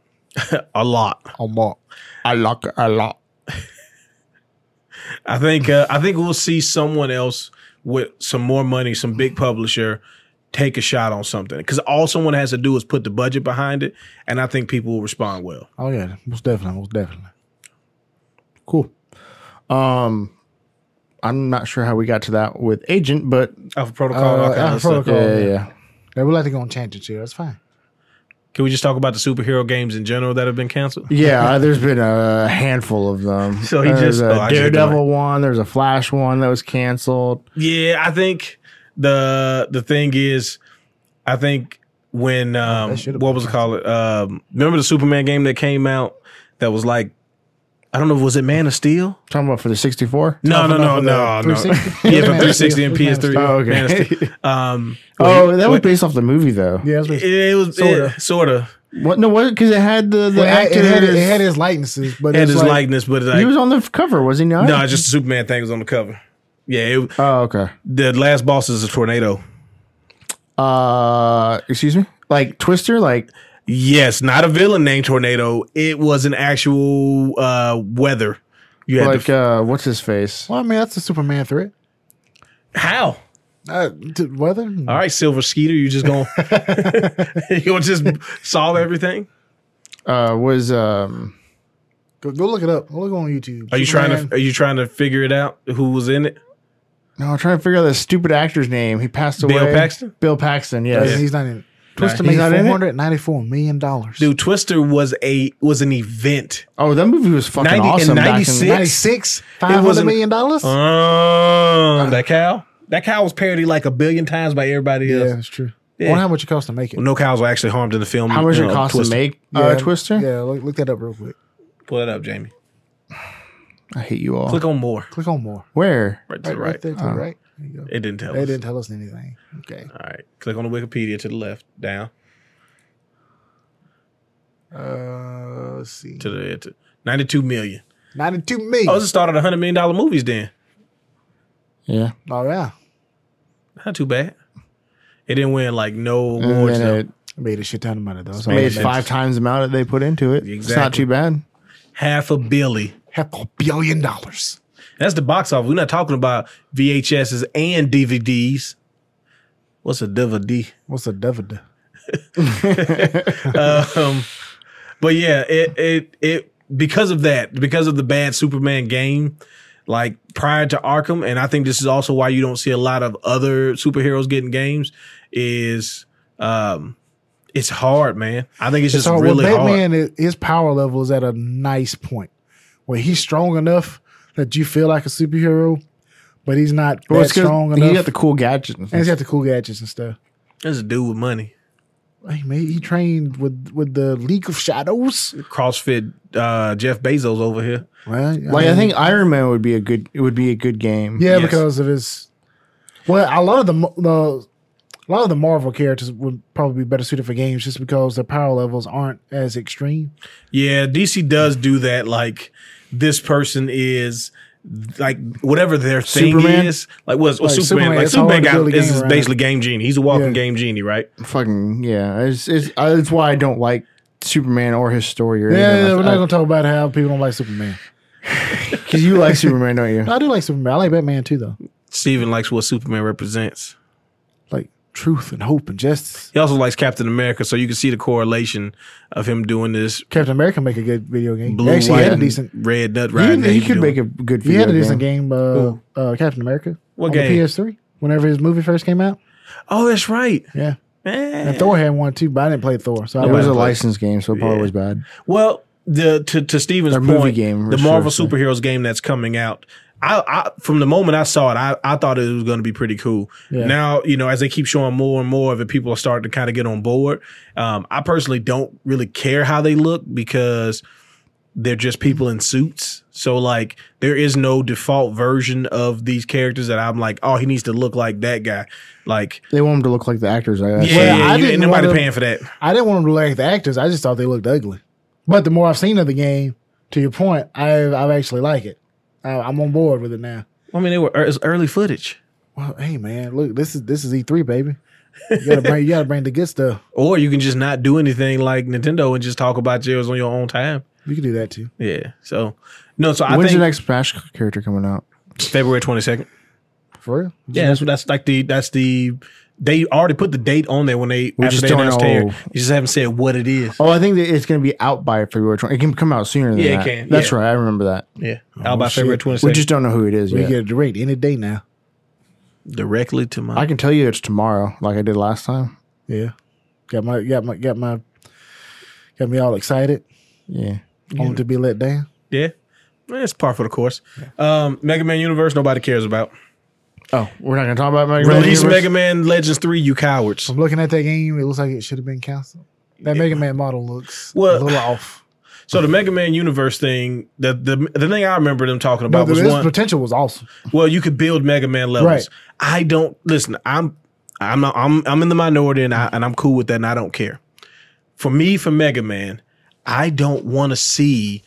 a lot.
A lot.
I like it a lot.
I think uh, I think we'll see someone else with some more money, some big publisher, take a shot on something because all someone has to do is put the budget behind it, and I think people will respond well.
Oh yeah, most definitely, most definitely.
Cool. Um, I'm not sure how we got to that with agent, but
Alpha Protocol, all
Uh,
kinds
Alpha
of stuff.
Protocol.
yeah,
Yeah,
yeah,
yeah,
yeah.
They would like to go on tangent too. That's fine.
Can we just talk about the superhero games in general that have been canceled?
Yeah, there's been a handful of them.
So he
There's
just-
a
oh, I see what you're
Daredevil one. There's a Flash one that was canceled.
Yeah, I think the the thing is, I think when um,
Oh, that should've
what
been
was it called? Um, remember the Superman game that came out that was like, I don't know, was it Man of Steel?
Talking about for the 64.
No, no,
Talking
no,
about
no,
for the
no.
360?
Yeah, for
Man of Steel.
360 and
It was Man of
PS3.
Steel.
Oh, okay.
Man of Steel. Um,
Oh, that was
wait.
based off the movie though.
Yeah, that's what
it, it was
Sorta.
it, sort of
What? No, what? Because it had the the
Well, it,
actor.
had- it
that
had, it
is-
had his likenesses, but
had
it's
his
like,
likeness, but it's
he
like
was on the cover, was he not?
no, it's just the Superman thing was on the cover. Yeah, it,
Oh, okay.
the last boss is a tornado.
Uh, excuse me. Like Twister, like
Yes, not a villain named Tornado. It was an actual uh, weather. You had
like
to,
uh, what's his face?
Well, I mean, that's a Superman threat.
how
Uh, d- weather?
All right, Silver Skeeter, you just going to you gonna just solve everything?
Uh, was um,
Go, go look it up. Go look on YouTube.
Are you trying to are you trying to figure it out who was in it?
no, I'm trying to figure out that stupid actor's name. He passed away.
Bill Paxton?
Bill Paxton. Yes.
uh,
He's not in it. Twister
He's
made
not in it?
four hundred ninety four million dollars.
Dude, Twister was a was an event.
Oh, that movie was fucking
90 in
awesome. back in-
96?
ninety six
It
five
wasn't- Oh,
hundred million dollars.
Um, that cow? That cow was parodied like a billion times by everybody
yeah,
else.
that's true.
Yeah.
I wonder how much it costs to make it.
No cows were actually harmed in the film.
how much
you
it
know,
cost
Twister.
to make
yeah,
uh, Twister?
Yeah, look, look that up real quick.
Pull that up, Jamie.
I hate you all.
Click on more.
Click on more.
Where?
Right
Right, right,
to the right. Uh-huh.
there, to the right. There you go.
It didn't tell
They
us.
didn't tell us anything. Okay.
All right. Click on the Wikipedia to the left, down
Uh, let's see.
to the to 92 million.
Ninety two million.
Oh, this started $100 million movies then.
Yeah.
oh yeah,
Not too bad. It didn't win like no
And
awards.
then
though.
Mm, it
made a shit ton of money though. So
made
that's-
five times the amount that they put into it. It's not
Exactly.
too bad.
Half a billy.
half a billion dollars.
That's the box office. We're not talking about VHSs and DVDs. What's a DVD?
What's a dividend?
um, but yeah, it it it because of that, because of the bad Superman game, like prior to Arkham, and I think this is also why you don't see a lot of other superheroes getting games. Is um, it's hard, man. I think it's just
so
really
well,
hard.
Batman, i- his power level is at a nice point where he's strong enough that you feel like a superhero, but he's not
Well,
that
it's 'cause
strong
You
enough.
got the cool gadgets.
and he's got the cool gadgets and stuff.
There's a dude with money,
Hey man, he trained with with the League of Shadows.
CrossFit uh, Jeff Bezos over here.
Right?
like I
mean,
think Iron Man would be a good. It would be a good game.
yeah,
Yes.
because of his. Well, a lot of the mo- the. A lot of the Marvel characters would probably be better suited for games just because their power levels aren't as extreme.
Yeah, DC does do that. Like this person is like whatever their thing
Superman?
is. Like what's well,
Like,
Superman?
Superman,
Like
it's hard
Superman
to
got,
build a
is
game
is
around.
basically game genie. He's a walking
Yeah.
game genie, right?
Fucking yeah. It's, it's, uh, it's why I don't like Superman or his story or
Yeah,
anything.
we're
like
not
that.
going to talk about how people don't like Superman.
Because you like Superman, don't you?
I do like Superman. I like Batman too, though.
Steven likes what Superman represents.
Like truth and hope and justice.
He also likes Captain America, so you can see the correlation of him doing this
Captain America make a good video game.
blue,
Actually, he
white,
had a
and
decent.
red nut
He-
ride.
he could make a good.
He
Video
had a
game.
decent game. Uh, uh, Captain America.
What
on
game?
The PS3. Whenever his movie first came out.
Oh, that's right.
Yeah.
Man.
And Thor had one too, but I didn't play Thor, so I
It was
was
a
Yeah.
licensed game, so it probably was bad.
Well, the to to Steven's
Or
point,
movie game,
the
for
Marvel
sure.
superheroes game that's coming out. I, I from the moment I saw it, I, I thought it was going to be pretty cool.
Yeah.
Now you know as they keep showing more and more of it, people are starting to kind of get on board. Um, I personally don't really care how they look because they're just people in suits. So like there is no default version of these characters that I'm like, oh, he needs to look like that guy. Like
They want him to look like the actors. I guess.
yeah,
Well,
yeah,
I
you- ain't
didn't
nobody
wanna-
paying for that.
I didn't want them to look like the actors. I just thought they looked ugly. But the more I've seen of the game, to your point, I I actually like it. I, I'm on board with it now.
I mean, they were it's early footage.
Well, hey man, look, this is this is E3, baby. You gotta bring you gotta bring the good stuff.
Or you can just not do anything like Nintendo and just talk about yours on your own time.
You can do that too.
Yeah. So no. So I
When's
think
the next Smash character coming out?
February twenty second.
For real.
Yeah, that's what that's like the that's the they already put the date on there when they
We
after
just
they
don't
announced
know.
Terry. You just haven't said what it is.
Oh, I think that it's going to be out by February 20. It can come out sooner than
Yeah, it
that.
can,
That's
yeah.
right. I remember that.
Yeah, out by
shit.
February twenty
Oh, We
second.
just don't know who it is
We
yet.
get a direct any day now.
directly to my.
I can tell you it's tomorrow, like I did last time.
Yeah. Got my got my got my got me all excited.
Yeah.
Only to be let down.
yeah, Eh, it's par for the course. Um, Mega Man Universe, nobody cares about.
Oh, we're not going to talk about Mega Man.
Release
Universe?
Mega Man Legends three, you cowards.
I'm looking at that game, it looks like it should have been canceled. That Mega Man model looks
Well-
a little off.
So the Mega Man Universe thing, the the the thing I remember them talking
No,
about was
his
one.
potential was awesome.
Well, you could build Mega Man levels.
Right.
I don't listen. I'm I'm not, I'm I'm in the minority, and I and I'm cool with that, and I don't care. For me, for Mega Man, I don't want to see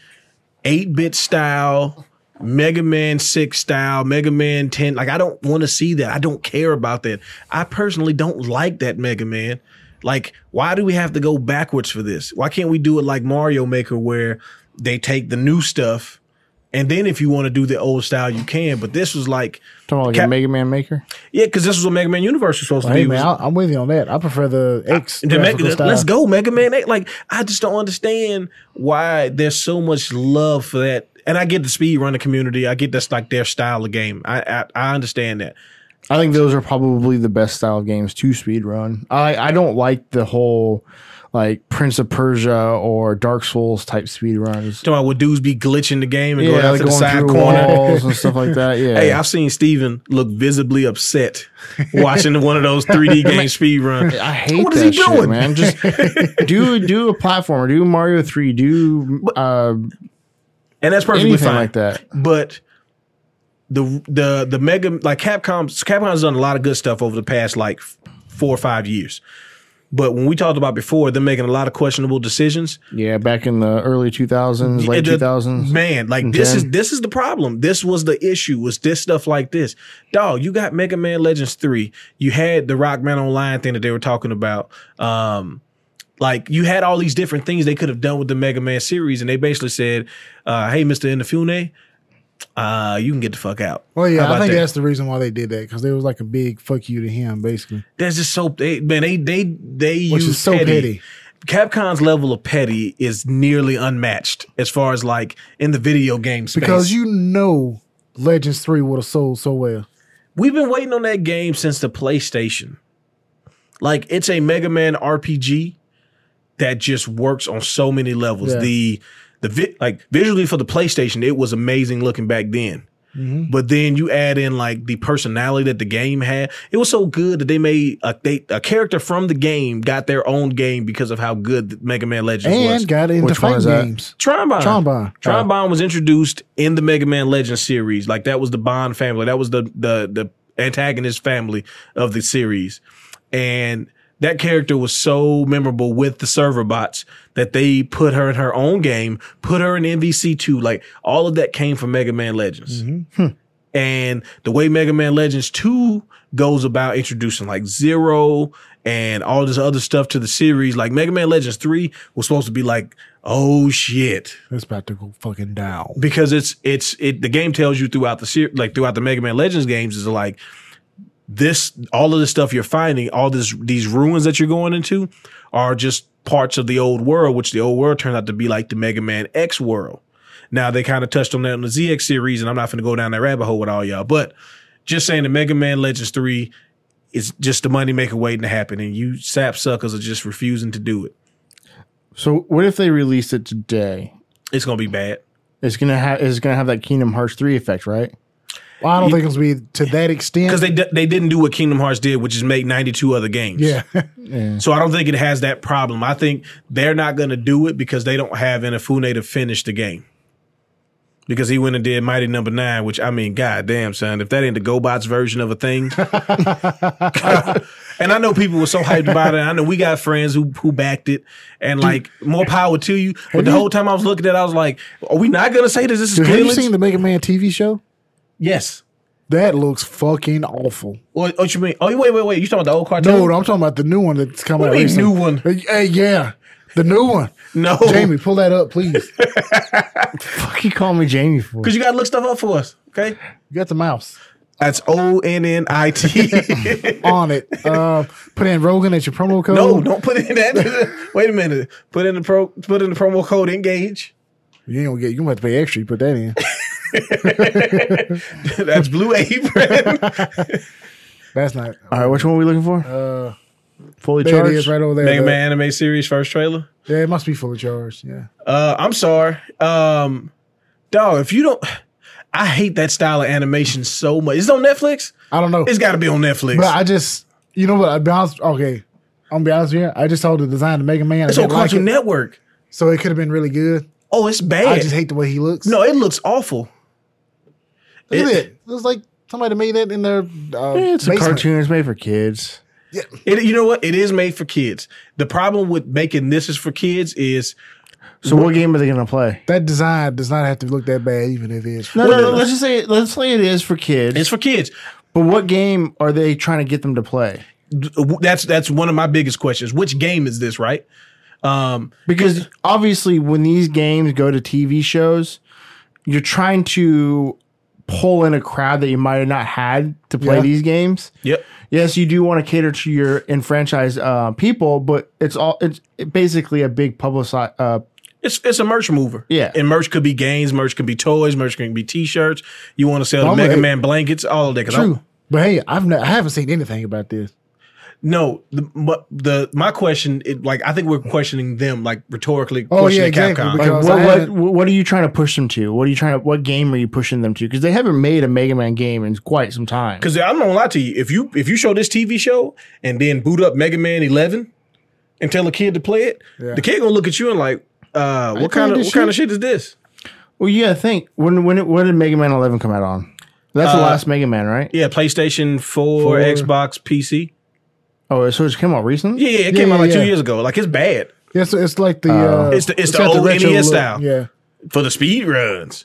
eight bit style. Mega Man 6 style, Mega Man 10. Like, I don't want to see that. I don't care about that. I personally don't like that Mega Man. Like, why do we have to go backwards for this? Why can't we do it like Mario Maker, where they take the new stuff And then if you want to do the old style, you can. But this was like,
Talking about like
Cap-
a Mega Man maker.
yeah, because this was what Mega Man Universe was supposed to
Hey
be. It
man,
was-
I, I'm with you on that. I prefer the X.
the Mega-
graphical style.
let's go, Mega Man. Eight. Like, I just don't understand why there's so much love for that. And I get the speed running community. I get that's like their style of game. I I, I understand that.
I think those are probably the best style of games to speed run. I I don't like the whole like Prince of Persia or Dark Souls type speed runs.
Talking about would dudes be glitching the game and going
Yeah,
out
like
to the
going
side
through
corner.
walls and stuff like that. Yeah.
Hey, I've seen Steven look visibly upset watching one of those 3D game speed runs.
I hate
What
that
is he
shit,
doing?
man. Just do do a platformer, do Mario three, do uh,
And that's perfectly
anything
fine.
like that.
But the the the mega like Capcom's Capcom's done a lot of good stuff over the past like f- four or five years. But when we talked about before, they're making a lot of questionable decisions.
Yeah, back in the early two thousands, late
It-
two thousands.
Man, like this is
Okay.
this is the problem. This was the issue. Was this stuff like this? Dog, you got Mega Man Legends three. You had the Rockman Online thing that they were talking about. Um, like you had all these different things they could have done with the Mega Man series, and they basically said, uh, "Hey, Mister Inafune, uh, you can get the fuck out."
Well,
How
yeah, I
about
think
that?
that's the reason why they did that because there was like a big fuck you to him, basically,
That's just so they, man. They they they
which
use
is so petty.
Capcom's level of petty is nearly unmatched as far as like in the video game space.
because you know Legends Three would have sold so well.
We've been waiting on that game since the PlayStation. Like it's a Mega Man RPG that just works on so many levels.
Yeah.
The the vi- like visually for the PlayStation, it was amazing looking back then.
Mm-hmm.
But then you add in like the personality that the game had. It was so good that they made a they, a character from the game got their own game because of how good Mega Man Legends was.
and got into
Which one
fighting
is that?
games.
Trombone.
Trombone.
Trombone was introduced in the Mega Man Legends series. Like that was the Bond family. That was the the the antagonist family of the series. And that character was so memorable with the server bots that they put her in her own game, put her in MVC2. Like all of that came from Mega Man Legends. Hmm. And the way Mega Man Legends 2 goes about introducing like Zero and all this other stuff to the series, like Mega Man Legends 3 was supposed to be like, oh shit
It's about to go fucking down.
because it's it's it the game tells you throughout the ser- like throughout the Mega Man Legends games is like this all of the stuff you're finding all this these ruins that you're going into are just parts of the old world which the old world turned out to be like the Mega Man X world. Now they kind of touched on that in the ZX series and I'm not going to go down that rabbit hole with all y'all but just saying the Mega Man Legends 3 is just the money maker waiting to happen and you sap suckers are just refusing to do it.
So what if they released it today?
It's going to be bad.
It's gonna have it's gonna have that Kingdom Hearts three effect, right?
Well, I don't think it's be to that extent.
Because they d- they didn't do what Kingdom Hearts did, which is make ninety two other games.
yeah,
So I don't think it has that problem. I think they're not going to do it because they don't have Inafune to finish the game. Because he went and did Mighty Number Nine, which I mean, goddamn son, if that ain't the GoBots version of a thing. and I know people were so hyped about it. I know we got friends who who backed it, and like more power to you. But the
you-
whole time I was looking at, it, I was like, "Are we not going to say this? This is
have you
clearly
seen the Mega Man TV show?
yes."
That looks fucking awful.
What, what you mean? Oh, wait, wait, wait! You talking about the old cartoon?
No, I'm talking about the new one that's coming
What
out.
do you mean,
recently.
new one?
Hey, Hey, yeah, the new one.
No,
Jamie, pull that up, please.
Fuck you call me Jamie for?
because you gotta look stuff up for us. Okay,
You got the mouse
that's O N N I T.
on it. Uh, put in Rogan at your promo code.
No, don't put in that. Wait a minute. Put in the pro. Put in the promo code engage.
You ain't gonna get. You gonna have to pay extra. You put that in.
That's Blue Apron.
That's not.
All right, which one are we looking for?
Uh,
Fully
there it
charged.
is, right over there.
Mega
the-
Man anime series first trailer.
Yeah, it must be fully charged. Yeah.
Uh, I'm sorry, um, dog. If you don't, I hate that style of animation so much. Is it on Netflix?
I don't know.
It's got to be on Netflix.
But I just, you know what? I'll be honest. Okay. I'm gonna be honest with you. I just saw the design of Mega Man. I
it's on
didn't like
Cartoon
it,
Network.
so it could have been really good.
Oh, it's
I
bad.
just hate the way he looks.
no, it looks awful.
Look at
it-
it. It looks like somebody made it in their. Uh,
Eh, it's a
basement.
cartoon. It's made for kids.
It, you know what? It is made for kids. The problem with making this is for kids is
So what game are they gonna play?
That design does not have to look that bad, even if it's.
No, no, no. Let's just say let's say it is for kids.
it's for kids.
But what game are they trying to get them to play?
That's that's one of my biggest questions. Which game is this, right? Um,
Because obviously, when these games go to TV shows, you're trying to pull in a crowd that you might have not had to play
Yeah.
these games.
Yep.
Yes, you do want to cater to your enfranchised uh, people, but it's all it's basically a big publici Uh,
It's it's a merch mover.
Yeah.
And merch could be games, merch could be toys, merch could be t shirts. You want to sell
Well,
the Mega
hey.
Man blankets, all of that. 'Cause I'm-
True. But hey, I've not, I haven't seen anything about this.
No, the, but the my question, it, like I think we're questioning them, like rhetorically
Oh,
questioning
yeah, exactly,
Capcom.
because-
what,
I
what
haven't-
what are you trying to push them to? What are you trying to? What game are you pushing them to? Because they haven't made a Mega Man game in quite some time.
Because I'm not gonna lie to you, if you if you show this TV show and then boot up Mega Man 11 and tell a kid to play it,
Yeah.
the kid gonna look at you and like, uh, what kind
played
of what
this
kind of shit is this?
Well, you gotta think when when it, when did Mega Man Eleven come out on? That's the
Uh,
last Mega Man, right?
Yeah, PlayStation 4,
Four.
Xbox, PC.
Oh, so it's came out recently.
Yeah, yeah, it
Yeah,
came out
yeah,
like two
yeah.
years ago. Like it's bad
Yeah, so it's like the uh,
It's the- it's the
got
old
retro
NES
look.
style.
Yeah,
for the speed runs.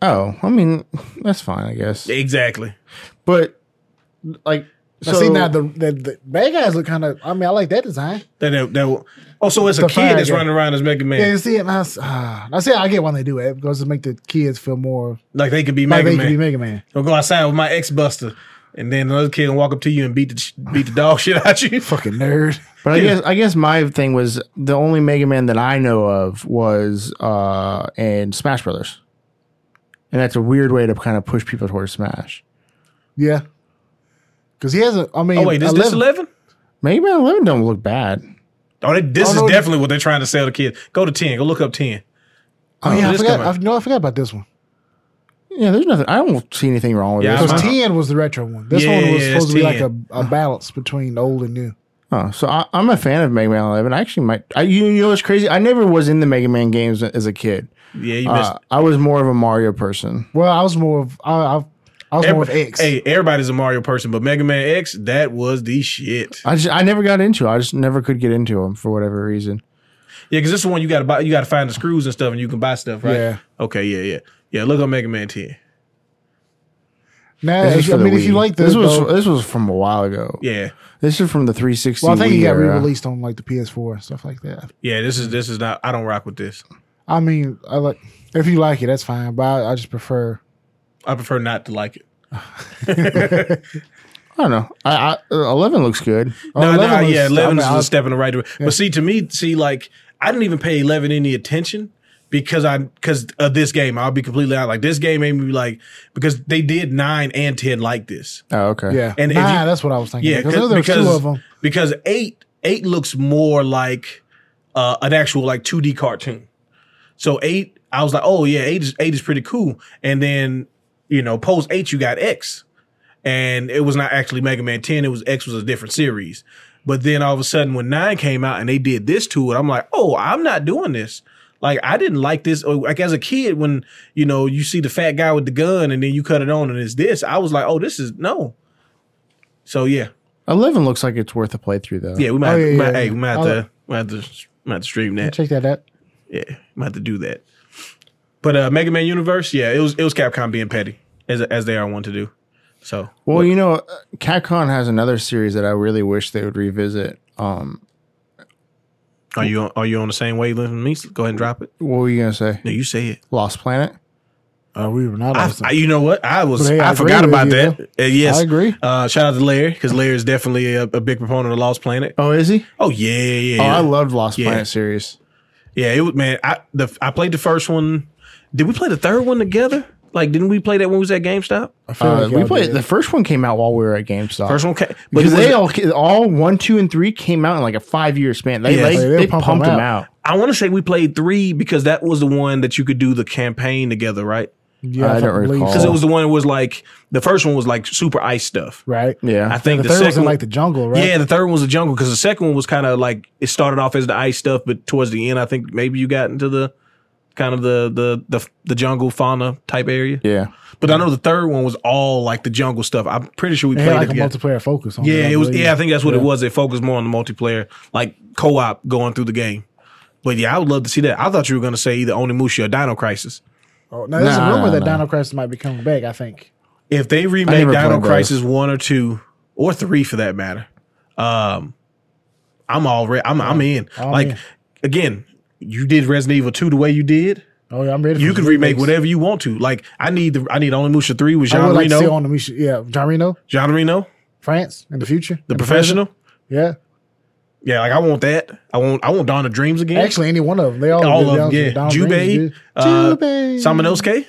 Oh, I mean that's fine, I guess.
Exactly.
But like,
I see now the, the the bad guys look kind of. I mean, I like that design.
That, that, that- oh, so it's a
The
kid
fire
that's
guy.
running around as Mega Man.
Yeah, you see it. Now, uh, I see. I get why they do it because to make the kids feel more
like they could be
like
Mega
they
Man.
could be Mega Man.
I'll go outside with my ex buster, and then another kid can walk up to you and beat the beat the dog shit out you.
Fucking nerd.
but I guess I guess my thing was the only Mega Man that I know of was uh in Smash Brothers, and that's a weird way to kind of push people towards Smash.
Yeah, because he hasn't. I mean,
Oh wait, this this eleven?
Mega Man Eleven don't look bad.
Oh, they, this
Oh,
is
no, this-
definitely what they're trying to sell the kids. Go to ten. Go look up ten.
Oh yeah, I
this
forgot.
come out.
I, no, I forgot about this one.
Yeah, there's nothing. I don't see anything wrong with
Yeah,
this.
Because
Uh-huh.
ten was the retro one. This
Yeah,
one was
yeah,
supposed to be like
it's
a, a balance between old and new.
Oh, so I, I'm a fan of Mega Man 11. I actually might. I, you, you know what's crazy? I never was in the Mega Man games as a kid.
Yeah, you missed.
Uh, I was more of a Mario person.
Well, I was more of I, I, I was more of
Every-
X.
Hey, everybody's a Mario person, but Mega Man X, that was the shit.
I just I never got into. it. I just never could get into them for whatever reason.
Yeah, because this is the one you got to buy. You got to find the screws and stuff, and you can buy stuff, right?
Yeah.
Okay. Yeah. Yeah. Yeah. Look up Mega Man Ten.
Now,
This is
if,
for
I
the
mean, if
Wii.
you like this,
this was
though-
this was from a while ago.
Yeah.
This is from the 360.
well, I think
Wii
he got
era.
re-released on like the PS4 and stuff like that.
Yeah. This is this is not. I don't rock with this.
I mean, I like if you like it, that's fine. But I, I just prefer.
I prefer not to like it.
I don't know. I, I, uh, 11 looks good.
Oh,
No, no,
11 was-
yeah,
I
eleven
mean,
is
I
a
was-
step in the right direction. But see, to me, see, like I didn't even pay eleven any attention because I because of this game. I'll be completely honest. Like this game made me like because they did nine and ten like this.
Oh, okay.
Yeah,
And
and
if you-
nah, that's what I was thinking.
Yeah,
because
cause-
there was
because-
two of them.
Because eight eight looks more like uh, an actual like two D cartoon. So eight, I was like, oh yeah, eight is eight is pretty cool. And then you know, post eight, you got X, and it was not actually Mega Man ten. It was X was a different series. But then all of a sudden, when nine came out and they did this to it, I'm like, oh, I'm not doing this. Like I didn't like this. Or, Like as a kid, when you know you see the fat guy with the gun and then you cut it on and it's this, I was like, oh, this is no. So yeah,
11 looks like it's worth a playthrough though.
yeah, we might,
Oh, yeah,
we might-
yeah,
hey,
yeah.
we might have
I'll-
to, we might have to, might have to stream that.
Check that out.
Yeah, might have to do that. But uh, Mega Man Universe, yeah, it was it was Capcom being petty as as they are one to do. So
Well, you know, uh, Capcom has another series that I really wish they would revisit. Um,
are you on, are you on the same wavelength with me? Go ahead and drop it.
what were you gonna say?
No, you say it.
Lost Planet.
Uh, we were not.
I,
awesome.
I, you know what? I was
Hey, I
I
agree
forgot
with
about
you,
that. Uh, yes,
I agree.
Uh, shout out to Larry because Larry is definitely a, a big proponent of Lost Planet.
Oh, is he?
Oh yeah, yeah,
Oh,
yeah.
I loved Lost
Yeah.
Planet series.
Yeah, it was man. I the I played the first one. Did we play the third one together? Like, didn't we play that when we was at GameStop?
I feel
Uh,
like
we
y'all
played
did.
the first one came out while we were at GameStop.
First one, ca- but it
because
was-
they all all one, two, and three came out in like a five year span. They
Yeah.
they,
They-
they
they
pump
pumped them
them
out.
I want to say we played three because that was the one that you could do the campaign together, right?
Yeah,
I don't
believe
recall.
so.
Because it was the one that was like the first one was like super ice stuff.
right.
Yeah,
I think
The,
the,
third was
second
in
one,
like the jungle, right?
yeah, the third one was the jungle because the second one was kind of like it started off as the ice stuff, but towards the end, I think maybe you got into the kind of the the the, the jungle fauna type area.
yeah.
But I know the third one was all like the jungle stuff. I'm pretty sure we
They
played
had like
it
a
together.
multiplayer focus on
Yeah,
I
it was.
believe.
Yeah, I think that's what it was. It focused more on the multiplayer, like co-op going through the game. But yeah, I would love to see that. I thought you were going to say either Onimusha or Dino Crisis.
Oh, no, there's
Nah,
a rumor
nah,
that
nah.
Dino Crisis might be coming back. I think.
If they
I
remake
never
Dino
played
Crisis one or two or three for that matter, um, I'm already I'm I'm in.
I'm
like
in.
again, you did Resident Evil two the way you did.
Oh, yeah, I'm ready.
You
for
can
some
remake
remakes.
whatever you want to. Like I need the I need Only Musha three with
I
John
would like to see
Reno,
on the Misha- yeah, John Reno,
John Reno,
France in the future,
the
in
professional.
present.
Yeah, like I want that. I want I want Dawn of Dreams
Yeah,
again.
actually, any one of them. They all,
all
good.
of them.
Down-
Yeah,
Down
Jubei,
Dreams,
uh,
Jubei.
Samanosuke.
good.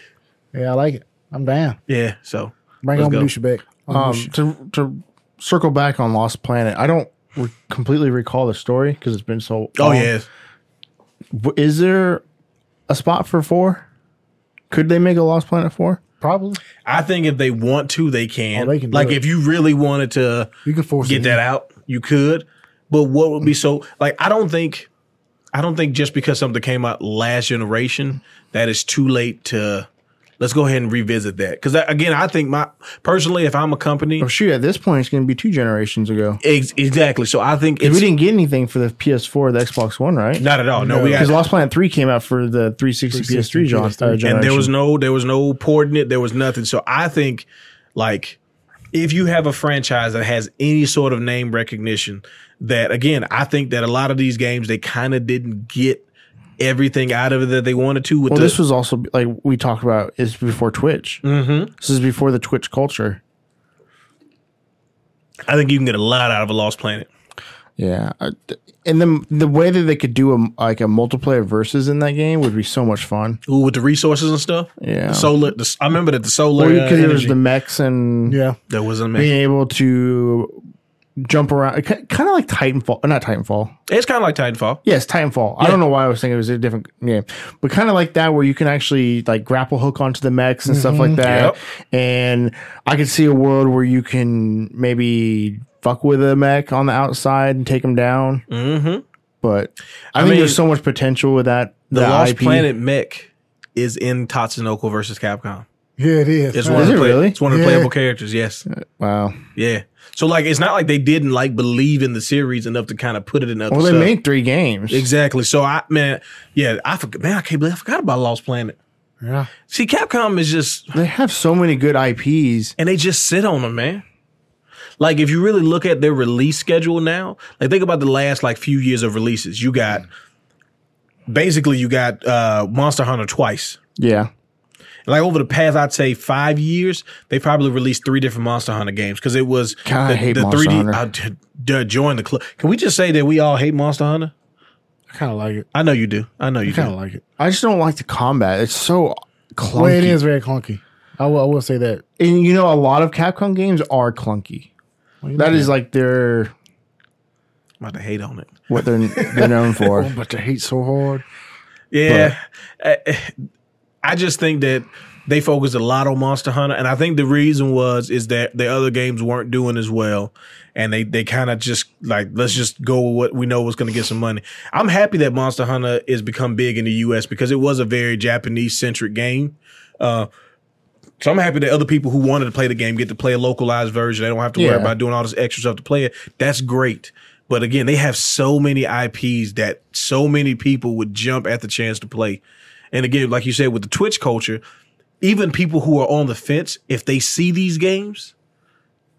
Yeah, I like it. I'm down.
Yeah, so
Bring
Let's
on
go.
Minutia back.
Um, to to circle back on Lost Planet, I don't re- completely recall the story because it's been so.
oh
long.
yeah,
W- is there a spot for four? Could they make a Lost Planet four?
Probably
I think if they want to, they can.
Oh, they can do
like
it.
if you really wanted to
you can force
get
it.
that out, you could. But what would be so like? I don't think, I don't think just because something came out last generation that it's too late to. Let's go ahead and revisit that because again, I think my personally, if I'm a company,
Oh shoot! At this point, it's going to be two generations ago.
ex- exactly. So I think
'Cause
it's
we didn't get anything for the PS4, the Xbox One, right?
not at all. No, we
Because
got
Lost Planet three came out for the 360,
360,
PS3 gen- uh,
PS3. And
generation.
and there was no there was no port in it there was nothing so i think like if you have a franchise that has any sort of name recognition that again i think that a lot of these games they kind of didn't get everything out of it that they wanted to with
well,
the,
this was also like we talked about. Is before Twitch.
Mhm.
This is before the Twitch culture.
i think you can get a lot out of a lost planet
Yeah, I- th- and the the way that they could do a like a multiplayer versus in that game would be so much fun.
Ooh, with the resources and stuff
Yeah,
the solar the, i remember that the solar
or
uh,
you could use
energy,
the mechs and
Yeah,
there was a
being able to jump around, kind of like Titanfall, not Titanfall.
it's kind of like titanfall
Yes, Titanfall. I don't know why I was thinking it was a different game, but kind of like that where you can actually like grapple hook onto the mechs and stuff like that.
Mm-hmm. Yep.
And I could see a world where you can maybe fuck with a mech on the outside and take him down.
mm-hmm
But I,
I
think
mean,
there's so much potential with that.
the
that
lost
IP.
planet mech is in tatsunoko versus capcom
yeah, it is.
it's
Uh,
one
Oh, Is
of the
it
play-
really?
it's one of the
Yeah.
playable characters yes
Wow.
Yeah. So like it's not like they didn't like believe in the series enough to kind of put it in other
Well, they
stuff.
made three games.
exactly. So I man, yeah, I forgot man, I can't believe I forgot about Lost Planet.
yeah.
See, Capcom is just
They have so many good IPs.
and they just sit on them, man. Like if you really look at their release schedule now, like think about the last like few years of releases. You got basically you got uh Monster Hunter twice.
Yeah.
Like over the past, I'd say five years, they probably released three different Monster Hunter games because it was
God, I
the,
hate
the
Monster
3D.
Hunter.
I d- d- join the club. Can we just say that we all hate Monster Hunter?
I kind of like it.
I know you do. I know you
I kind of
do.
like it.
I just don't like the combat. It's so clunky.
Well, it is very clunky. I will. I will say that.
And you know, a lot of Capcom games are clunky. That is like their
I'm about to hate on it.
what they're they're known for.
But to hate so hard.
Yeah, I, I just think that they focused a lot on Monster Hunter, and I think the reason was is that the other games weren't doing as well, and they they kind of just like let's just go with what we know was going to get some money. I'm happy that Monster Hunter has become big in the U.S. because it was a very Japanese centric game. Uh, so I'm happy that other people who wanted to play the game get to play a localized version. They don't have to worry
Yeah.
about doing all this extra stuff to play it. That's great. But again, they have so many IPs that so many people would jump at the chance to play. And again, like you said, with the Twitch culture, even people who are on the fence, if they see these games,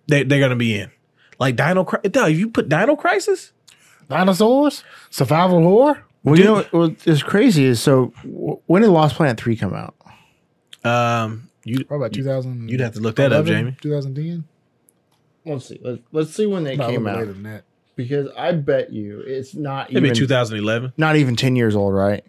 they, they're going to be in. Like Dino Crisis. If you put Dino Crisis,
Dinosaurs, survival horror.
Well, you know what- what is crazy is so w- when did Lost Planet three come out?
um, you,
Probably about 2000.
you'd have to look that up, Jamie.
2010.
Let's see. Let's, let's see when they
No, a little later than that.
because I bet you it's not
Maybe 2011,
not even ten years old, right?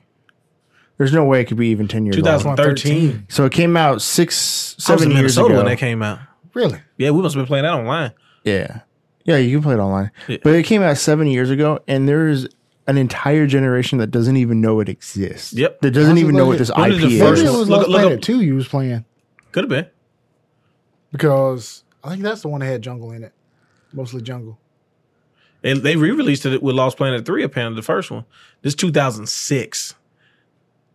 There's no way it could be even ten years old.
2013.
So it came out six
I was
seven
in
years
Minnesota
ago.
when that came out.
Really?
Yeah, we must have been playing that online.
Yeah. Yeah, you can play it online.
Yeah.
But it came out seven years ago, and there is an entire generation that doesn't even know it exists.
Yep.
That doesn't
That's
even
what
know
it
what
is.
this
What
IP
is the
is.
first
Maybe it was
Look-
Lost
look
Planet
up-
2 you was playing
Could have been.
because I think that's the one that had jungle in it. Mostly jungle.
They, they re-released it with Lost Planet 3, apparently, the first one. This 2006.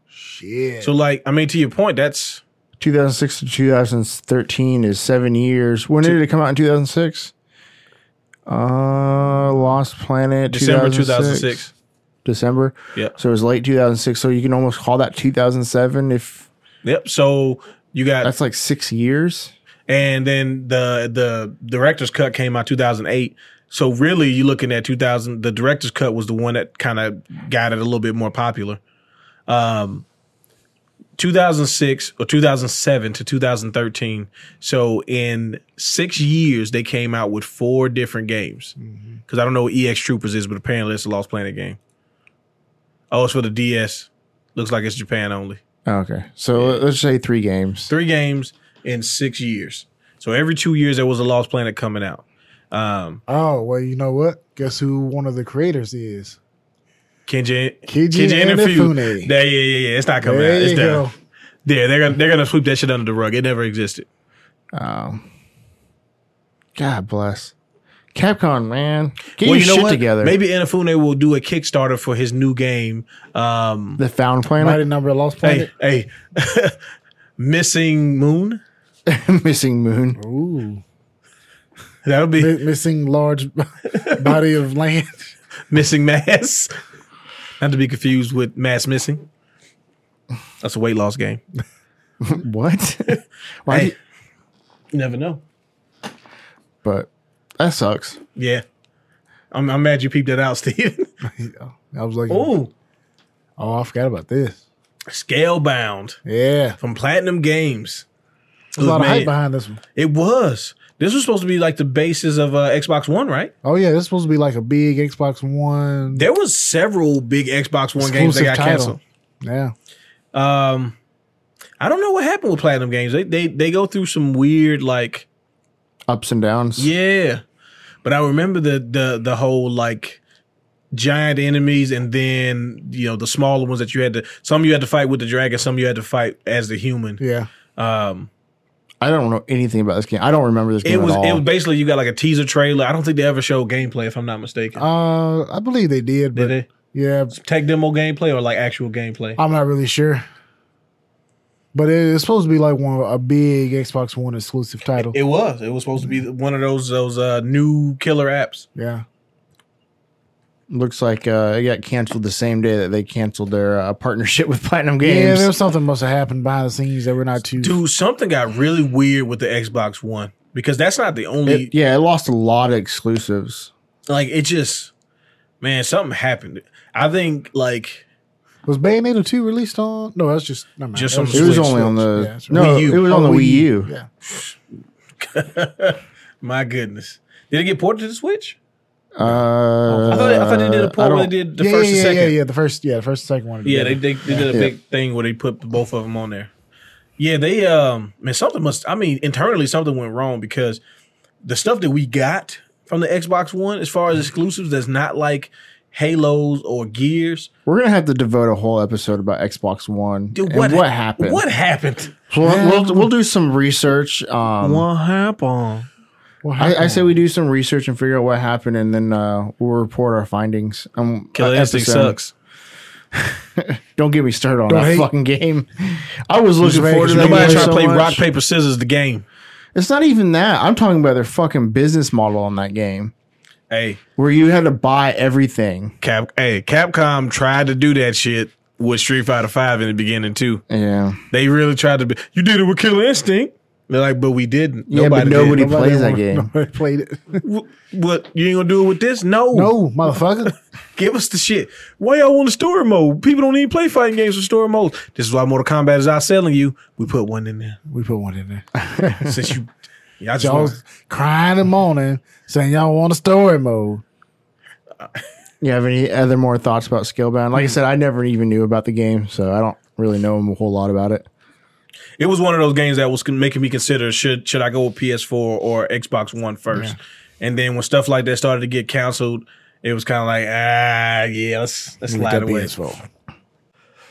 Shit.
So, like, I mean, to your point, that's
2006 to 2013 is seven years. When did it come out in 2006? Uh, Lost Planet
December 2006.
December.
Yeah.
So it was late 2006. So you can almost call that 2007 if
Yep. So you got,
that's like six years.
and then the the director's cut came out 2008. So really, you're looking at 2000. The director's cut was the one that kind of got it a little bit more popular. Um, 2006 or 2007 to 2013. So in six years, they came out with four different games. Because I don't know what EX Troopers is, but apparently it's a Lost Planet game. Oh, it's for the DS. Looks like it's Japan only.
Oh, Okay. So let's say three games.
Three games in six years. So every two years, there was a Lost Planet coming out. Um,
Oh well, you know what? Guess who one of the creators is?
Kenji,
Kenji Inafune.
There, yeah, yeah, yeah. It's not coming out.
There
Oh, It's
you
done.
go.
Yeah, they're gonna they're gonna sweep that shit under the rug. It never existed.
Um, God bless. Capcom, man. Get your shit together.
Maybe Inafune will do a Kickstarter for his new game. Um,
the Found
Mighty
Planet,
number of Lost
hey,
Planet.
hey, Missing Moon.
Missing Moon.
Ooh,
That'll be
Mi- missing large body of land.
Missing Mass. Not to be confused with Mass Missing. That's a weight loss game.
What? Why?
Hey.
do-
You never know.
but that sucks.
Yeah, I'm, I'm mad you peeped that out, Steven.
I was like,
Ooh,
oh, I forgot about this.
Scalebound
Yeah,
from Platinum Games.
there's a lot
Look,
of hype
man,
behind this one.
It was. This was supposed to be like the basis of uh, Xbox One, right?
Oh yeah, this is supposed to be like a big Xbox One.
There was several big Xbox One games that
Exclusive
got
title.
canceled.
Yeah,
Um, I don't know what happened with Platinum Games. They they they go through some weird like
Ups and downs.
yeah, but I remember the the the whole like giant enemies and then you know the smaller ones that you had to some you had to fight with the dragon, some you had to fight as the human.
yeah.
Um,
I don't know anything about this game. I don't remember this game
it was
at all.
it was basically you got like a teaser trailer. I don't think they ever showed gameplay if I'm not mistaken.
Uh, I believe they did, but
Did they?
yeah,
tech demo gameplay or like actual gameplay?
I'm not really sure. But it- it's supposed to be like one a big Xbox One exclusive title.
It was. It was supposed to be one of those those uh, new killer apps.
yeah,
Looks like uh, it got canceled the same day that they canceled their uh, partnership with Platinum
yeah.
Games.
There was something must have happened behind the scenes that we're not too.
Dude, something got really weird with the Xbox One because that's not the only
It- yeah, it lost a lot of exclusives.
like it just man, something happened. I think like
Was Bayonetta two released on? No, that's just never mind.
Just
That
on
It
the
was
Switch,
only on the
Yeah, that's right.
no,
Wii U.
it was on the
Oh,
Wii U.
Yeah,
my goodness. Did it get ported to the Switch?
Uh,
I thought, I thought they did a
I
port where
don't-
they did the
yeah,
first
yeah,
and
yeah,
second.
yeah, yeah. The first, yeah, the first and second one.
Yeah, they, they, they did a big thing where they put both of them on there. Yeah, they um man something must I mean internally something went wrong because the stuff that we got from the Xbox One as far as exclusives that's not like Halos or Gears.
We're gonna have to devote a whole episode about Xbox One
Dude,
and what, happened.
What happened?
We'll, we'll we'll do some research. Um,
happened?
Well, how
I, I
come?
say we do some research and figure out what happened, and then uh, we'll report our findings. Um,
Killer
uh,
Instinct
episode.
sucks.
Don't get me started on
Don't
that
hate.
fucking game. I was looking
mad
forward to
'cause
that.
Nobody
game
trying to
so
play
much.
rock paper scissors the game.
It's not even that. I'm talking about their fucking business model on that game,
Hey,
where you had to buy everything.
Cap. Hey, Capcom tried to do that shit with Street Fighter Five in the beginning too.
Yeah,
They really tried to be. You did it with Killer Instinct. They're like, but we didn't.
Yeah, but
did.
nobody-
Nobody
plays that
wanna-
game.
Nobody played it.
W- What you ain't gonna do it with this? No,
No, motherfucker.
Give us the shit. Why y'all want a story mode? People don't even play fighting games with story mode. This is why Mortal Kombat is outselling you. We put one in there
we put one in there.
since you. Yeah, I just
Y'all
want,
was crying and moaning, saying y'all want a story mode.
you have any other more thoughts about Scalebound? Like I said, I never even knew about the game, so I don't really know a whole lot about it.
it was one of those games that was con- making me consider should should I go with PS4 or Xbox One first, and then when stuff like that started to get canceled, it was kind of like ah yeah let's let's slide away.
PS4.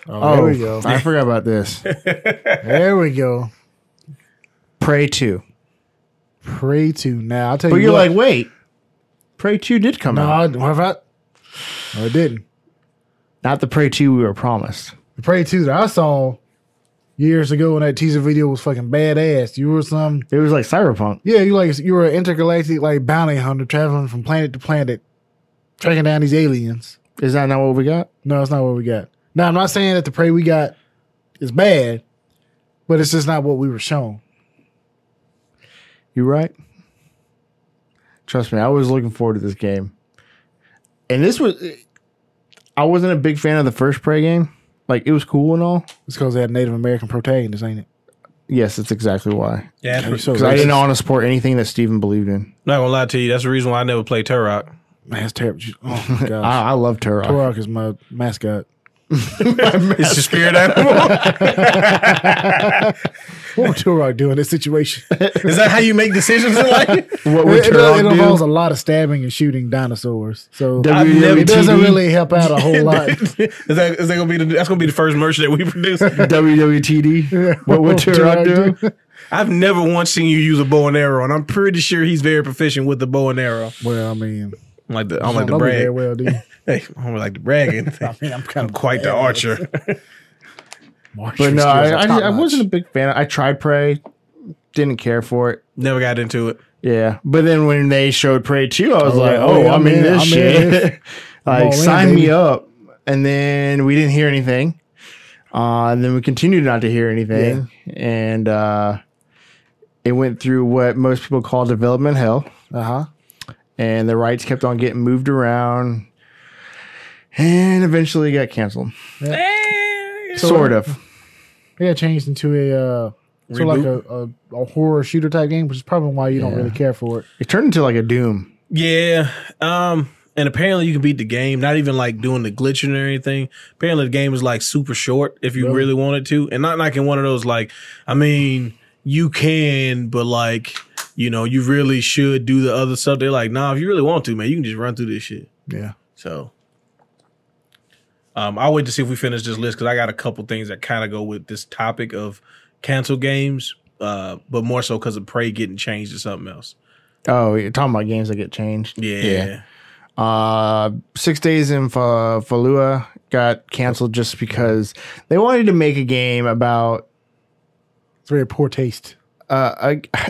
Oh,
there we go.
I forgot about this.
There we go.
Prey Two,
Pray to now. I'll tell
but
you.
you're
what.
like, wait, Prey Two did come
no,
out,
I, what if I? No, it didn't.
not the Prey Two we were promised.
The Prey two that I saw years ago when that teaser video was fucking badass. You were some.
It was like Cyberpunk.
Yeah, you like you were an intergalactic like bounty hunter traveling from planet to planet, tracking down these aliens.
Is that not what we got?
No, that's not what we got. Now I'm not saying that the prey we got is bad, but it's just not what we were shown.
You right? Trust me, I was looking forward to this game. And this was I wasn't a big fan of the first Prey game. Like it was cool and all.
It's because they had Native American protagonists, ain't it?
Yes, that's exactly why.
Yeah, that's,
so
Because I didn't
racist.
want to support anything that Steven believed in.
not gonna lie to you. That's the reason why I never played Turok.
Man, that's terrible. Oh my gosh.
I, I love Turok.
Turok is my mascot.
It's your spirit animal.
What would Turok do in this situation?
Is that how you make decisions in life?
What would
it, it does- it
Turok
involves
do?
a lot of stabbing and shooting dinosaurs, so
I've
it
never-
doesn't
WWTD?
really help out a whole lot.
is that is that gonna be the, that's gonna be the first merch that we produce?
WWTD. What would Turok do?
I've never once seen you use a bow and arrow, and I'm pretty sure he's very proficient with the bow and arrow.
Well, I mean,
I'm like the, I'm like
I
the
don't know very
brag.
well, do you?
Hey, I'm like the bragging. I mean, I'm kind of quite the archer.
But no, I, I, I wasn't a big fan. I tried Prey, didn't care for it.
never got into it.
Yeah, but then when they showed Prey Two, I was
Oh,
like,
yeah,
"Oh,
yeah,
I'm,
I'm
in,
in,
this
I'm
shit."
in this.
like,
all in,
sign me
baby.
up. And then we didn't hear anything. Uh, and then we continued not to hear anything, and uh, it went through what most people call development hell.
Uh huh.
And the rights kept on getting moved around, and eventually got canceled. sort of.
Yeah, it changed into a uh, sort of like a, a, a horror shooter type game, which is probably why you don't really care for it.
It turned into like a Doom.
Yeah. Um, and apparently you can beat the game, not even like doing the glitching or anything. Apparently the game is like super short if you really, wanted to. And not like in one of those like, I mean, you can, but like, you know, you really should do the other stuff. They're like, nah, if you really want to, man, you can just run through this shit.
Yeah.
So um, I'll wait to see if we finish this list because I got a couple things that kind of go with this topic of cancel games, uh, but more so because of Prey getting changed to something else.
Oh, you're talking about games that get changed.
yeah.
Uh, Six Days in Fa- Fallujah got canceled just because they wanted to make a game about
It's very poor taste.
uh, a,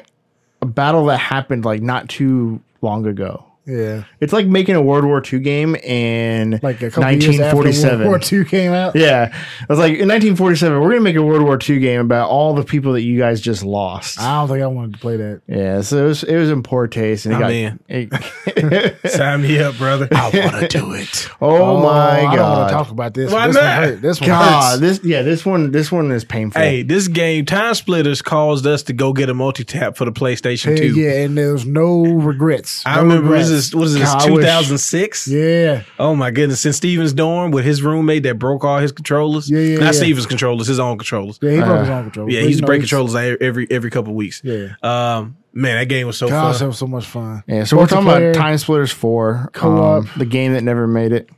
a battle that happened like not too long ago.
Yeah.
It's like making a World War II game in
Like a couple of years after World
1947.
War II came out.
yeah, I was like in 1947, we're gonna make a World War II game about all the people that you guys just lost.
I don't think I wanted to play that.
yeah, so it was it was in poor taste, and it
I'm
got,
in.
it-
Sign me up, brother. I want to do it.
oh my
I don't want
god,
to talk about this.
Why
this
not?
One hurt. This one
god,
hurts.
this yeah, this one this one is painful.
Hey, this game, Time Splitters, caused us to go get a multi tap for the PlayStation
Yeah,
2.
yeah, and there's no regrets.
I
No
remember this
regrets.
is what is this
God, I wish-
2006?
Yeah,
Oh my goodness! In Steven's dorm with his roommate that broke all his controllers.
Yeah, yeah,
Not
yeah.
Steven's controllers, his own controllers.
yeah, he broke his
Uh,
own controller.
Yeah,
But,
he
you
used to
know,
break
he's-
controllers every every every couple weeks.
Yeah,
Um, man, that game was so
God, that
fun.
was so much fun.
Yeah, so we're talking
Multiplayer.
about Time Splitters 4,
Co-op.
um, the game that never made it.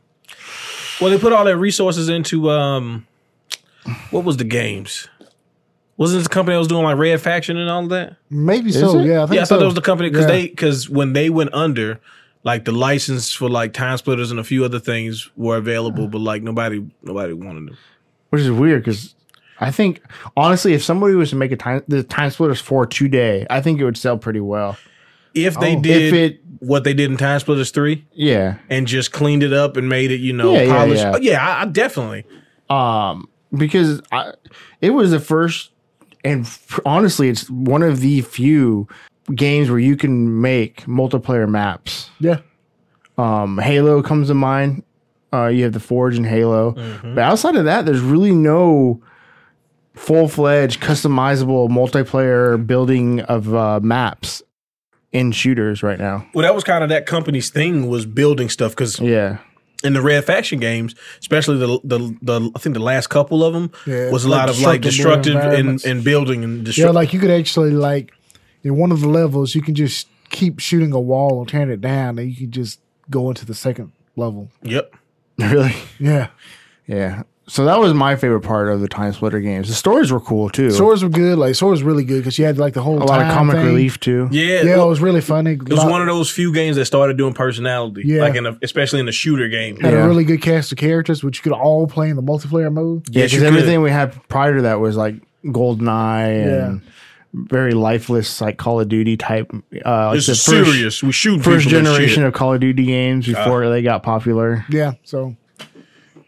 Well, they put all their resources into um, what was the games? Wasn't this the company that was doing like Red Faction and all that?
Maybe so.
it?
Yeah, I think
yeah, I
so.
thought that was the company because
Yeah.
they because when they went under, like the license for like time splitters and a few other things were available, but like nobody nobody wanted them.
which is weird because I think honestly, if somebody was to make a time the time splitters for today, I think it would sell pretty well.
If they
Oh. If
did
it-
what they did in Time Splitters three
Yeah,
and just cleaned it up and made it, you know,
Yeah, yeah,
polished.
yeah.
Oh, yeah I, I definitely.
um, because I, it was the first, and f- honestly, it's one of the few games where you can make multiplayer maps.
yeah.
Um, Halo comes to mind. Uh, you have the Forge and Halo, but outside of that, there's really no full fledged customizable multiplayer building of uh, maps in shooters right now.
Well, that was kind of that company's thing was building stuff because
Yeah.
in the Red Faction games, especially the the, the I think the last couple of them
Yeah,
was a
like
lot of like
destructive
destructive and,
environments.
and building and
Yeah,
destructive.
like you could actually like in one of the levels, you can just keep shooting a wall or tearing it down, and you can just go into the second level.
yep.
Really?
Yeah,
Yeah. So that was my favorite part of the time splitter games. The stories were cool too.
swords were good. Like swords really good because you had like the whole
a lot of
time
comic
thing.
relief too.
Yeah.
Yeah, it was really funny.
It was one of those few games that started doing personality,
Yeah.
like in a, especially in a shooter game.
had
Yeah.
a really good cast of characters, which you could all play in the multiplayer mode.
Yeah,
Yes, you
because
could.
everything we had prior to that was like GoldenEye and very lifeless, like Call of Duty type. Uh, like
This
the
is
first-
serious. We shoot
First
people and
generation
shit.
of Call of Duty games before they got popular.
Yeah, so if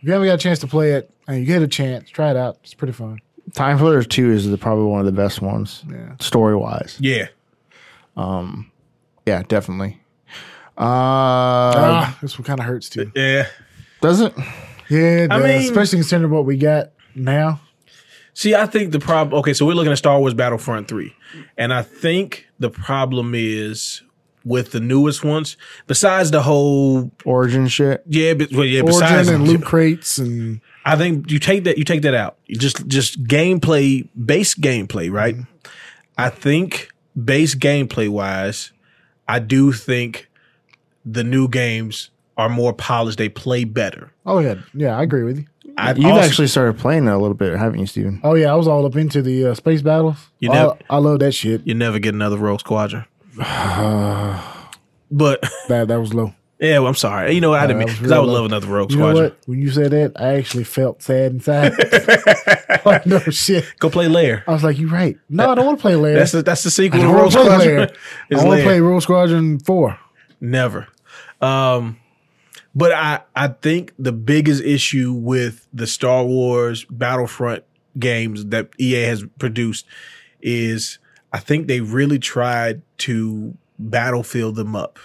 you haven't got a chance to play it, and you get a chance, try it out. It's pretty fun.
Time Splitters 2 is the, probably one of the best ones,
Yeah.
story wise.
Yeah,
Yeah, definitely. Uh,
Uh, Ah, this one kind of hurts too.
yeah.
doesn't
Yeah, it
Um, I
does,
mean-
especially considering what we got now.
See, I think the problem. Okay, so we're looking at Star Wars Battlefront three, and I think the problem is with the newest ones. Besides the whole,
Origin shit.
yeah, but, well, yeah. besides,
Origin and loot crates and
I think you take that you take that out. You just just gameplay, base gameplay, right?
Mm-hmm.
I think base gameplay wise, I do think the new games are more polished. They play better.
oh yeah, yeah, I agree with you.
I
You've
also-
actually started playing that a little bit, haven't you, Steven?
Oh yeah, I was all up into the uh, space battles.
You
Oh,
never-
I love that shit.
you never get another Rogue Squadron. but
That that was low.
yeah, well, I'm sorry. You know what I didn't
that
mean
was
because I would
real
love
low.
another Rogue
You know
Squadron.
what? When you said that, I actually felt sad inside. Like, no shit.
Go play Lair.
I was like, you're right. No, I don't want to play Lair.
That's the, that's the sequel
I
to
don't
Rogue
want to play
Squadron.
Lair.
It's
I want to
Lair.
play Rogue Squadron Four.
Never. Um, but I I think the biggest issue with the Star Wars Battlefront games that EA has produced is I think they really tried to battlefield them up.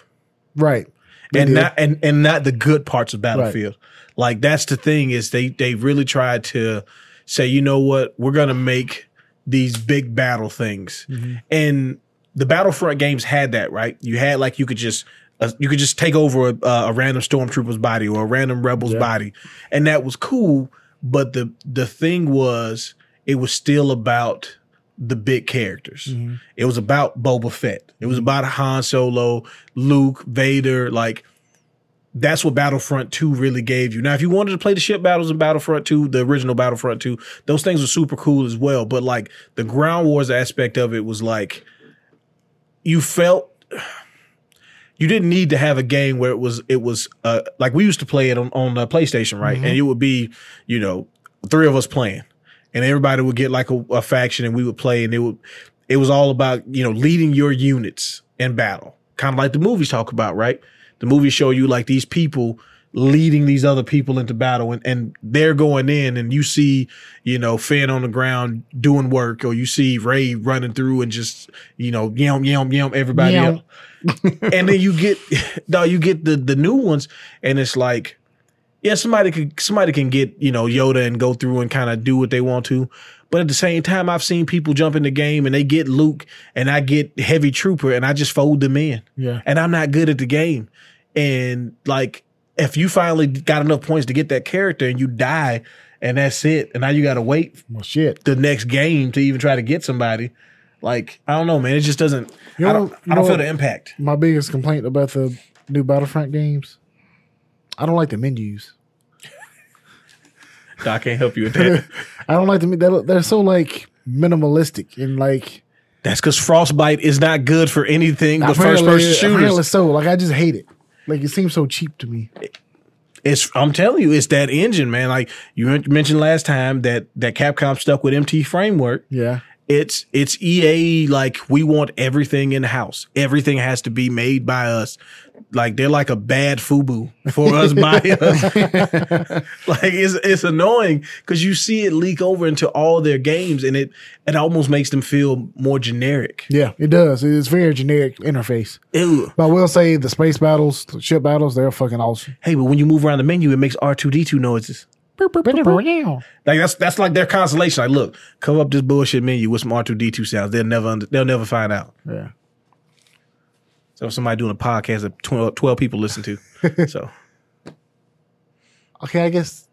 Right. They
and
did.
not and, and not the good parts of Battlefield. Like that's the thing is they they really tried to say, you know what, we're gonna make these big battle things.
Mm-hmm.
And the Battlefront games had that right. You had like you could just uh, you could just take over a, uh, a random stormtrooper's body or a random rebel's body, and that was cool. But the the thing was, it was still about the big characters.
Mm-hmm.
It was about Boba Fett. It was about Han Solo, Luke, Vader. Like that's what Battlefront 2 really gave you. Now, if you wanted to play the ship battles in Battlefront 2, the original Battlefront 2, those things were super cool as well. But like the ground wars aspect of it was like you felt you didn't need to have a game where it was it was uh like we used to play it on on uh, PlayStation, right? And it would be, you know, three of us playing. And everybody would get like a, a faction and we would play and it would it was all about, you know, leading your units in battle. Kind of like the movies talk about, right? The movies show you like these people leading these other people into battle and, and they're going in and you see, you know, Finn on the ground doing work or you see Ray running through and just, you know, yum, yum, yum, everybody
Meow.
else and then you get no, you get the the new ones, and it's like, yeah, somebody could somebody can get you know Yoda and go through and kind of do what they want to, but at the same time, I've seen people jump in the game and they get Luke and I get Heavy Trooper and I just fold them in,
Yeah.
and I'm not good at the game, and like if you finally got enough points to get that character and you die, and that's it, and now you got to wait
Well, shit.
the next game to even try to get somebody. Like I don't know, man. It just doesn't.
You
I
know-
don't.
you
I don't
know
feel
what-
the impact.
My biggest complaint about the new Battlefront games, I don't like the menus.
No, I can't help you with that.
I don't like the men- they're, they're so like minimalistic and like
That's because frostbite is not good for anything but first person
apparently- apparently
shooters.
So like I just hate it. Like it seems so cheap to me.
It's I'm telling you, it's that engine, man. Like you men- mentioned last time that that Capcom stuck with MT framework.
Yeah.
It's it's EA like we want everything in house. Everything has to be made by us. Like they're like a bad FUBU for us by us. like it's it's annoying because you see it leak over into all their games and it it almost makes them feel more generic.
Yeah, it does. It's very generic interface.
Ew.
But I will say the space battles, the ship battles, they're fucking awesome.
Hey, but when you move around the menu, it makes R two D two noises.
But
Like that's that's like their consolation. Like, look, cover up this bullshit menu with some R two D two sounds. They'll never under, they'll never find out.
Yeah.
So if somebody doing a podcast that 12, 12 people listen to. so
Okay, I guess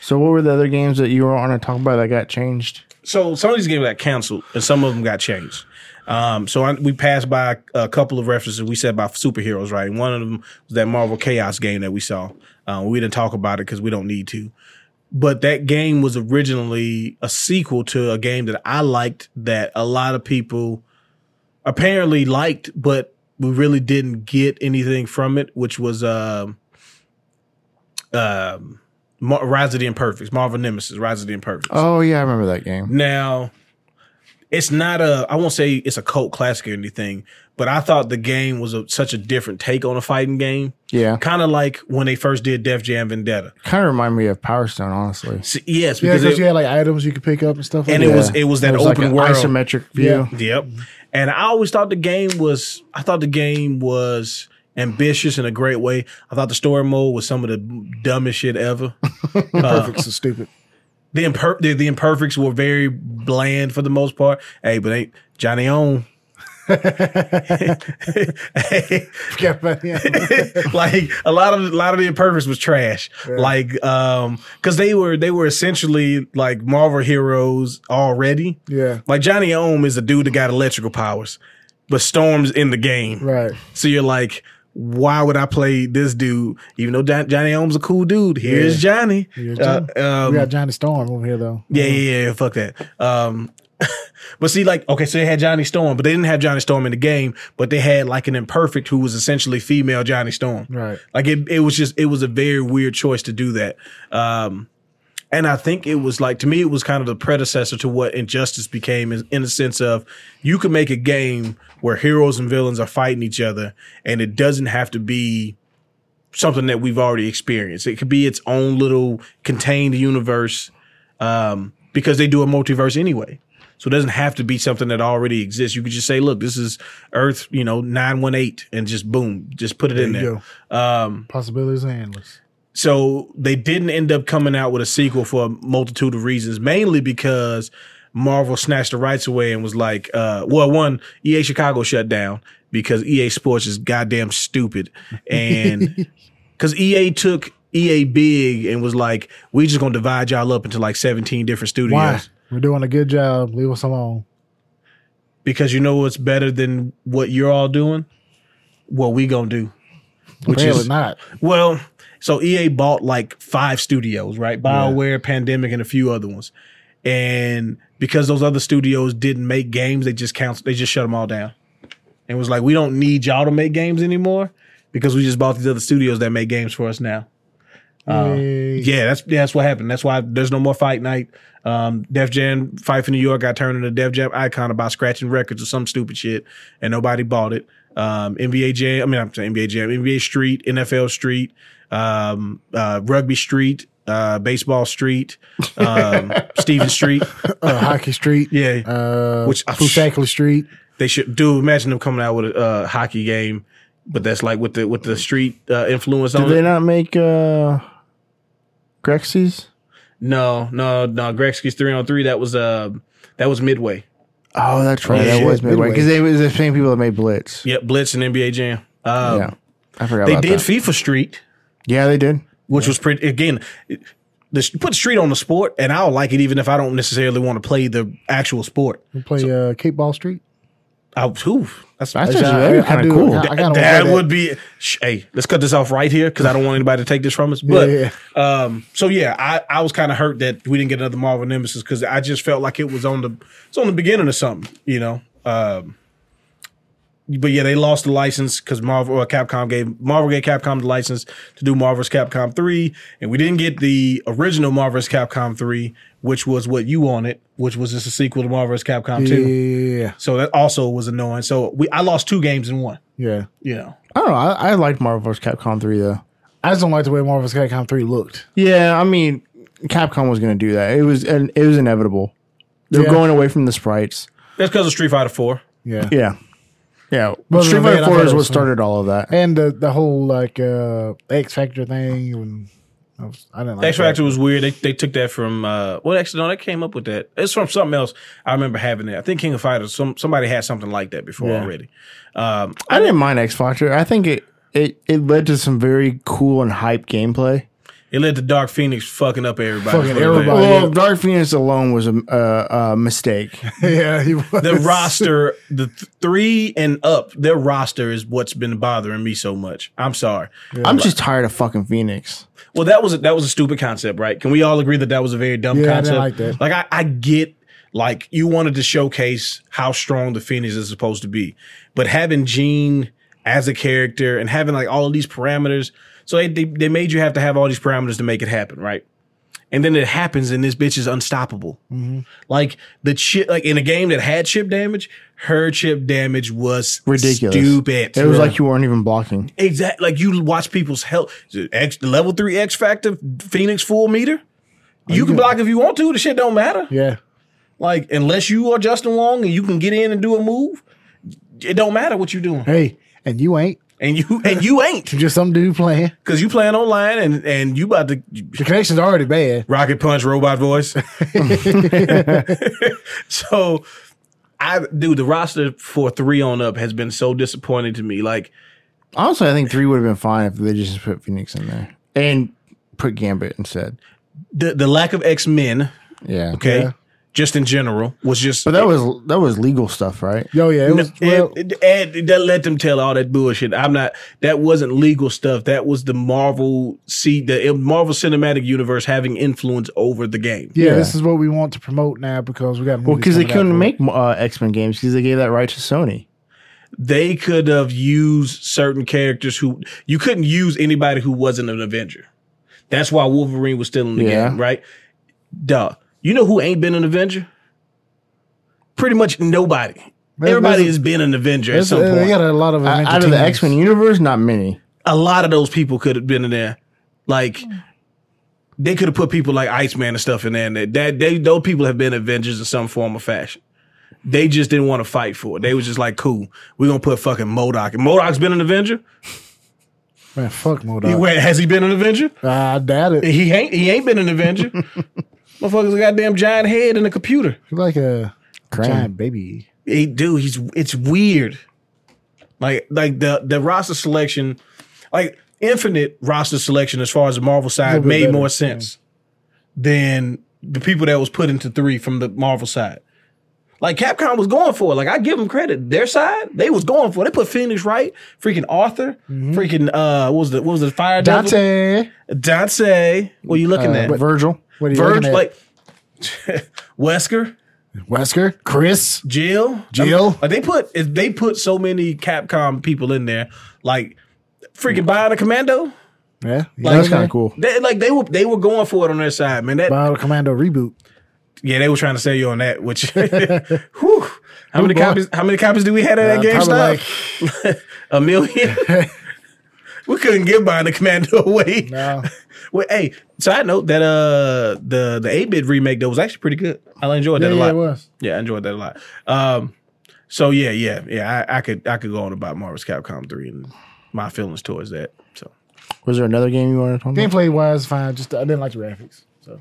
So what were the other games that you were on to talk about that got changed?
so some of these games got canceled and some of them got changed. Um, so I, we passed by a couple of references we said about superheroes, right? And one of them was that Marvel Chaos game that we saw. Uh, we didn't talk about it because we don't need to. But that game was originally a sequel to a game that I liked that a lot of people apparently liked, but we really didn't get anything from it, which was um, um, Mar- Rise of the Imperfects, Marvel Nemesis, Rise of the Imperfects.
Oh yeah, I remember that game.
Now, it's not a. I won't say it's a cult classic or anything, but I thought the game was a, such a different take on a fighting game,
Yeah,
kind of like when they first did Def Jam Vendetta.
kind of remind me of Power Stone, honestly.
S- yes,
yeah,
because
because
it,
you had like items you could pick up and stuff. Like
and
that.
it was it was that
It was like
open
an
world
isometric view.
Yep. And I always thought the game was I thought the game was ambitious in a great way. I thought the story mode was some of the dumbest shit ever. uh,
Perfect's is stupid.
The, imper- the the imperfects were very bland for the most part. Hey, but ain't Johnny on? Hey,
Forget about him.
like a lot of a lot of the imperfects was trash. Like um cuz they were they were essentially like Marvel heroes already.
Yeah.
Like Johnny Ohm is a dude that got electrical powers, but Storm's in the game.
Right.
So you're like, why would I play this dude? Even though John, Johnny Ohm's a cool dude, here's Johnny.
Here's
Uh, um,
We got Johnny Storm over here though.
yeah, yeah, yeah, fuck that. Um, but see, like, okay, so they had Johnny Storm, but they didn't have Johnny Storm in the game, but they had like an imperfect who was essentially female Johnny Storm.
Right.
Like it, it was just it was a very weird choice to do that. Um, and I think it was like to me, it was kind of the predecessor to what Injustice became, in, in the sense of you can make a game where heroes and villains are fighting each other, and it doesn't have to be something that we've already experienced. It could be its own little contained universe um, because they do a multiverse anyway. So it doesn't have to be something that already exists. You could just say, look, this is Earth, you know, 918, and just boom, just put it in
There you
there. Um,
Possibilities are endless.
so they didn't end up coming out with a sequel for a multitude of reasons, mainly because Marvel snatched the rights away and was like, uh, well, one, EA Chicago shut down because EA Sports is goddamn stupid. And because EA took EA big and was like, we just gonna divide y'all up into like 17 different studios.
Why? We're doing a good job. Leave us alone.
Because you know what's better than what you're all doing? What we gonna do. Which
Apparently
is
not.
Well, so EA bought like five studios, right? BioWare, Pandemic, and a few other ones. And because those other studios didn't make games, they just count. They just shut them all down, and was like, "We don't need y'all to make games anymore because we just bought these other studios that make games for us now." uh,
Yay.
Yeah, that's yeah, that's what happened. That's why there's no more fight night. Um, Def Jam Fight for New York got turned into Def Jam icon about scratching records or some stupid shit, and nobody bought it. Um, NBA Jam, I mean, I'm saying NBA Jam, NBA Street, NFL Street, um, uh, Rugby Street, uh, Baseball Street, um, Steven Street.
Uh, Hockey Street.
Yeah.
Uh,
Which-
Which Fusackley Street.
They should do. Imagine them coming out with a uh, hockey game, but that's like with the with the street uh, influence
Did
on
they
it.
not make uh, Grexies?
No, no, no. Gretzky's three on three. That was uh, that was Midway.
Oh, that's right.
Yeah,
that was
yeah,
Midway
Midway.
because they was the same people that made Blitz.
Yep, Blitz and NBA Jam. Um,
yeah, I forgot.
They
about
did
That.
FIFA Street,
yeah, they did.
which was pretty. Again, it- the, put Street on the sport, and I'll like it even if I don't necessarily want to play the actual sport.
We play uh, Cape Ball Street.
I, whew, that's,
That's
Yeah, I-
actually
I
kind
do-
of cool.
I- I kinda wanna
that
play
would be. Sh- hey, let's cut this off right here because I don't want anybody to take this from us. But
yeah.
um, so yeah, I, I was kind of hurt that we didn't get another Marvel Nemesis because I just felt like it was on the it's on the beginning of something, you know. Um, but yeah, they lost the license because Marvel or Capcom gave Marvel gave Capcom the license to do Marvel's Capcom three, and we didn't get the original Marvel's Capcom three, which was what you wanted, which was just a sequel to Marvel's Capcom two.
Yeah.
So that also was annoying. So we I lost two games in one.
Yeah.
You know,
I don't know. I, I liked Marvel vs. Capcom three though.
I just don't like the way Marvel's Capcom 3 looked.
Yeah, I mean, Capcom was going to do that. It was and it was inevitable. They're
Yeah.
going away from the sprites.
that's because of Street Fighter four.
Yeah.
Yeah, yeah.
But
Street
then
Fighter
I thought
Four
it
is what
was fun.
started all of that.
And the, the whole like uh, X Factor thing. And I, was, I didn't like
X Factor was weird. They they took that from uh well actually no, that came up with that. It's from something else. I remember having it. I think King of Fighters, some somebody had something like that before already. Um
I didn't mind X Factor. I think it it it led to some very cool and hype gameplay.
it led to Dark Phoenix fucking up everybody.
Fucking
for the
everybody.
day.
Well,
yeah.
Dark Phoenix alone was a, a, a mistake.
that. yeah. He was.
The roster, the th- three and up, their roster is what's been bothering me so much. I'm sorry.
I'm just tired of fucking Phoenix.
Well, that was a, that was a stupid concept, right? Can we all agree that that was a very dumb
Yeah, I
concept?
didn't like that.
Like I, I get like you wanted to showcase how strong the Phoenix is supposed to be, but having Gene as a character and having like all of these parameters, so they, they they made you have to have all these parameters to make it happen, right? And then it happens, and this bitch is unstoppable.
Mm-hmm.
Like the chip, like in a game that had chip damage, her chip damage was
Ridiculous.
Stupid.
It was like you weren't even blocking.
Exactly. Like you watch people's health. X, the level three X Factor Phoenix full meter. You can block if you want to. The shit don't matter.
Yeah.
Like unless you are Justin Wong and you can get in and do a move, it don't matter what you're doing.
Hey. And you ain't.
and you and you ain't
Just some dude playing.
because you playing online and and you about to
The connection's already bad.
rocket punch robot voice. so I dude, the roster for three on up has been so disappointing to me. Like
Honestly, I think three would have been fine if they just put Phoenix in there and put Gambit instead.
the the lack of X Men,
Yeah.
okay, just in general was just.
But that was that was legal stuff, right?
Yo, Oh, yeah, it
No,
was. well,
and- and- and that let them tell all that bullshit. I'm not. That wasn't legal stuff. That was the Marvel see the Marvel Cinematic Universe having influence over the game.
yeah,
yeah.
this is what we want to promote now because we got.
Well, because they couldn't
make.
make uh, X Men games because they gave that right to Sony.
They could have used certain characters who you couldn't use anybody who wasn't an Avenger. That's why Wolverine was still in the
Yeah.
game, right? Duh. You know who ain't been an Avenger? Pretty much nobody.
There's-
Everybody
there's-
has been an Avenger at
It's-
some
uh, They
point.
got a lot of
Uh,
Avenger
out of the
teams.
X Men universe, not many.
a lot of those people could have been in there. Like they could have put people like Iceman and stuff in there. And that, that they those people have been Avengers in some form or fashion. They just didn't want to fight for it. They was just like, cool, we're gonna put fucking Modoc. And Modoc's been an Avenger?
Man, fuck Modok.
Wait, has he been an Avenger?
I doubt it.
He ain't he ain't been an Avenger. Motherfucker's a goddamn giant head in a computer.
He's like a
Crane.
giant baby.
Hey, dude, he's it's weird. Like like the the roster selection, like infinite roster selection as far as the Marvel side
bit
made
better,
more
yeah.
sense than the people that was put into three from the Marvel side. Like Capcom was going for it. Like I give them credit. Their side, they was going for it. They put Phoenix right, freaking Arthur, freaking uh what was the what was the fire devil?
Mm-hmm. Dante.
Dante. What are you looking
Uh,
at?
Virgil,
What are you
Verge,
looking at?
like Wesker.
Wesker, Chris.
Jill,
Jill?
I mean, like they put if they put so many Capcom people in there, like freaking Bionic Commando.
Yeah,
that's kind of cool.
They, like they were they were going for it on their side, man. That
Battle Commando reboot.
yeah, they were trying to sell you on that. Which, whew, how many
boy.
copies? How many copies do we had of that
Uh,
game?
probably
GameStop? A million. we couldn't give Bionic Commando away.
No,
Well, hey, side note that uh the the A bid remake though was actually pretty good. I enjoyed
yeah,
that a
yeah,
lot.
it was.
Yeah, I enjoyed that a lot. Um, so yeah, yeah, yeah. I, I could I could go on about Marvel's Capcom three and my feelings towards that. So
Was there another game you wanted to talk about?
Gameplay wise, fine. Just I didn't like the graphics. So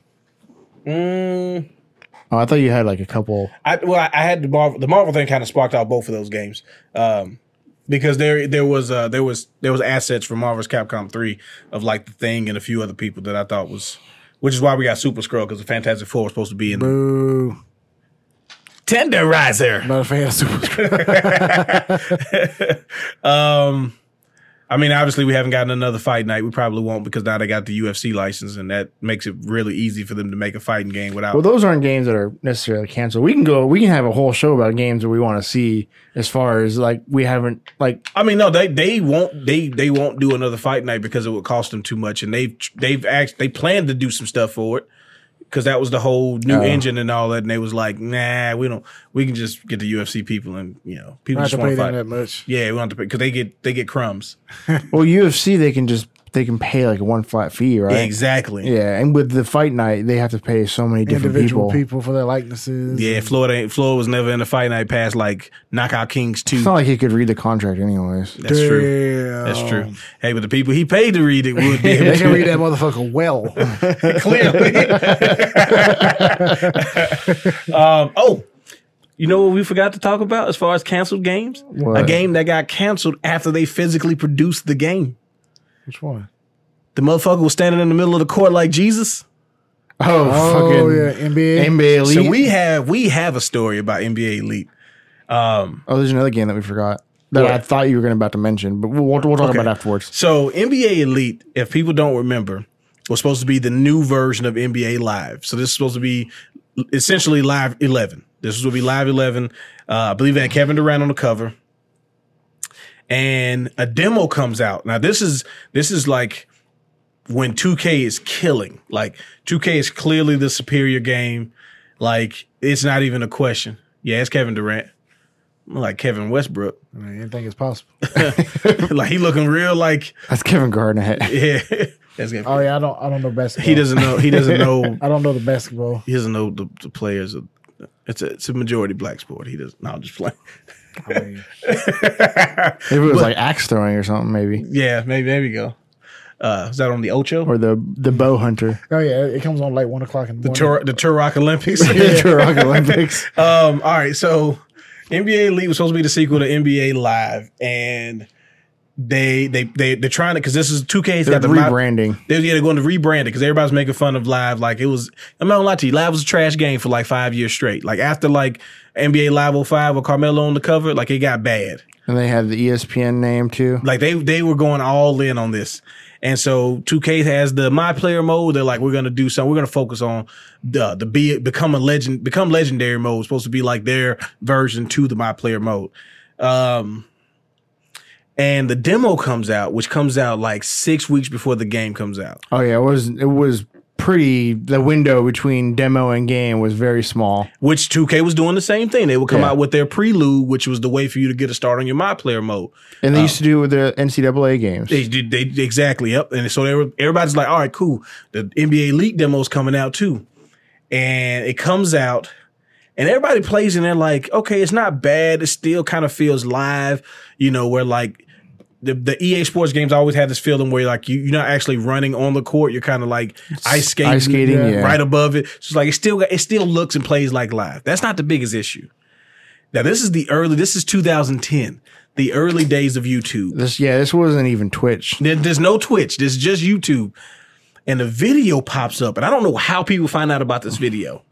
Oh, I thought you had like a couple.
Mm, I well I, I had the Marvel the Marvel thing kind of sparked out both of those games. Um, because there there was uh there was there was assets from Marvel's Capcom three of like the thing and a few other people that I thought was which is why we got Super Scroll because the Fantastic Four was supposed to be in the
boo.
Tenderizer.
Not a fan of Super. Scroll.
Um, I mean, obviously, we haven't gotten another fight night. We probably won't because now they got the UFC license, and that makes it really easy for them to make a fighting game without.
Well, those aren't games that are necessarily canceled. We can go. We can have a whole show about games that we want to see. As far as like we haven't like
I mean, no, they they won't they they won't do another fight night because it would cost them too much, and they've they've act they planned to do some stuff for it because that was the whole new
Oh.
engine and all that, and they was like, nah, we don't, we can just get the UFC people, and you know, people
Not
just
to
want
pay
to
them
fight.
that much.
Yeah, we don't have to pay because they get they get crumbs.
well UFC. They can just they can pay like one flat fee, right?
Exactly.
Yeah, and with the fight night, they have to pay so many different
Individual
people.
people. for their likenesses.
Yeah, Floyd ain't Floyd was never in the fight night past like Knockout Kings two.
It's not like he could read the contract, anyways.
That's true. That's true. Hey, but the people he paid to read it would
They
be able
can read that motherfucker well.
to clearly. um, oh, you know what we forgot to talk about as far as canceled games?
What?
A game that got canceled after they physically produced the game.
Which one?
The motherfucker was standing in the middle of the court like Jesus.
Oh,
Oh
fucking
yeah, NBA.
NBA Elite.
So we have we have a story about NBA Elite.
oh, there's another game that we forgot that I
What?
thought you were going to about to mention, but we'll, we'll talk about it afterwards.
So NBA Elite, if people don't remember, was supposed to be the new version of NBA Live. So this is supposed to be essentially Live 11. This will be Live 11. Uh, I believe it had Kevin Durant on the cover, and a demo comes out. Now this is this is like when 2K is killing. Like 2K is clearly the superior game. Like it's not even a question. Yeah, it's Kevin Durant. Like Kevin Westbrook.
I mean, anything is possible.
like he looking real like
That's Kevin Garnett.
yeah, that's good.
Oh yeah, I don't. I don't know uh, basketball.
He doesn't know. He doesn't know.
I don't know the basketball.
He doesn't know the, the players. Of, It's a, it's a majority black sport. He does. No, I'm just playing.
I mean,
If it was like axe throwing or something, maybe
Yeah, maybe there we go. Uh, is that on the Ocho
or the the bow hunter.
oh yeah, it comes on like one o'clock in the,
the
morning.
Tur- the Turok Olympics?
Turok Olympics.
Um, all right, so NBA League was supposed to be the sequel to NBA Live, and they they they they're trying to because this is 2K. has
They're
got the mod-
rebranding.
They, yeah, they're going to rebrand it because everybody's making fun of Live. Like it was, I'm not gonna lie to you, Live was a trash game for like five years straight. Like after like NBA Live 05 with Carmelo on the cover, like it got bad.
And they had the E ESPN name too.
Like they they were going all in on this. And so 2K has the my player mode. They're like, we're gonna do something. We're gonna focus on the the be become a legend, become legendary mode. It's supposed to be like their version to the my player mode. Um and the demo comes out, which comes out like six weeks before the game comes out.
Oh yeah, it was it was pretty. The window between demo and game was very small.
Which 2K was doing the same thing. They would come
Yeah.
out with their prelude, which was the way for you to get a start on your my player mode.
And they used to do it with the NCAA games.
They did they exactly up, and so they were, everybody's like, "All right, cool." The NBA League demo's coming out too, and it comes out, and everybody plays, and they're like, "Okay, it's not bad. It still kind of feels live, you know, where like." The, the EA Sports games always had this feeling where like you, you're not actually running on the court, you're kind of like ice skating,
ice skating, yeah.
right above it. So it's like it still got, it still looks and plays like live. That's not the biggest issue. Now this is the early this is 2010, the early days of YouTube.
This yeah, this wasn't even Twitch.
There- there's no Twitch. There's just YouTube. And the video pops up. And I don't know how people find out about this video,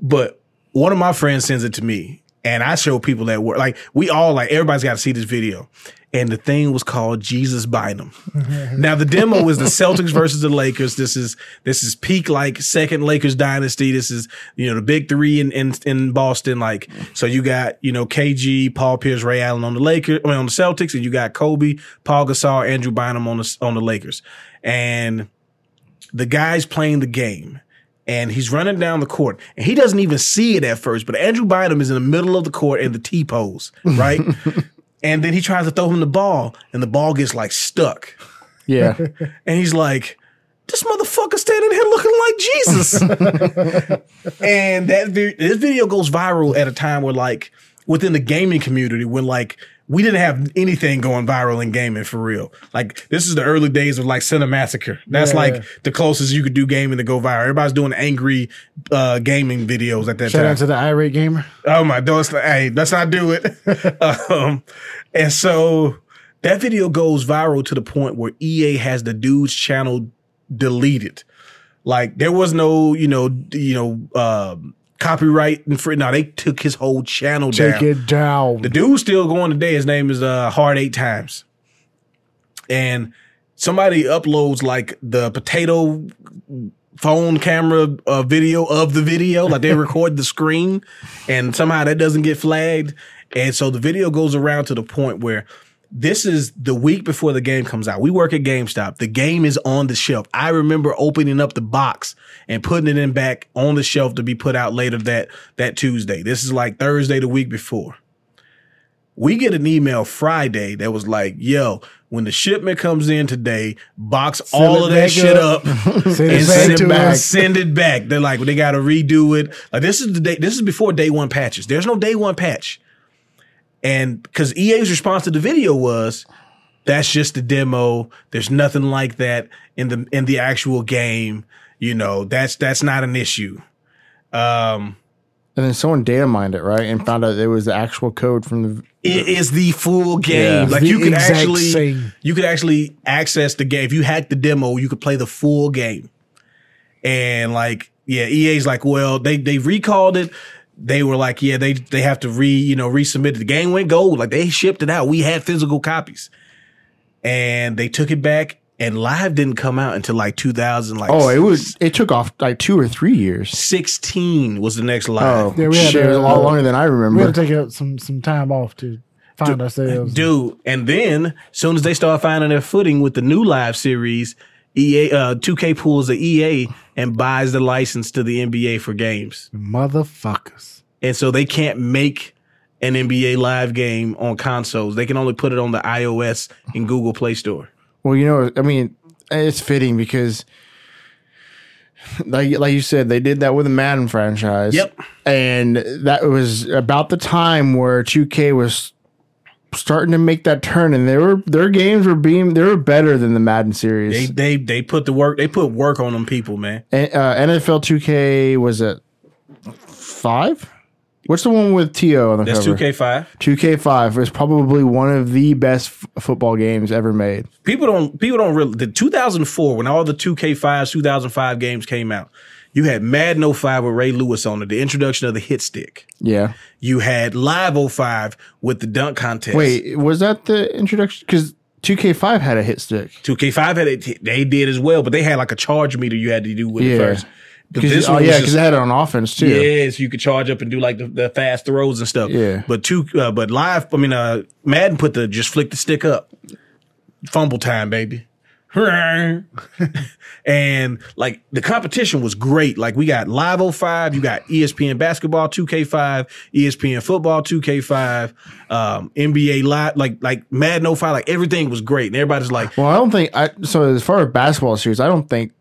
but one of my friends sends it to me. And I show people that work. Like, we all, like, everybody's got to see this video. And the thing was called Jesus Bynum. now, the demo is the Celtics versus the Lakers. This is, this is peak, like, second Lakers dynasty. This is, you know, the big three in, in, in Boston. Like, so you got, you know, KG, Paul Pierce, Ray Allen on the Lakers, I mean, on the Celtics, and you got Kobe, Paul Gasol, Andrew Bynum on the, on the Lakers. And the guy's playing the game and he's running down the court and he doesn't even see it at first, but Andrew Bynum is in the middle of the court in the T pose, right? and then he tries to throw him the ball and the ball gets like stuck.
Yeah,
And he's like, this motherfucker standing here looking like Jesus. and that vi- this video goes viral at a time where like within the gaming community when like we didn't have anything going viral in gaming for real. Like this is the early days of like Cinemassacre. That's
Yeah.
like the closest you could do gaming to go viral. Everybody's doing angry uh, gaming videos at that
Shout
time.
out to the irate gamer.
Oh my God! Hey, let's not do it. um, and so that video goes viral to the point where EA has the dude's channel deleted. Like there was no, you know, d- you know, um, copyright and free. No, they took his whole channel down.
Take it down.
The dude's still going today. His name is uh, Hard Eight Times. And somebody uploads like the potato phone camera uh, video of the video. Like they record the screen and somehow that doesn't get flagged. And so the video goes around to the point where this is the week before the game comes out. We work at GameStop. The game is on the shelf. I remember opening up the box and putting it in back on the shelf to be put out later that that Tuesday. This is like Thursday the week before we get an email Friday that was like, yo, when the shipment comes in today, box
it
all of that
back
shit up,
up. Send
and
it back
send,
to
back-
us.
send it back. They're like, well, they gotta redo it. Like this is the day, this is before day one patches. There's no day one patch. And because EA's response to the video was, that's just the demo. There's nothing like that in the in the actual game. You know, that's that's not an issue. Um
and then someone data mined it right and found out it was the actual code from the.
it is the full game.
Yeah.
Like
The
you could
exact
actually
same.
you could actually access the game. If you hacked the demo, you could play the full game. And like, yeah, EA's like, well, they they recalled it. They were like, yeah, they they have to re, you know, resubmit it. The game went gold. Like they shipped it out. We had physical copies. And they took it back and live didn't come out until like 2000 like
Oh, it was. It took off like two or three years.
16 was the next live.
Oh,
Yeah, we had
shit, it was a
a-
lot longer than I
We had
remember.
to take out some some time off to find ourselves.
Dude, and then soon as they start finding their footing with the new live series, EA uh 2K pulls the EA and buys the license to the NBA for games.
Motherfuckers.
And so they can't make an NBA live game on consoles. They can only put it on the iOS and Google Play Store.
Well, you know, I mean, it's fitting because, like, like you said, they did that with the Madden franchise.
Yep.
and that was about the time where 2K was starting to make that turn, and they were their games were being they were better than the Madden series.
They they they put the work. They put work on them people, man.
And, uh, NFL 2K was it five? What's the one with To on the
That's two
cover?
K five.
2K5 was probably one of the best f- football games ever made.
People don't people don't really the 2004 when all the 2K5s 2005 games came out. You had Madden 05 with Ray Lewis on it, the introduction of the hit stick.
Yeah.
You had Live 05 with the dunk contest.
Wait, was that the introduction? Because 2K5 had a hit stick.
2K5 had it. They did as well, but they had like a charge meter you had to do with it
Yeah.
first. But
'Cause-
this
oh
one
yeah,
was
because
just-
they had it on offense too.
Yes, you could charge up and do like the, the fast throws and stuff.
Yeah.
But two, uh, but live. I mean, uh, Madden put the just flick the stick up, fumble time, baby. and like the competition was great. Like we got Live 05, you got E ESPN basketball 2K5, ESPN football 2K5, um, NBA live, like like Madden 05, like everything was great. And everybody's like,
Well, I don't think I. So as far as basketball series, I don't think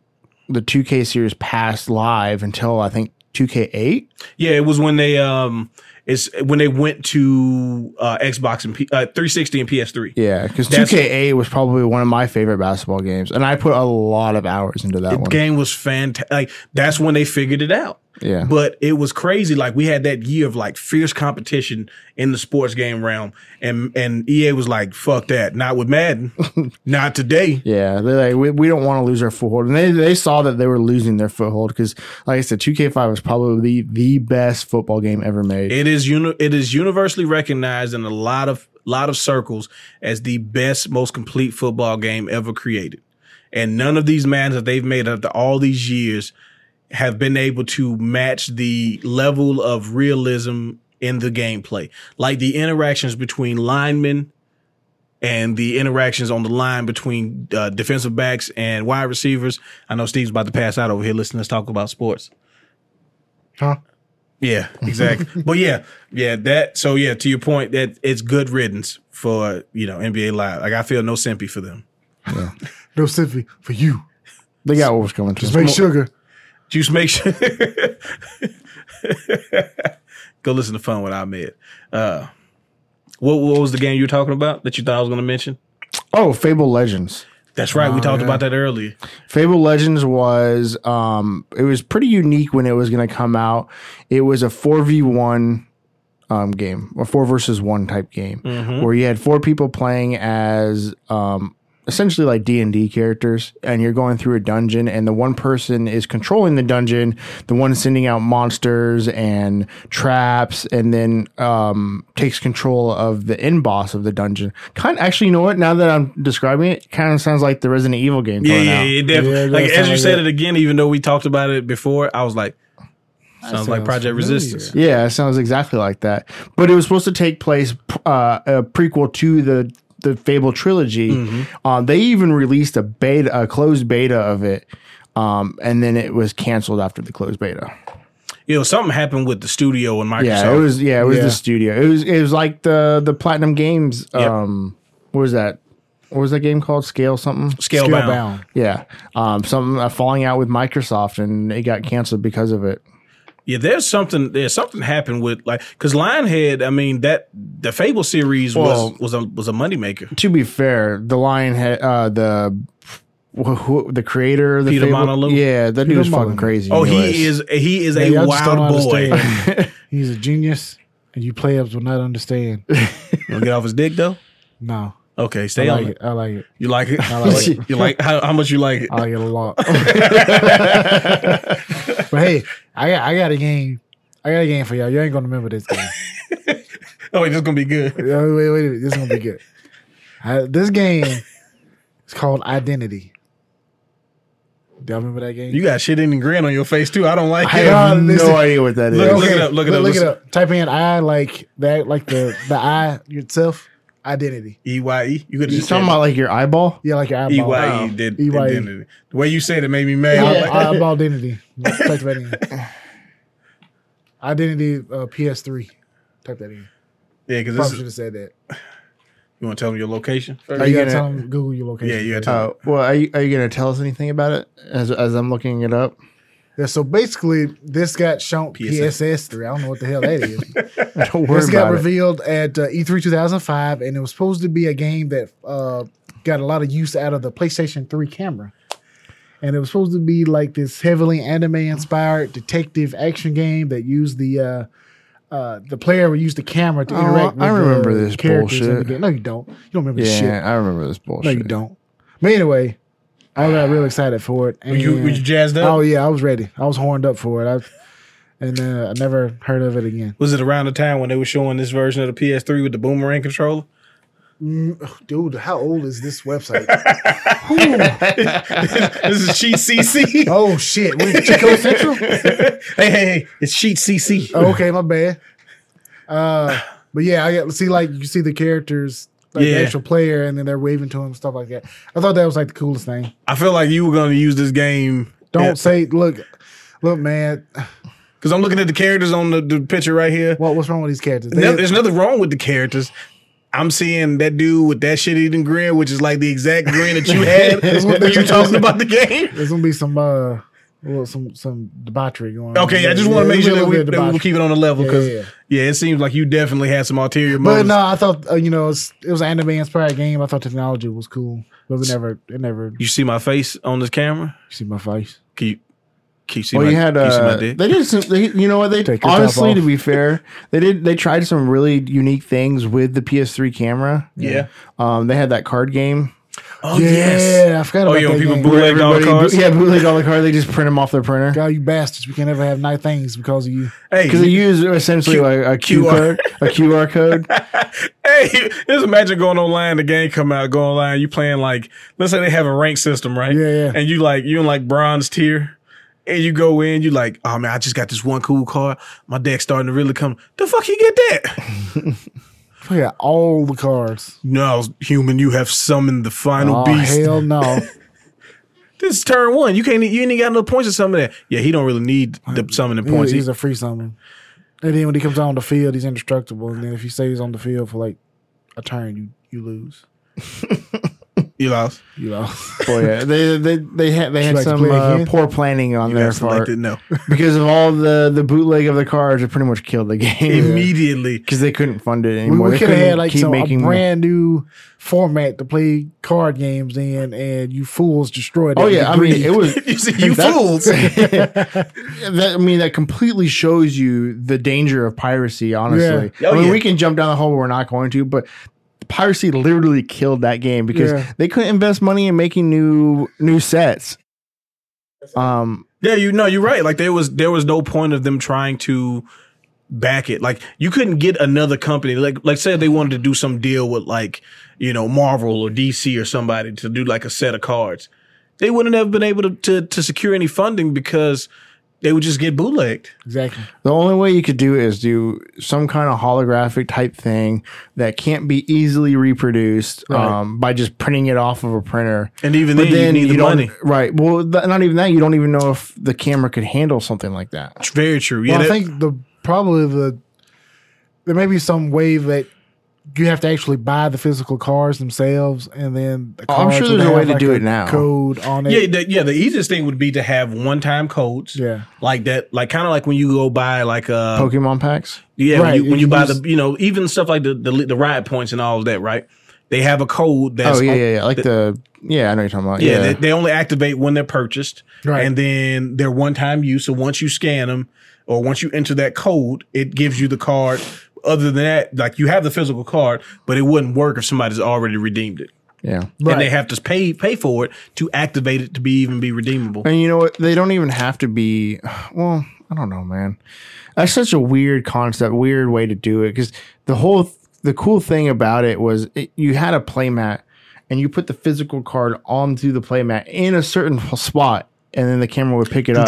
the 2K series passed live until I think 2K8.
Yeah, it was when they um, it's when they went to uh, Xbox and P- uh, 360 and PS3.
Yeah, because
That's-
2K8 was probably one of my favorite basketball games, and I put a lot of hours into that one.
Game was fantastic. Like that's when they figured it out.
Yeah.
But it was crazy. Like we had that year of like fierce competition in the sports game realm, and and EA was like, "Fuck that! Not with Madden, not today."
Yeah, they're like, we, we don't want to lose our foothold. And they, they saw that they were losing their foothold because, like I said, 2K5 was probably the, the best football game ever made.
It is uni- it is universally recognized in a lot of lot of circles as the best, most complete football game ever created. And none of these mans that they've made after all these years have been able to match the level of realism in the gameplay. Like the interactions between linemen and the interactions on the line between uh, defensive backs and wide receivers. I know Steve's about to pass out over here listening to us talk about sports.
Huh?
Yeah, exactly. but yeah, yeah, that so yeah, to your point that it's good riddance for, you know, NBA Live. Like I feel no sympathy for them.
No sympathy for you.
they got what was coming to
Just
them.
make sugar.
Just make sure Go listen to fun with Ahmed. Uh what what was the game you were talking about that you thought I was gonna mention? Oh,
Oh, Fable Legends.
That's right, we talked
yeah.
about that earlier.
Fable Legends was um it was pretty unique when it was going to come out. It was a 4v1 um game, a 4 versus 1 type game
Mm-hmm.
where you had four people playing as um essentially like D&D characters and you're going through a dungeon and the one person is controlling the dungeon, the one sending out monsters and traps and then um takes control of the end boss of the dungeon. Kind actually, you know what? Now that I'm describing it, kind of sounds like the Resident Evil game
Yeah,
coming
yeah,
out.
yeah, it definitely.
Yeah, it
like
does
as
sound
you
like
said
that.
it again, even though we talked about it before, I was like, sounds like
sounds
Project
familiar.
Resistance.
Yeah, it sounds exactly like that. But it was supposed to take place uh, a prequel to the the Fable trilogy. Uh, they even released a beta, a closed beta of it, um, and then it was canceled after the closed beta.
You know, something happened with the studio and Microsoft.
Yeah, it was. Yeah, it was
Yeah.
the studio. It was. It was like the the Platinum Games. Um, what was that? What was that game called? Scale something.
scale,
Scale
bound.
bound.
Yeah, um, some uh, falling out with Microsoft, and it got canceled because of it.
Yeah, there's something. There's something happened with like because Lionhead. I mean that the Fable series
Well-
was was a was a moneymaker.
to be fair, the lion had uh, the wh- who, the creator, the
Peter
Fable-
Monalu?
Yeah, that dude was fucking
Monalu.
crazy.
Oh,
anyways.
he is he is
Yeah,
a
y'all just don't
wild boy.
understand. He's a genius, and you play-ups will not understand.
Wanna get off his dick though.
No,
Okay,
I
stay on.
like
it.
it. I like it.
You like it? Uh,
like it.
you like how, how much you like it?
I like it a lot. but hey, I got, I got a game. I got a game for y'all. You ain't gonna remember this game.
oh, it's gonna be good.
wait, wait, wait a minute. This is gonna be good. I, this game is called Identity. Do y'all remember that game?
You got shit in and grin on your face too. I don't like
I
it.
have
Yeah,
no
listen.
idea what that is.
Look- it up, look it up,
Look it
listen.
up. Type in I like that, like the the I itself. Identity.
E Y E. You could
you
just
talking about like your eyeball?
Yeah, like your
E
eyeball.
Y E. Did
EYE.
did- did- the way you said it made me mad.
Yeah,
I'm like,
I- eyeball identity. Type that in. Identity uh, PS3. Type that in.
yeah, because
Probably
this
should
is,
have said that.
you want to tell them your location.
You,
First?
Are you
gotta
gonna-
tell 'em Google your location.
Yeah, you got to.
Uh, well, are you, are you going to tell us anything about it as as I'm looking it up?
Yeah, so basically, this got shown
PSS.
PSS three. I don't know what the hell that is.
Don't worry
this got
about it.
revealed at uh, E3 2005, and it was supposed to be a game that uh, got a lot of use out of the PlayStation 3 camera. And it was supposed to be like this heavily anime-inspired detective action game that used the uh, uh, the player would use the camera to
Oh,
interact. with
I remember
the
this
characters in the
bullshit.
game. No, you don't. You don't remember this shit.
Yeah, I remember this
Oh,
No, you
bullshit.
don't. But anyway, I got real excited for it.
Were you, were you
and-
jazzed up?
oh yeah, I was ready. I was horned up for it. I, and uh, I never heard of it again.
Was it around the time when they were showing this version of the PS3 with the boomerang controller?
Mm, dude, how old is this website?
this is Sheet CC.
oh shit, we Chico Central.
hey, hey, hey, it's Sheet CC.
Oh, okay, my bad. Uh, but yeah, I got, see like you see the characters, like
Yeah.
the actual player, and then they're waving to him, stuff like that. I thought that was like the coolest thing.
I feel like you were going to use this game.
Don't say, look, look, man,
Because I'm looking at the characters on the, the picture right here.
what what's wrong with these characters?
No,
They-
there's nothing wrong with the characters. I'm seeing that dude with that shit eating grin, which is like the exact grin that you had when you were talking about the game.
there's gonna be some uh, well, some some debauchery going. on.
Okay, I just want to
Yeah,
make
there's gonna
sure that
be a
we,
little bit of
that we
debauchery.
keep it on the level because
Yeah,
yeah,
yeah,
it seems like you definitely had some ulterior
But
motives.
no, I thought uh, you know it's, it was an anime inspired game. I thought technology was cool, but we never, it never. You
You see my face on this camera?
see my face.
Can you, can you see
Oh,
Well,
my,
you had
can you see my
uh,
dick?
they did some. They, you know what? They
Take your top
honestly, to
off.
be fair, they did. They tried some really unique things with the PS3 camera.
yeah.
Um, they had that card game.
Oh,
yeah,
yes.
I forgot
Oh,
about
yeah,
that
when people
game.
bootleg all the
Everybody-
cards?
yeah, bootleg all the cards. They just print them off their printer.
God, you bastards! We can't ever have nice things because of you.
Hey,
Because they use essentially
Q-
like a Q
QR.
code, a QR code.
Hey, just imagine going online, the game come out, go online, you playing like, let's say they have a rank system, right?
Yeah, yeah.
And you like, you in like bronze tier, and you go in, you like, oh man, I just got this one cool card. My deck's starting to really come. The fuck you get that?
I got all the cards.
no, human, you have summoned the final
Oh,
beast.
hell no!
This is turn one. You can't, e, you ain't got no points or something there. Yeah, he don't really need the summoning
He-
points.
he's a free summon. And then when he comes on the field, he's indestructible. And then if he stays on the field for like a turn, you you lose.
you lost.
You know,
Boy, yeah. they they they had they
Would you
had
like to
some
play
uh,
again?
poor planning on
You
their
got
part
selected. No.
because of all the the bootleg of the cards. It pretty much killed the game
Immediately.
because they couldn't fund it
we,
anymore.
we
They
could have
couldn't
had like
keep
some a
making money.
brand new format to play card games in, and you fools destroyed. it
Oh
with
yeah, I
greed.
mean it was.
you see, you
That's-
fools.
that, I mean that completely shows you the danger of piracy. Honestly,
Yeah. Oh,
I mean
yeah.
we can jump down the hole. We're not going to, but piracy literally killed that game because
Yeah.
they couldn't invest money in making new new sets. Um,
Yeah, you know, you're right. Like there was there was no point of them trying to back it. Like you couldn't get another company. Like like say they wanted to do some deal with like, you know, Marvel or DC or somebody to do like a set of cards. They wouldn't have been able to to, to secure any funding because they would just get bootlegged.
exactly.
The only way you could do it is do some kind of holographic type thing that can't be easily reproduced um, by just printing it off of a printer.
And even then, you need the
don't,
money.
right? Well, th- not even that. You don't even know if the camera could handle something like that.
It's very true. Yeah,
well,
that-
I think the probably the there may be some way that you have to actually buy the physical cars themselves, and then the
Oh, I'm
cars
sure
would
there's a
have,
way to do it now.
Code on it.
yeah, the, yeah. The easiest thing would be to have one time codes.
Yeah.
like that. Like kind of like when you go buy like uh
Pokemon packs.
Yeah,
Right,
when you, when
you
you
can
buy
just-
the, you know, even stuff like the, the the ride points and all of that, right? They have a code that's
oh yeah,
on-
yeah, yeah. Like the, yeah, I know what you're talking about.
yeah,
Yeah,
They, they only activate when they're purchased,
Right.
and then they're one time use. So once you scan them or once you enter that code, it gives you the card. Other than that, like you have the physical card, but it wouldn't work if somebody's already redeemed it,
yeah.
Right.
and they have to pay pay for it to activate it to be even be redeemable.
And you know what? They don't even have to be. Well, I don't know, man. That's such a weird concept, weird way to do it. Because the whole, the cool thing about it was it, you had a playmat, and you put the physical card onto the playmat in a certain spot, and then the camera would pick it up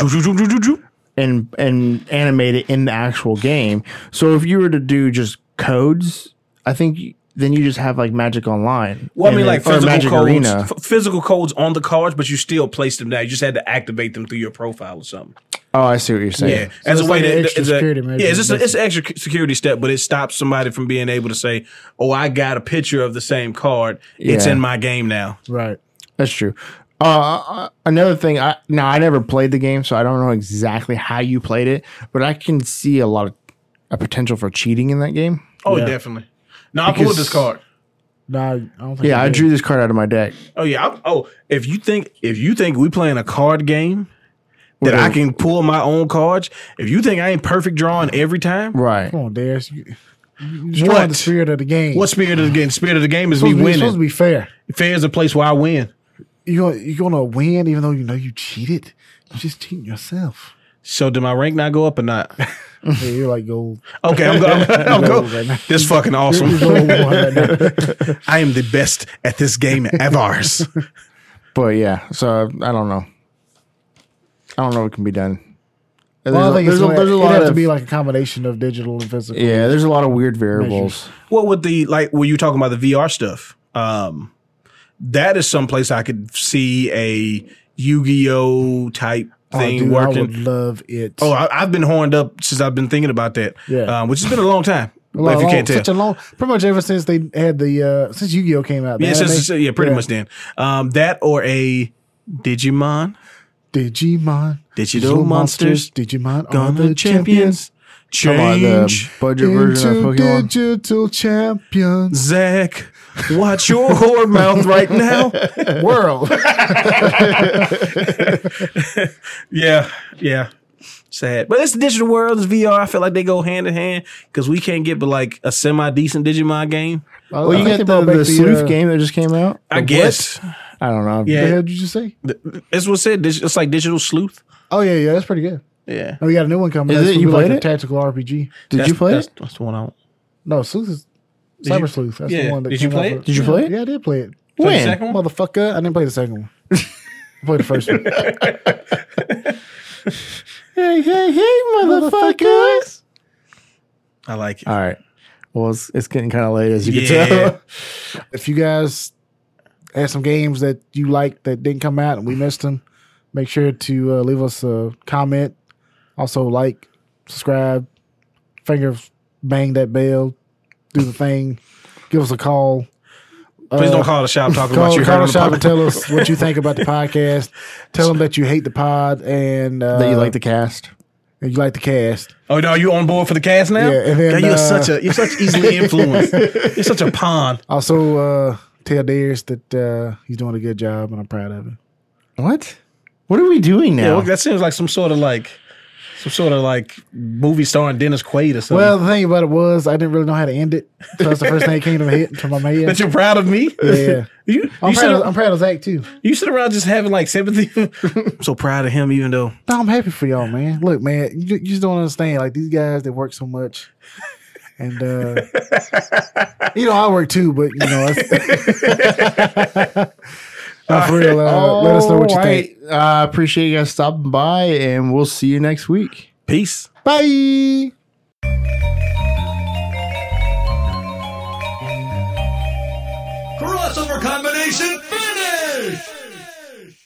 and and animate it in the actual game. So if you were to do just codes, I think y- then you just have like Magic Online.
Well, I
and
mean,
then-
like
or
physical codes, f- physical codes on the cards, but you still place them down. You just had to activate them through your profile or something.
Oh, I see what you're saying.
Yeah, as a
it's
way
like an
to
extra
as a-
security measure,
yeah, it's just a, it's
basically.
an extra c- security step, but it stops somebody from being able to say, "Oh, I got a picture of the same card. It's
Yeah.
in my game now."
Right.
That's true. Uh, another thing, I now I never played the game, so I don't know exactly how you played it, but I can see a lot of a potential for cheating in that game.
Oh,
Yeah.
definitely. No, I pulled
Because-
this card.
Nah, I don't think
Yeah, I
did.
drew this card out of my deck.
Oh yeah. I, oh, if you think if you think we playing a card game that
Whatever.
I can pull my own cards, if you think I ain't perfect drawing every time,
Right.
Come on, Darius. You, you're destroying the
What?
spirit of the game.
what spirit of the game? Spirit of the game is
supposed
me
to be, it's supposed to
winning.
be fair?
Fair is a place where I win.
You gonna- you gonna win even though you know you cheated. You just cheating yourself.
So did my rank not go up or not?
Yeah, you're like gold.
Okay, I'm going. I'm
gold
go.
right now.
This fucking
You're
awesome.
gold one right now.
I am the best at this game ever.
But yeah, so I don't know. I don't know what can be done. There's,
Well, I
a,
think it's
there's, a,
gonna-
there's a
it'd
lot
have to
of
be like a combination of digital and physical.
yeah, there's a lot of weird variables.
What would the like? Were you talking about the VR stuff? Um, that is someplace I could see a Yu-Gi-Oh type
Oh,
thing
dude, I would
working.
love it.
Oh, I, I've been horned up since I've been thinking about that.
Yeah.
um, which has been a long time.
Like,
if you
long-
can't tell,
Such a long, pretty much ever since they had the uh since Yu-Gi-Oh came out. the
yeah, since-
uh,
anime.
yeah, pretty much then. Um, that or a Digimon,
Digimon,
digital
Little
monsters,
Digimon are
gonna
the champions.
champions, um,
Come on,
change.
the budget version of
Into
Pokemon.
digital champions
Zach, watch your whore mouth right now.
world.
Yeah, yeah. Sad. But it's the digital world, it's VR. I feel like they go hand in hand because we can't get but like a semi decent Digimon game.
well, you got the, uh, the, sleuth game that just came out.
I guess.
I don't know.
Yeah.
Yeah.
The hell did you just say?
It's what's said. dig- It's like digital sleuth.
Oh yeah, yeah, that's pretty good.
Yeah.
And we got a new one coming.
Is
That's
it? You
gonna be
played
like
it?
A tactical RPG.
Did you play
that's,
it?
That's the one I want.
No, Sleuth is
you-
Cyber Sleuth. That's
yeah.
the one that
Did you
came
play
out
it?
for-
Did you play it?
Yeah, I did play it.
Play the
When?
second one?
Motherfucker, I didn't play the second one. I played the first one.
Hey, hey, hey, motherfuckers!
I like it.
All right. Well, it's, it's getting kind of late, as you
Yeah.
can tell.
if you guys had some games that you liked that didn't come out and we missed them, make sure to uh, leave us a comment. Also, like, subscribe, finger bang that bell, do the thing, give us a call.
Please
Uh,
don't call the shop talking
Call,
about you
call
heard
the
on the
shop and
podcast.
tell us what you think about the podcast. Tell them that you hate the pod and uh,
that you like the cast.
and you like the cast.
Oh no, you on board for the cast now?
Yeah, and then,
God, you're
uh,
such a you're such easily influenced. you're such a pawn.
Also, uh, tell Darius that uh, he's doing a good job and I'm proud of him.
What? What are we doing
Yeah,
now?
well, that seems like some sort of like some sort of like movie starring Dennis Quaid or something.
Well, the thing about it was I didn't really know how to end it. So that's the first thing that came to my head. To my
that
head.
you're proud of me?
Yeah.
You,
I'm
you, sit,
proud, of,
ar-
I'm proud of Zach too.
you sit around just having like sympathy. I'm so proud of him, even though
No, I'm happy for y'all, man. Look, man, you, you just don't understand. Like these guys, they work so much, and uh you know I work too, but you know, that's- No, for real. Uh, let us know what you
Alright.
think.
Uh, I appreciate you guys stopping by, and we'll see you next week.
peace.
Bye.
Crossover combination finish!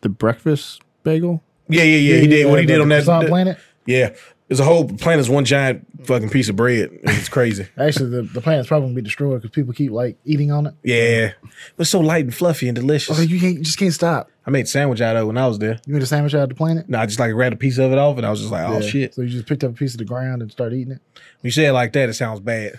The breakfast bagel.
Yeah, yeah, yeah. He did what he did on that.
Croissant planet.
Yeah, there's a whole planet is one giant fucking piece of bread. It's crazy.
Actually, the, the planet's probably gonna be destroyed because people keep like eating on it.
yeah, it's so light and fluffy and delicious.
Like you can't, you just can't stop.
I made a sandwich out of it when I was there.
You made a sandwich out of the planet.
No, I just like grabbed a piece of it off, and I was just like, "Oh
Yeah.
shit!"
So you just picked up a piece of the ground and started eating it.
When you say it like that, it sounds bad.